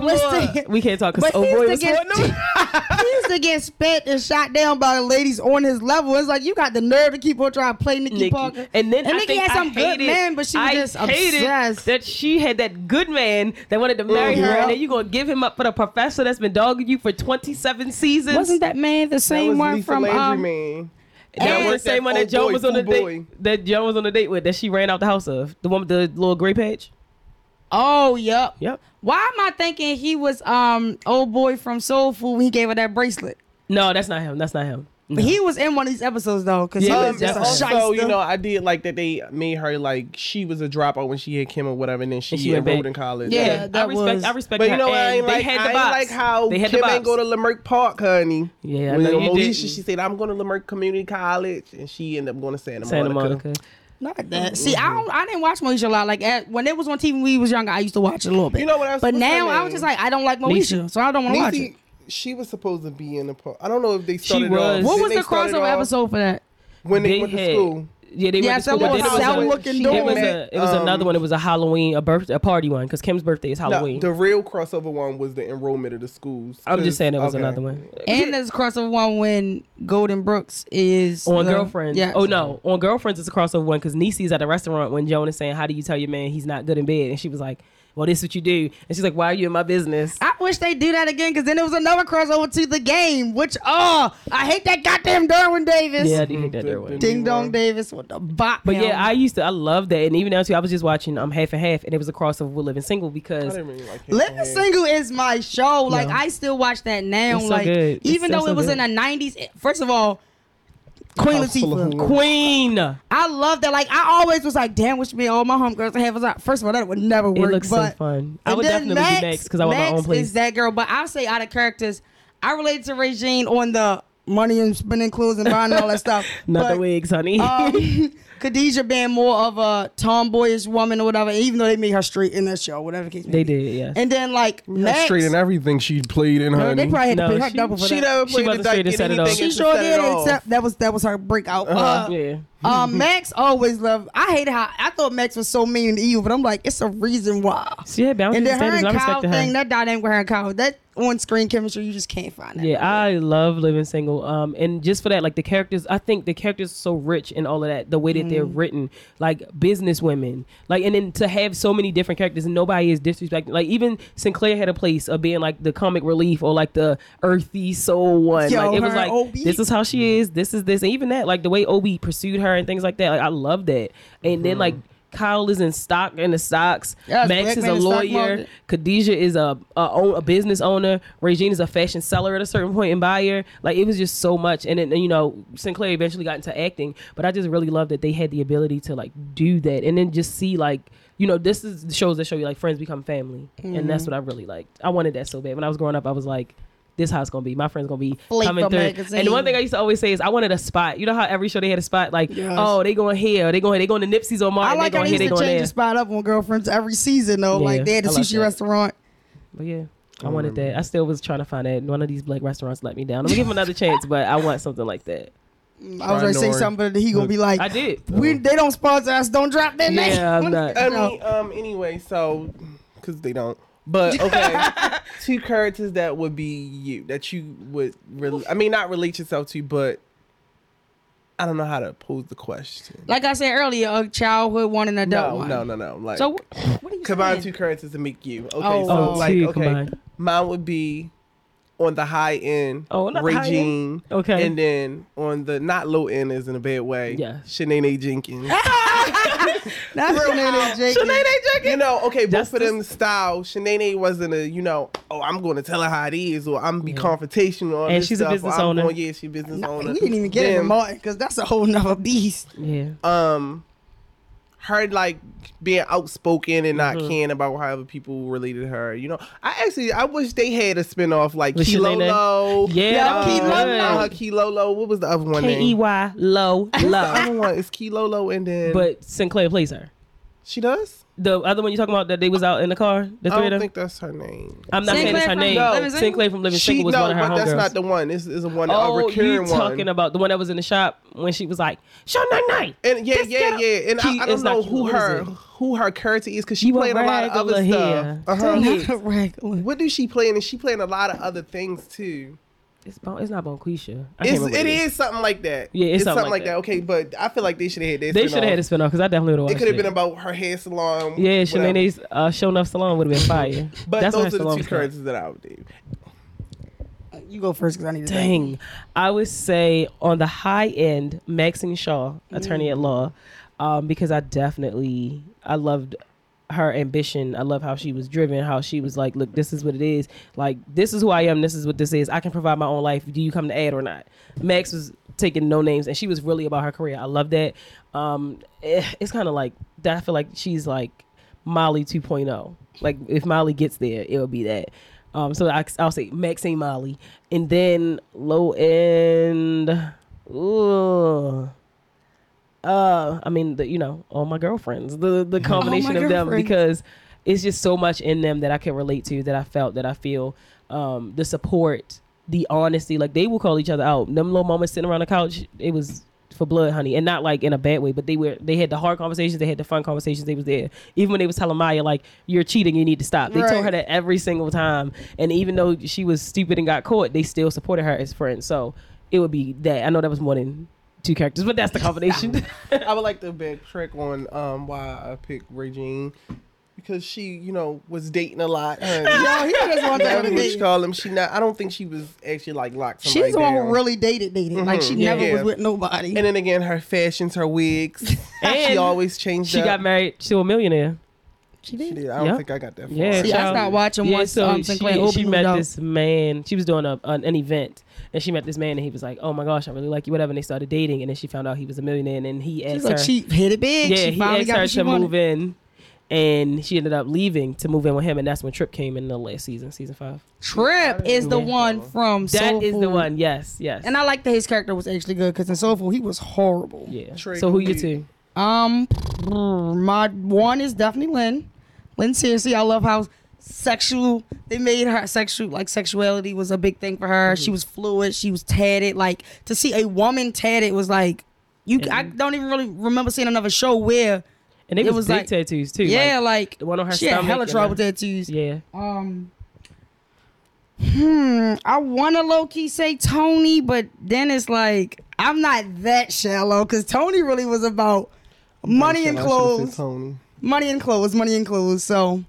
[SPEAKER 4] twisted.
[SPEAKER 2] little- we can't talk because
[SPEAKER 4] But here's
[SPEAKER 2] O'Roy
[SPEAKER 4] the
[SPEAKER 2] was
[SPEAKER 4] good
[SPEAKER 2] snorting
[SPEAKER 1] no.
[SPEAKER 4] he used to get spit and shot down by the ladies on his level. It's like you got the nerve to keep on trying to play Nikki,
[SPEAKER 2] Nikki.
[SPEAKER 4] Parker.
[SPEAKER 2] And then
[SPEAKER 4] and
[SPEAKER 2] I
[SPEAKER 4] Nikki
[SPEAKER 2] think
[SPEAKER 4] had
[SPEAKER 2] I
[SPEAKER 4] some
[SPEAKER 2] hated,
[SPEAKER 4] good men, but she was
[SPEAKER 2] I
[SPEAKER 4] just
[SPEAKER 2] hated
[SPEAKER 4] obsessed.
[SPEAKER 2] that she had that good man that wanted
[SPEAKER 1] Mm-hmm.
[SPEAKER 2] to marry her,
[SPEAKER 4] Yeah.
[SPEAKER 2] and then you gonna give him up for the professor that's been dogging you for twenty seven seasons.
[SPEAKER 4] Wasn't that man the
[SPEAKER 1] That
[SPEAKER 4] same
[SPEAKER 1] was
[SPEAKER 4] one
[SPEAKER 1] Lisa
[SPEAKER 4] from
[SPEAKER 1] Landry,
[SPEAKER 4] um,
[SPEAKER 1] man.
[SPEAKER 2] That
[SPEAKER 4] And-
[SPEAKER 2] was the same one that
[SPEAKER 1] Old
[SPEAKER 2] Joe
[SPEAKER 1] boy,
[SPEAKER 2] was on the
[SPEAKER 1] fool
[SPEAKER 2] date
[SPEAKER 1] boy.
[SPEAKER 2] that Joe was on the date with that she ran out the house of the one with the little gray patch.
[SPEAKER 4] Oh, yep.
[SPEAKER 2] Yep.
[SPEAKER 4] Why am I thinking he was um old boy from Soul Food when he gave her that bracelet?
[SPEAKER 2] No, that's not him. That's not him. No.
[SPEAKER 4] He was in one of these episodes though, because
[SPEAKER 2] Yeah,
[SPEAKER 4] he
[SPEAKER 1] Um,
[SPEAKER 4] was
[SPEAKER 1] and
[SPEAKER 4] just a
[SPEAKER 1] also,
[SPEAKER 4] shyster.
[SPEAKER 1] you know, I did like that they made her like she was a dropout when she had Kim or whatever, and then she,
[SPEAKER 2] And she went
[SPEAKER 1] enrolled
[SPEAKER 2] back.
[SPEAKER 1] in college.
[SPEAKER 4] Yeah.
[SPEAKER 2] I
[SPEAKER 4] that
[SPEAKER 2] respect.
[SPEAKER 4] was-
[SPEAKER 2] I respect.
[SPEAKER 1] But
[SPEAKER 2] her.
[SPEAKER 1] you know, I
[SPEAKER 2] And
[SPEAKER 1] ain't
[SPEAKER 2] they
[SPEAKER 1] like,
[SPEAKER 2] had the
[SPEAKER 1] I ain't
[SPEAKER 2] box.
[SPEAKER 1] like how
[SPEAKER 2] they had
[SPEAKER 1] Kim
[SPEAKER 2] the box.
[SPEAKER 1] ain't go to Lemurk Park, honey.
[SPEAKER 2] Yeah, I
[SPEAKER 1] when
[SPEAKER 2] know you
[SPEAKER 1] Moesha,
[SPEAKER 2] didn't.
[SPEAKER 1] she said, "I'm going to Lemurk Community College," and she ended up going to Santa,
[SPEAKER 2] Santa
[SPEAKER 1] Monica.
[SPEAKER 2] Monica.
[SPEAKER 4] Not that. See, I don't. I didn't watch Moesha a lot. Like at, when it was on TV, when we was younger. I used to watch it a little bit.
[SPEAKER 1] You know what I was-
[SPEAKER 4] But
[SPEAKER 1] what's her
[SPEAKER 4] now I
[SPEAKER 1] name?
[SPEAKER 4] was just like, I don't like Moesha,
[SPEAKER 2] Niecy.
[SPEAKER 4] so I don't want to watch
[SPEAKER 1] Niecy,
[SPEAKER 4] it.
[SPEAKER 1] she was supposed to be in the part. I don't know if they started
[SPEAKER 2] was.
[SPEAKER 1] off.
[SPEAKER 4] What
[SPEAKER 1] did
[SPEAKER 4] was
[SPEAKER 1] they
[SPEAKER 4] the
[SPEAKER 1] start it
[SPEAKER 4] crossover
[SPEAKER 1] off
[SPEAKER 4] episode for that?
[SPEAKER 1] when they, went to
[SPEAKER 2] had-
[SPEAKER 1] school?
[SPEAKER 2] Yeah, they
[SPEAKER 4] Yeah,
[SPEAKER 2] went to school.
[SPEAKER 4] that
[SPEAKER 2] but
[SPEAKER 1] was
[SPEAKER 2] then it was
[SPEAKER 1] sound
[SPEAKER 2] a-
[SPEAKER 4] looking
[SPEAKER 2] she- It was
[SPEAKER 1] door.
[SPEAKER 2] a, it was
[SPEAKER 1] Um,
[SPEAKER 2] another one. It was a Halloween, a birth, a party one, because Kim's birthday is Halloween.
[SPEAKER 1] No, the real crossover one was the enrollment of the schools.
[SPEAKER 2] I'm
[SPEAKER 1] 'cause-
[SPEAKER 2] just saying it was
[SPEAKER 1] okay.
[SPEAKER 2] another one.
[SPEAKER 4] And there's a crossover one when Golden Brooks is
[SPEAKER 2] On
[SPEAKER 4] the-
[SPEAKER 2] girlfriends,
[SPEAKER 4] Yeah.
[SPEAKER 2] oh no, on girlfriends it's a crossover one because Niecy's at a restaurant when Joan is saying, "How do you tell your man he's not good in bed?" And she was like, "Well, this is what you do." And she's like, "Why are you in my business?"
[SPEAKER 4] I wish they do that again because then it was another crossover to the game, which oh, I hate that goddamn Darwin Davis.
[SPEAKER 2] yeah, I do hate that there was.
[SPEAKER 4] Ding Dong Davis with the bop.
[SPEAKER 2] But yeah,
[SPEAKER 4] him.
[SPEAKER 2] I used to. I love that, and even now too, I was just watching um half and half, and it was a crossover with Living Single
[SPEAKER 1] I
[SPEAKER 2] because
[SPEAKER 1] didn't really like it.
[SPEAKER 4] Living Single is my show. Like
[SPEAKER 2] No.
[SPEAKER 4] I still watch that now.
[SPEAKER 2] It's so
[SPEAKER 4] like
[SPEAKER 2] good. It's
[SPEAKER 4] even
[SPEAKER 2] so,
[SPEAKER 4] though
[SPEAKER 2] so
[SPEAKER 4] it was
[SPEAKER 2] good.
[SPEAKER 4] in the nineties. eh, First of all, Queen
[SPEAKER 1] House full of
[SPEAKER 4] Latifah.
[SPEAKER 1] whores.
[SPEAKER 2] Queen. It
[SPEAKER 4] I love that. Like I always was like, damn, wish me all my homegirls to have us out. First of all, that would never work.
[SPEAKER 2] looks so
[SPEAKER 4] but
[SPEAKER 2] fun. I
[SPEAKER 4] And
[SPEAKER 2] would
[SPEAKER 4] then
[SPEAKER 2] definitely be Max because I want my
[SPEAKER 4] Max
[SPEAKER 2] own place.
[SPEAKER 4] Is that girl? But I'll say out of characters, I relate to Regine on the money and spending clothes and buying and all that stuff.
[SPEAKER 2] Not
[SPEAKER 4] but,
[SPEAKER 2] the wigs, honey.
[SPEAKER 4] Um, Khadijah being more of a tomboyish woman or whatever, even though they made her straight in that show, whatever the case. may
[SPEAKER 2] they
[SPEAKER 4] be.
[SPEAKER 2] did, yeah.
[SPEAKER 4] And then like Max,
[SPEAKER 1] Straight in everything she played in,
[SPEAKER 4] no,
[SPEAKER 1] honey.
[SPEAKER 4] they probably had
[SPEAKER 2] No,
[SPEAKER 4] to pay her
[SPEAKER 2] she-
[SPEAKER 4] double for
[SPEAKER 1] she
[SPEAKER 4] that.
[SPEAKER 1] never
[SPEAKER 2] She
[SPEAKER 1] played
[SPEAKER 2] wasn't
[SPEAKER 1] the
[SPEAKER 2] straight to set it off.
[SPEAKER 4] She sure did, except that was that was her breakout. uh
[SPEAKER 2] yeah.
[SPEAKER 4] uh, Max always loved. I hated how I thought Max was so mean to you, but I'm like, it's a reason why.
[SPEAKER 2] She had boundaries
[SPEAKER 4] And
[SPEAKER 2] and,
[SPEAKER 4] then her
[SPEAKER 2] standards.
[SPEAKER 4] and
[SPEAKER 2] and I
[SPEAKER 4] Kyle
[SPEAKER 2] respected her.
[SPEAKER 4] thing, that dynamic with her and Kyle, that on screen chemistry, you just can't find that.
[SPEAKER 2] yeah, I love living single. Um, and just for that, like the characters, I think the characters are so rich and all of that. The way that
[SPEAKER 4] Mm-hmm.
[SPEAKER 2] they're written, like business women, like, and then to have so many different characters, and nobody is disrespected. Like even Sinclair had a place of being like the comic relief or like the earthy soul one.
[SPEAKER 4] Yo,
[SPEAKER 2] like it was
[SPEAKER 4] her
[SPEAKER 2] like
[SPEAKER 4] Obi.
[SPEAKER 2] this is how she is. This is this, and even that, like the way Obi pursued her and things like that. Like I love that. And then like. Kyle is in stock in the stocks.
[SPEAKER 4] Mm-hmm. Yes, black
[SPEAKER 2] Max is
[SPEAKER 4] man
[SPEAKER 2] a
[SPEAKER 4] in stock
[SPEAKER 2] lawyer.
[SPEAKER 4] market.
[SPEAKER 2] Khadijah is a a, own, a business owner. Regine is a fashion seller at a certain point and buyer. Like it was just so much, and then and, you know Sinclair eventually got into acting. But I just really love that they had the ability to like do that, and then just see like you know this is the shows that show you like friends become family, and that's
[SPEAKER 4] Mm-hmm.
[SPEAKER 2] what I really liked. I wanted that so bad when I was growing up. I was like. This how it's gonna be. My friend's gonna be
[SPEAKER 4] Flavor
[SPEAKER 2] coming through. And
[SPEAKER 4] magazine.
[SPEAKER 2] the one thing I used to always say is I wanted a spot. You know how every show they had a spot, like
[SPEAKER 4] Yes.
[SPEAKER 2] oh they going here, they going they going to Nipsey's on Martin,
[SPEAKER 4] I like
[SPEAKER 2] they
[SPEAKER 4] how
[SPEAKER 2] going
[SPEAKER 4] they
[SPEAKER 2] here,
[SPEAKER 4] used
[SPEAKER 2] they
[SPEAKER 4] to
[SPEAKER 2] going
[SPEAKER 4] change
[SPEAKER 2] there.
[SPEAKER 4] the spot up on girlfriends every season though.
[SPEAKER 2] Yeah,
[SPEAKER 4] like they had the
[SPEAKER 2] I like
[SPEAKER 4] sushi
[SPEAKER 2] that.
[SPEAKER 4] restaurant.
[SPEAKER 2] But yeah, I wanted that. I still was trying to find that. One of these black restaurants let me down. I'm gonna give them another chance, but I want something like that.
[SPEAKER 4] I was gonna say
[SPEAKER 1] Nori.
[SPEAKER 4] something, but he gonna be like,
[SPEAKER 2] I did.
[SPEAKER 4] "We they don't sponsor us. Don't drop their name."
[SPEAKER 2] Yeah, I'm not.
[SPEAKER 1] I
[SPEAKER 4] No.
[SPEAKER 1] mean, um, anyway, so because they don't. But okay, two characters that would be you that you would really. I mean, not relate yourself to, but I don't know how to pose the question.
[SPEAKER 4] Like I said earlier, a childhood one and adult
[SPEAKER 1] No,
[SPEAKER 4] one.
[SPEAKER 1] no, no, no. Like
[SPEAKER 4] So wh- what are you
[SPEAKER 1] combine
[SPEAKER 4] saying?
[SPEAKER 1] two characters to make you. Okay,
[SPEAKER 4] Oh.
[SPEAKER 1] so
[SPEAKER 4] Oh,
[SPEAKER 1] like
[SPEAKER 2] two
[SPEAKER 1] okay,
[SPEAKER 2] combined.
[SPEAKER 1] mine would be on the high end.
[SPEAKER 2] Oh, not the high end.
[SPEAKER 1] Regine.
[SPEAKER 2] Okay.
[SPEAKER 1] and then on the not low end is in a bad way.
[SPEAKER 2] Yeah.
[SPEAKER 1] Shanae Jenkins.
[SPEAKER 4] That's Shanae Jenkins.
[SPEAKER 1] You know, okay, both
[SPEAKER 2] That's
[SPEAKER 1] for them style. Shanae wasn't a, you know, oh, I'm going to tell her how it is, or I'm be
[SPEAKER 2] Yeah.
[SPEAKER 1] confrontational. on
[SPEAKER 2] And
[SPEAKER 1] this
[SPEAKER 2] she's a
[SPEAKER 1] stuff, or
[SPEAKER 2] business
[SPEAKER 1] I'm
[SPEAKER 2] owner.
[SPEAKER 1] Going, yeah, she's a business
[SPEAKER 4] Nah,
[SPEAKER 1] owner.
[SPEAKER 4] we didn't even get into
[SPEAKER 1] Them,
[SPEAKER 4] Martin because that's a whole nother beast.
[SPEAKER 2] Yeah.
[SPEAKER 1] Um, her like being outspoken and
[SPEAKER 2] Mm-hmm.
[SPEAKER 1] not caring about how other people related to her. You know, I actually I wish they had a spinoff like
[SPEAKER 2] With Shanae?
[SPEAKER 1] Kilolo.
[SPEAKER 2] Yeah,
[SPEAKER 1] uh,
[SPEAKER 4] that was good.
[SPEAKER 1] uh, Kilolo. What was the other one?
[SPEAKER 2] K E
[SPEAKER 1] name?
[SPEAKER 2] Y low
[SPEAKER 1] The
[SPEAKER 2] low.
[SPEAKER 1] other one is Kilolo, and then
[SPEAKER 2] But Sinclair plays her.
[SPEAKER 1] She does?
[SPEAKER 2] The other one you talking about that they was out in the car, the
[SPEAKER 1] I
[SPEAKER 2] three
[SPEAKER 1] don't
[SPEAKER 2] of them.
[SPEAKER 1] think that's her name.
[SPEAKER 2] I'm not saying it's her
[SPEAKER 4] Sinclair from
[SPEAKER 2] name.
[SPEAKER 1] No.
[SPEAKER 4] Living
[SPEAKER 2] Sinclair from Living
[SPEAKER 1] She
[SPEAKER 2] Single was
[SPEAKER 1] no,
[SPEAKER 2] one of her
[SPEAKER 1] but that's
[SPEAKER 2] homegirls.
[SPEAKER 1] not the one. This is a one that a
[SPEAKER 2] Oh, you
[SPEAKER 1] recurring one.
[SPEAKER 2] talking about the one that was in the shop when she was like, "Show night night."
[SPEAKER 1] And yeah,
[SPEAKER 2] Just
[SPEAKER 1] yeah,
[SPEAKER 2] get
[SPEAKER 1] yeah.
[SPEAKER 2] up.
[SPEAKER 1] And
[SPEAKER 2] She
[SPEAKER 1] I, I don't
[SPEAKER 2] is not
[SPEAKER 1] know
[SPEAKER 2] cute.
[SPEAKER 1] who
[SPEAKER 2] What is
[SPEAKER 1] her
[SPEAKER 2] it?
[SPEAKER 1] who her character is because she
[SPEAKER 2] You a
[SPEAKER 1] playing a lot of other
[SPEAKER 2] regular
[SPEAKER 1] stuff.
[SPEAKER 2] here.
[SPEAKER 1] Uh-huh.
[SPEAKER 2] Dang it.
[SPEAKER 4] Not regular.
[SPEAKER 1] What do she playing? And she playing a lot of other things too.
[SPEAKER 2] It's, bon- it's not Bonquisha. I
[SPEAKER 1] It's,
[SPEAKER 2] can't remember
[SPEAKER 1] it
[SPEAKER 2] what
[SPEAKER 1] is something like that.
[SPEAKER 2] Yeah, it's something like that.
[SPEAKER 1] Okay, but I feel like they should have had that.
[SPEAKER 2] They should have had a
[SPEAKER 1] spin-off.
[SPEAKER 2] spin off because I definitely would have watched
[SPEAKER 1] It could have been about her hair salon.
[SPEAKER 2] Yeah,
[SPEAKER 1] whatever.
[SPEAKER 2] Shanae's uh, Show Enough Salon would have been fire.
[SPEAKER 1] But
[SPEAKER 2] That's
[SPEAKER 1] those
[SPEAKER 2] what her
[SPEAKER 1] are the
[SPEAKER 2] salon
[SPEAKER 1] two
[SPEAKER 2] was called.
[SPEAKER 1] characters that I would do.
[SPEAKER 4] You go first because I need to
[SPEAKER 2] Dang.
[SPEAKER 4] think.
[SPEAKER 2] I would say on the high end, Maxine Shaw, attorney
[SPEAKER 1] Mm.
[SPEAKER 2] at law, um, because I definitely I loved her ambition. I love how she was driven, how she was like, look, this is what it is. Like, this is who I am. This is what this is. I can provide my own life. Do you come to add or not? Max was taking no names and she was really about her career. I love that. Um, eh, it's kind of like that. I feel like she's like Molly 2.0. Like if Molly gets there, it'll be that. Um, so I, I'll say Maxine Molly, and then low end. Ooh. Uh, I mean, the, you know, all my girlfriends, the the combination of them
[SPEAKER 4] girlfriends.
[SPEAKER 2] because it's just so much in them that I can relate to, that I felt, that I feel, um, the support, the honesty, like they will call each other out. Them little moments sitting around the couch, it was for blood, honey, and not like in a bad way, but they were they had the hard conversations, they had the fun conversations, they was there. Even when they was telling Maya like you're cheating, you need to stop. They
[SPEAKER 4] Right.
[SPEAKER 2] told her that every single time, and even though she was stupid and got caught, they still supported her as friends. So it would be that. I know that was more than two characters, but that's the combination.
[SPEAKER 1] I would like to backtrack on um, why I picked Regine because she, you know, was dating a lot. Her,
[SPEAKER 4] Yo, he just wants
[SPEAKER 1] whatever
[SPEAKER 4] to
[SPEAKER 1] you
[SPEAKER 4] date.
[SPEAKER 1] call him, she not. I don't think she was actually like locked.
[SPEAKER 4] She's
[SPEAKER 1] Somebody
[SPEAKER 4] the one who
[SPEAKER 1] down.
[SPEAKER 4] really dated, dated. Like
[SPEAKER 2] Mm-hmm.
[SPEAKER 4] she
[SPEAKER 1] Mhm.
[SPEAKER 4] never
[SPEAKER 1] Yeah.
[SPEAKER 4] was with nobody.
[SPEAKER 1] And then again, her fashions, her wigs, she
[SPEAKER 2] And
[SPEAKER 1] always changed.
[SPEAKER 2] she
[SPEAKER 1] up.
[SPEAKER 2] got married to a millionaire.
[SPEAKER 4] she
[SPEAKER 1] She
[SPEAKER 4] did.
[SPEAKER 1] did. I don't
[SPEAKER 2] Yep.
[SPEAKER 1] think I got that. Far.
[SPEAKER 2] Yeah,
[SPEAKER 4] See, I
[SPEAKER 2] child.
[SPEAKER 4] stopped watching
[SPEAKER 2] Yeah,
[SPEAKER 4] once
[SPEAKER 2] so
[SPEAKER 4] um,
[SPEAKER 2] she,
[SPEAKER 4] Sinclair Obi
[SPEAKER 2] she
[SPEAKER 4] moved
[SPEAKER 2] met
[SPEAKER 4] out.
[SPEAKER 2] this man. She was doing a, an, an event, and she met this man, and he was like, "Oh my gosh, I really like you," whatever. And they started dating, and then she found out he was a millionaire, and then he asked
[SPEAKER 4] She's
[SPEAKER 2] her,
[SPEAKER 4] like, she hit it big.
[SPEAKER 2] yeah,
[SPEAKER 4] she
[SPEAKER 2] he
[SPEAKER 4] finally
[SPEAKER 2] asked
[SPEAKER 4] got
[SPEAKER 2] her
[SPEAKER 4] what she
[SPEAKER 2] to
[SPEAKER 4] wanted.
[SPEAKER 2] move in, and she ended up leaving to move in with him, and that's when Trip came in the last season, season five.
[SPEAKER 4] Trip is the
[SPEAKER 2] Yeah.
[SPEAKER 4] one from
[SPEAKER 2] That is
[SPEAKER 4] Soul
[SPEAKER 2] the
[SPEAKER 4] Food.
[SPEAKER 2] one. Yes, yes.
[SPEAKER 4] And I like that his character was actually good because in Soulful he was horrible.
[SPEAKER 2] yeah.
[SPEAKER 1] Trey,
[SPEAKER 2] so who
[SPEAKER 1] who
[SPEAKER 2] you
[SPEAKER 1] you-
[SPEAKER 2] two?
[SPEAKER 4] Um, my one is definitely Lynn. Lynn, seriously, I love how sexual they made her sexual like sexuality was a big thing for her.
[SPEAKER 2] Mm-hmm.
[SPEAKER 4] She was fluid. She was tatted. Like to see a woman tatted was like you. I
[SPEAKER 2] Mm-hmm.
[SPEAKER 4] don't even really remember seeing another show where
[SPEAKER 2] And they
[SPEAKER 4] It
[SPEAKER 2] was,
[SPEAKER 4] was
[SPEAKER 2] big
[SPEAKER 4] like-
[SPEAKER 2] tattoos too.
[SPEAKER 4] yeah,
[SPEAKER 2] like,
[SPEAKER 4] like,
[SPEAKER 2] the one on her
[SPEAKER 4] she had
[SPEAKER 2] stomach.
[SPEAKER 4] hella
[SPEAKER 2] and
[SPEAKER 4] trouble
[SPEAKER 2] her-
[SPEAKER 4] tattoos.
[SPEAKER 2] Yeah.
[SPEAKER 4] Um. Hmm. I want to low key say Tony, but then it's like I'm not that shallow because Tony really was about money and
[SPEAKER 1] I should've said
[SPEAKER 4] clothes,
[SPEAKER 1] Tony.
[SPEAKER 4] money and clothes, money and clothes. So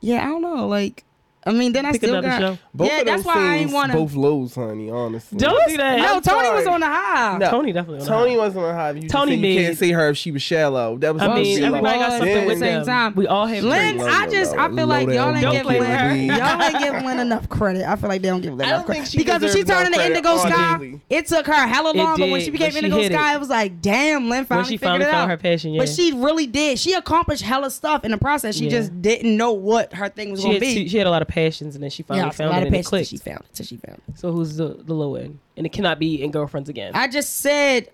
[SPEAKER 4] yeah, I don't know. Like, I mean, then I
[SPEAKER 2] Pick
[SPEAKER 4] still
[SPEAKER 2] another
[SPEAKER 4] got
[SPEAKER 2] show.
[SPEAKER 1] Both
[SPEAKER 4] yeah.
[SPEAKER 1] of
[SPEAKER 4] That's
[SPEAKER 1] those
[SPEAKER 4] why I ain't
[SPEAKER 1] scenes,
[SPEAKER 4] want to.
[SPEAKER 1] both lows, honey. Honestly,
[SPEAKER 2] Don't do that.
[SPEAKER 4] No,
[SPEAKER 1] I'm
[SPEAKER 4] Tony was
[SPEAKER 1] sorry.
[SPEAKER 4] on the high.
[SPEAKER 1] No.
[SPEAKER 2] Tony definitely.
[SPEAKER 1] Tony wasn't on high. You just
[SPEAKER 2] Tony
[SPEAKER 1] said you can't
[SPEAKER 2] mid.
[SPEAKER 1] see her if she was shallow. That was
[SPEAKER 2] I
[SPEAKER 1] supposed to
[SPEAKER 2] mean,
[SPEAKER 1] be low.
[SPEAKER 2] everybody got
[SPEAKER 4] was
[SPEAKER 2] something
[SPEAKER 1] at
[SPEAKER 2] with
[SPEAKER 1] the
[SPEAKER 2] them.
[SPEAKER 4] same time.
[SPEAKER 2] We all have.
[SPEAKER 4] Lynn,
[SPEAKER 2] traits.
[SPEAKER 1] low,
[SPEAKER 4] I
[SPEAKER 1] low,
[SPEAKER 4] just
[SPEAKER 1] low,
[SPEAKER 4] I feel
[SPEAKER 1] low
[SPEAKER 4] like y'all
[SPEAKER 1] down,
[SPEAKER 4] ain't
[SPEAKER 2] low
[SPEAKER 4] giving
[SPEAKER 2] key.
[SPEAKER 4] Lynn, y'all ain't giving Lynn enough credit. I feel like they don't give Lynn
[SPEAKER 1] I
[SPEAKER 4] enough
[SPEAKER 1] don't
[SPEAKER 4] credit
[SPEAKER 1] think she
[SPEAKER 4] because when she
[SPEAKER 1] deserves no
[SPEAKER 4] turned into
[SPEAKER 1] credit,
[SPEAKER 4] Indigo Sky,
[SPEAKER 1] honestly.
[SPEAKER 4] it took her hella
[SPEAKER 2] It
[SPEAKER 4] long. but when
[SPEAKER 2] did,
[SPEAKER 4] she became
[SPEAKER 2] but she
[SPEAKER 4] Indigo
[SPEAKER 2] hit
[SPEAKER 4] Sky,
[SPEAKER 2] it.
[SPEAKER 4] it. was like, damn, Lynn finally
[SPEAKER 2] when she
[SPEAKER 4] figured
[SPEAKER 2] finally
[SPEAKER 4] it out.
[SPEAKER 2] found her passion, yeah.
[SPEAKER 4] But she really did. She accomplished hella stuff in the process. She
[SPEAKER 2] Yeah.
[SPEAKER 4] just didn't know what her thing was
[SPEAKER 2] she
[SPEAKER 4] going to
[SPEAKER 2] had,
[SPEAKER 4] be.
[SPEAKER 2] two, she had a lot of passions, and then she finally
[SPEAKER 4] yeah, a
[SPEAKER 2] found
[SPEAKER 4] lot
[SPEAKER 2] it
[SPEAKER 4] of
[SPEAKER 2] and it
[SPEAKER 4] patience till
[SPEAKER 2] clicked.
[SPEAKER 4] she found it. Till she found it.
[SPEAKER 2] So who's the, the low end? And it cannot be in girlfriends again.
[SPEAKER 4] I just said,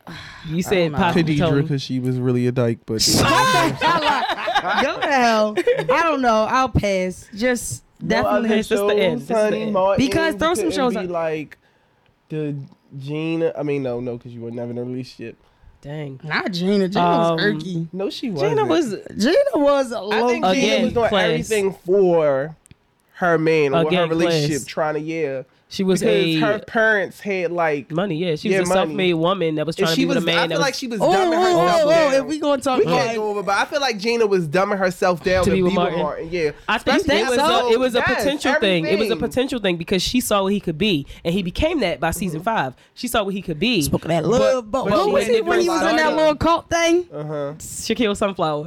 [SPEAKER 2] you said
[SPEAKER 4] know.
[SPEAKER 2] possibly
[SPEAKER 1] Khadijah,
[SPEAKER 2] Tony.
[SPEAKER 1] because she was really a dyke, but
[SPEAKER 4] go to hell. I don't know. I'll pass. Just definitely.
[SPEAKER 2] This is the end. This is the
[SPEAKER 1] Sonny
[SPEAKER 2] end.
[SPEAKER 1] Martin,
[SPEAKER 4] Because throw
[SPEAKER 1] you
[SPEAKER 4] some
[SPEAKER 1] couldn't
[SPEAKER 4] shows
[SPEAKER 1] be
[SPEAKER 4] out.
[SPEAKER 1] like the Gina. I mean, no, no, because you were never in a relationship.
[SPEAKER 2] Dang.
[SPEAKER 4] Not Gina. Gina was
[SPEAKER 2] Um,
[SPEAKER 4] irky.
[SPEAKER 1] No, she wasn't.
[SPEAKER 2] Gina was
[SPEAKER 4] Gina was a
[SPEAKER 1] I
[SPEAKER 4] low.
[SPEAKER 1] think Gina
[SPEAKER 2] Again,
[SPEAKER 1] was doing
[SPEAKER 2] class.
[SPEAKER 1] everything for her man or her
[SPEAKER 2] Again,
[SPEAKER 1] relationship,
[SPEAKER 2] class.
[SPEAKER 1] trying to yeah.
[SPEAKER 2] she was
[SPEAKER 1] Because
[SPEAKER 2] a
[SPEAKER 1] her parents had like,
[SPEAKER 2] money. Yeah, she was
[SPEAKER 1] Yeah,
[SPEAKER 2] a
[SPEAKER 1] money.
[SPEAKER 2] self-made woman that was
[SPEAKER 1] and
[SPEAKER 2] trying
[SPEAKER 1] she
[SPEAKER 2] to be
[SPEAKER 1] was.
[SPEAKER 2] with a man.
[SPEAKER 1] I
[SPEAKER 2] that
[SPEAKER 1] feel
[SPEAKER 2] was,
[SPEAKER 1] like she was
[SPEAKER 4] Oh,
[SPEAKER 1] dumbing herself
[SPEAKER 4] oh, oh,
[SPEAKER 1] down.
[SPEAKER 4] oh, if we gonna talk
[SPEAKER 1] we
[SPEAKER 4] about
[SPEAKER 1] can't go over, but I feel like Gina was dumbing herself down to, be with Martin. Yeah,
[SPEAKER 2] I think
[SPEAKER 1] Especially
[SPEAKER 2] it was
[SPEAKER 1] episode-
[SPEAKER 2] a, it was a
[SPEAKER 1] yes,
[SPEAKER 2] potential thing. It was a
[SPEAKER 1] everything.
[SPEAKER 2] potential thing because she saw what he could be, and he became that by season five. She saw what he could be.
[SPEAKER 4] Mm-hmm. Spoke of that love, but,
[SPEAKER 2] but
[SPEAKER 4] what
[SPEAKER 2] she
[SPEAKER 4] was
[SPEAKER 2] had
[SPEAKER 4] he
[SPEAKER 2] to
[SPEAKER 4] when
[SPEAKER 2] do
[SPEAKER 4] he
[SPEAKER 2] a
[SPEAKER 4] was
[SPEAKER 2] lot
[SPEAKER 4] in that
[SPEAKER 2] of-
[SPEAKER 4] little cult thing?
[SPEAKER 2] Uh,
[SPEAKER 1] uh-huh.
[SPEAKER 2] Shaquille Sunflower.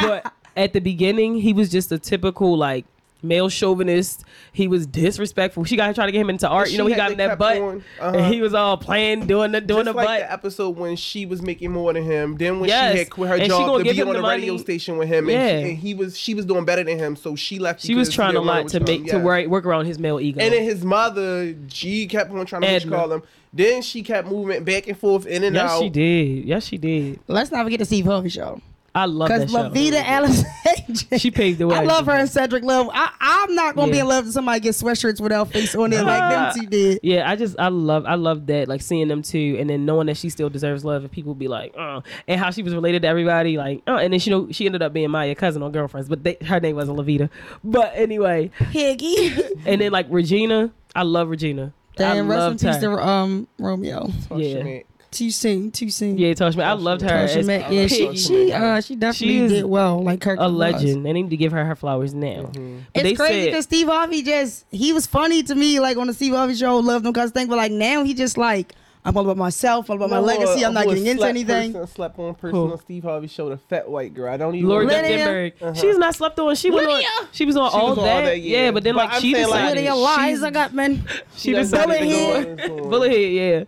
[SPEAKER 2] but at the beginning, he was just a typical like male chauvinist. He was disrespectful. She got to try to get him into art. You know,
[SPEAKER 1] she had
[SPEAKER 2] he got
[SPEAKER 1] to
[SPEAKER 2] in that
[SPEAKER 1] kept
[SPEAKER 2] butt,
[SPEAKER 1] going. Uh-huh.
[SPEAKER 2] and he was all playing, doing the doing
[SPEAKER 1] Just
[SPEAKER 2] the
[SPEAKER 1] like
[SPEAKER 2] butt.
[SPEAKER 1] the episode when she was making more than him, then when
[SPEAKER 2] Yes.
[SPEAKER 1] she had quit her
[SPEAKER 2] And she gonna
[SPEAKER 1] job to
[SPEAKER 2] give
[SPEAKER 1] be
[SPEAKER 2] him
[SPEAKER 1] on
[SPEAKER 2] the
[SPEAKER 1] the radio
[SPEAKER 2] money.
[SPEAKER 1] station with him, and,
[SPEAKER 2] Yeah.
[SPEAKER 1] she, and he was she was doing better than him, so she left.
[SPEAKER 2] she was
[SPEAKER 1] because
[SPEAKER 2] trying to
[SPEAKER 1] didn't wanna
[SPEAKER 2] lie to
[SPEAKER 1] return-
[SPEAKER 2] make to
[SPEAKER 1] yeah.
[SPEAKER 2] work work around his male ego.
[SPEAKER 1] And then his mother, G, kept on trying to what you
[SPEAKER 2] Edna.
[SPEAKER 1] call him. Then she kept moving back and forth in and
[SPEAKER 2] yes,
[SPEAKER 1] out.
[SPEAKER 2] she did. Yes, she did.
[SPEAKER 4] Let's not forget the Steve Harvey show.
[SPEAKER 2] I love that
[SPEAKER 4] Because
[SPEAKER 2] show.
[SPEAKER 4] Lavita Alexander.
[SPEAKER 2] She paved the way.
[SPEAKER 4] I love her and Cedric Love. I, I'm not gonna be
[SPEAKER 2] Yeah.
[SPEAKER 4] in love if somebody gets sweatshirts with our face on it like them two did.
[SPEAKER 2] Yeah, I just I love I love that like seeing them too, and then knowing that she still deserves love, and people be like, oh, and how she was related to everybody, like, oh, and then she know she ended up being Maya cousin or girlfriends, but they, her name wasn't Lavita. But anyway,
[SPEAKER 4] Piggy.
[SPEAKER 2] and then like Regina, I love Regina. I
[SPEAKER 4] Damn, rest in
[SPEAKER 2] loved
[SPEAKER 4] peace
[SPEAKER 2] her.
[SPEAKER 4] to um Romeo.
[SPEAKER 2] Yeah.
[SPEAKER 4] Too soon, too soon.
[SPEAKER 2] Yeah, Tosh Man, I loved her.
[SPEAKER 4] Tasha
[SPEAKER 2] as
[SPEAKER 4] Mack, yeah, she
[SPEAKER 1] Tasha
[SPEAKER 4] she
[SPEAKER 1] Mack.
[SPEAKER 4] uh she definitely
[SPEAKER 2] is
[SPEAKER 4] did well, like Kirk.
[SPEAKER 2] a
[SPEAKER 4] was.
[SPEAKER 2] legend. They need to give her her flowers now.
[SPEAKER 1] Mm-hmm.
[SPEAKER 2] But
[SPEAKER 4] It's
[SPEAKER 2] they
[SPEAKER 4] crazy
[SPEAKER 2] said-
[SPEAKER 4] because Steve Harvey just he was funny to me, like on the Steve Harvey show, loved him because thing, but like now he just like I'm all about myself, all about my legacy, I'm not getting into anything.
[SPEAKER 1] Person, slept on person
[SPEAKER 2] Who?
[SPEAKER 1] on Steve Harvey showed a fat white girl. I don't even.
[SPEAKER 2] Lori
[SPEAKER 4] Lydia.
[SPEAKER 2] Dungenberg. She's not slept on. She went on.
[SPEAKER 4] Lydia.
[SPEAKER 2] She was on,
[SPEAKER 1] Uh-huh. She
[SPEAKER 2] all,
[SPEAKER 1] was on all
[SPEAKER 2] that.
[SPEAKER 1] that,
[SPEAKER 2] yeah.
[SPEAKER 1] yeah.
[SPEAKER 2] but then
[SPEAKER 1] But
[SPEAKER 2] like
[SPEAKER 1] I'm
[SPEAKER 2] she
[SPEAKER 1] saying, like,
[SPEAKER 2] decided.
[SPEAKER 1] Lydia
[SPEAKER 4] Lydia Liza Gutman.
[SPEAKER 2] she
[SPEAKER 1] She
[SPEAKER 2] decided to
[SPEAKER 1] doesn't
[SPEAKER 2] go.
[SPEAKER 1] even know what's going on.
[SPEAKER 2] Bullethead, yeah.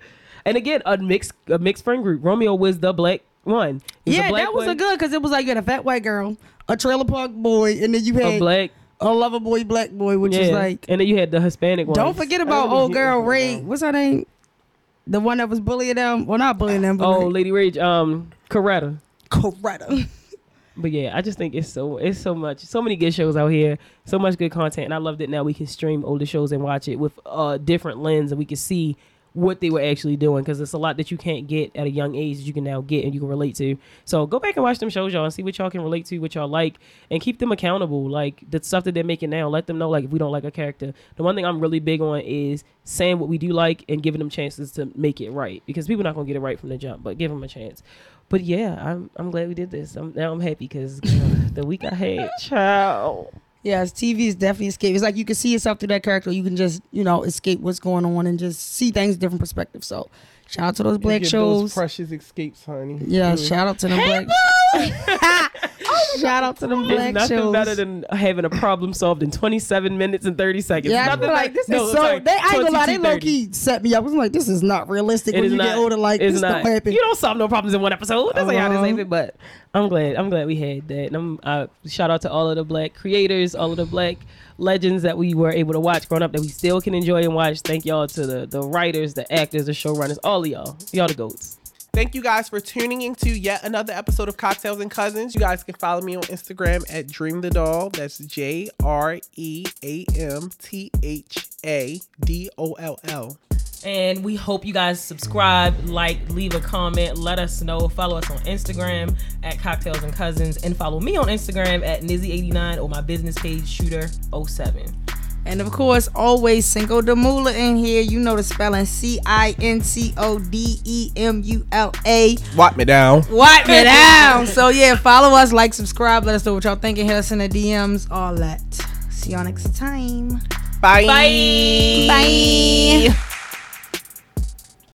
[SPEAKER 2] And again, a mixed a mixed friend group. Romeo was the black one. He
[SPEAKER 4] Yeah,
[SPEAKER 2] a black
[SPEAKER 4] that was a
[SPEAKER 2] one,
[SPEAKER 4] good because it was like you had a fat white girl, a trailer park boy, and then you
[SPEAKER 2] a
[SPEAKER 4] had a,
[SPEAKER 2] black.
[SPEAKER 4] lover boy black boy, which
[SPEAKER 2] Yeah.
[SPEAKER 4] is like
[SPEAKER 2] and then you had the Hispanic one.
[SPEAKER 4] don't forget about
[SPEAKER 1] Everybody
[SPEAKER 4] old
[SPEAKER 1] here
[SPEAKER 4] girl
[SPEAKER 1] is
[SPEAKER 4] Ray.
[SPEAKER 1] around.
[SPEAKER 4] What's her name? The one that was bullying them. Well, not bullying them, but
[SPEAKER 2] Oh,
[SPEAKER 4] like,
[SPEAKER 2] Lady Rage, um, Coretta.
[SPEAKER 4] Coretta.
[SPEAKER 2] But yeah, I just think it's so it's so much so many good shows out here, so much good content, and I love that now we can stream older shows and watch it with a different lens, and we can see what they were actually doing because it's a lot that you can't get at a young age that you can now get and you can relate to. So go back and watch them shows, y'all, and see what y'all can relate to, what y'all like, and keep them accountable. Like the stuff that they're making now, let them know like if we don't like a character. The one thing I'm really big on is saying what we do like and giving them chances to make it right because people not gonna get it right from the jump, but give them a chance. But yeah, I'm I'm glad we did this. I'm, now I'm happy because the week I had, child.
[SPEAKER 4] Yes, TV is definitely escape. It's like you can see yourself through that character. You can just, you know, escape what's going on and just see things different perspective. So, shout out to those black
[SPEAKER 1] Get
[SPEAKER 4] shows.
[SPEAKER 1] Those precious escapes, honey.
[SPEAKER 4] yeah, shout out to them black. shout out to them
[SPEAKER 2] There's
[SPEAKER 4] black
[SPEAKER 2] nothing
[SPEAKER 4] shows.
[SPEAKER 2] better than having a problem solved in 27 minutes and 30 seconds.
[SPEAKER 4] yeah, I
[SPEAKER 2] nothing
[SPEAKER 4] feel like this
[SPEAKER 2] no,
[SPEAKER 4] is
[SPEAKER 2] I'm
[SPEAKER 4] so.
[SPEAKER 2] sorry,
[SPEAKER 4] They I ain't gonna lie, they
[SPEAKER 2] 22,
[SPEAKER 4] low
[SPEAKER 2] 30.
[SPEAKER 4] key set me up. I was like, this is not realistic
[SPEAKER 2] It
[SPEAKER 4] when
[SPEAKER 2] is
[SPEAKER 4] you get
[SPEAKER 2] not-
[SPEAKER 4] older. Like,
[SPEAKER 2] it's
[SPEAKER 4] this
[SPEAKER 2] not.
[SPEAKER 4] don't happen.
[SPEAKER 2] You don't solve no problems in one episode. That's how
[SPEAKER 4] Uh-huh.
[SPEAKER 2] they save it. But I'm glad. I'm glad we had that. And I'm uh, shout out to all of the black creators, all of the black legends that we were able to watch growing up that we still can enjoy and watch. Thank y'all to the the writers, the actors, the showrunners, all of y'all. Y'all the goats.
[SPEAKER 1] Thank you guys for tuning into yet another episode of Cocktails and Cousins. You guys can follow me on Instagram at Dream the Doll. That's J R E A M T H A D O L L.
[SPEAKER 2] And we hope you guys subscribe, like, leave a comment, let us know. Follow us on Instagram at Cocktails and Cousins, and follow me on Instagram at Nizzy89 or my business page Shooter07.
[SPEAKER 4] And of course, always Cinco de Mula in here. You know the spelling C I N C O D E M U L A.
[SPEAKER 1] Wipe me down.
[SPEAKER 4] Wipe me down. So yeah, follow us, like, subscribe, let us know what y'all thinking. Hit us in the DMs, all that. See y'all next time.
[SPEAKER 1] Bye.
[SPEAKER 2] Bye.
[SPEAKER 4] Bye.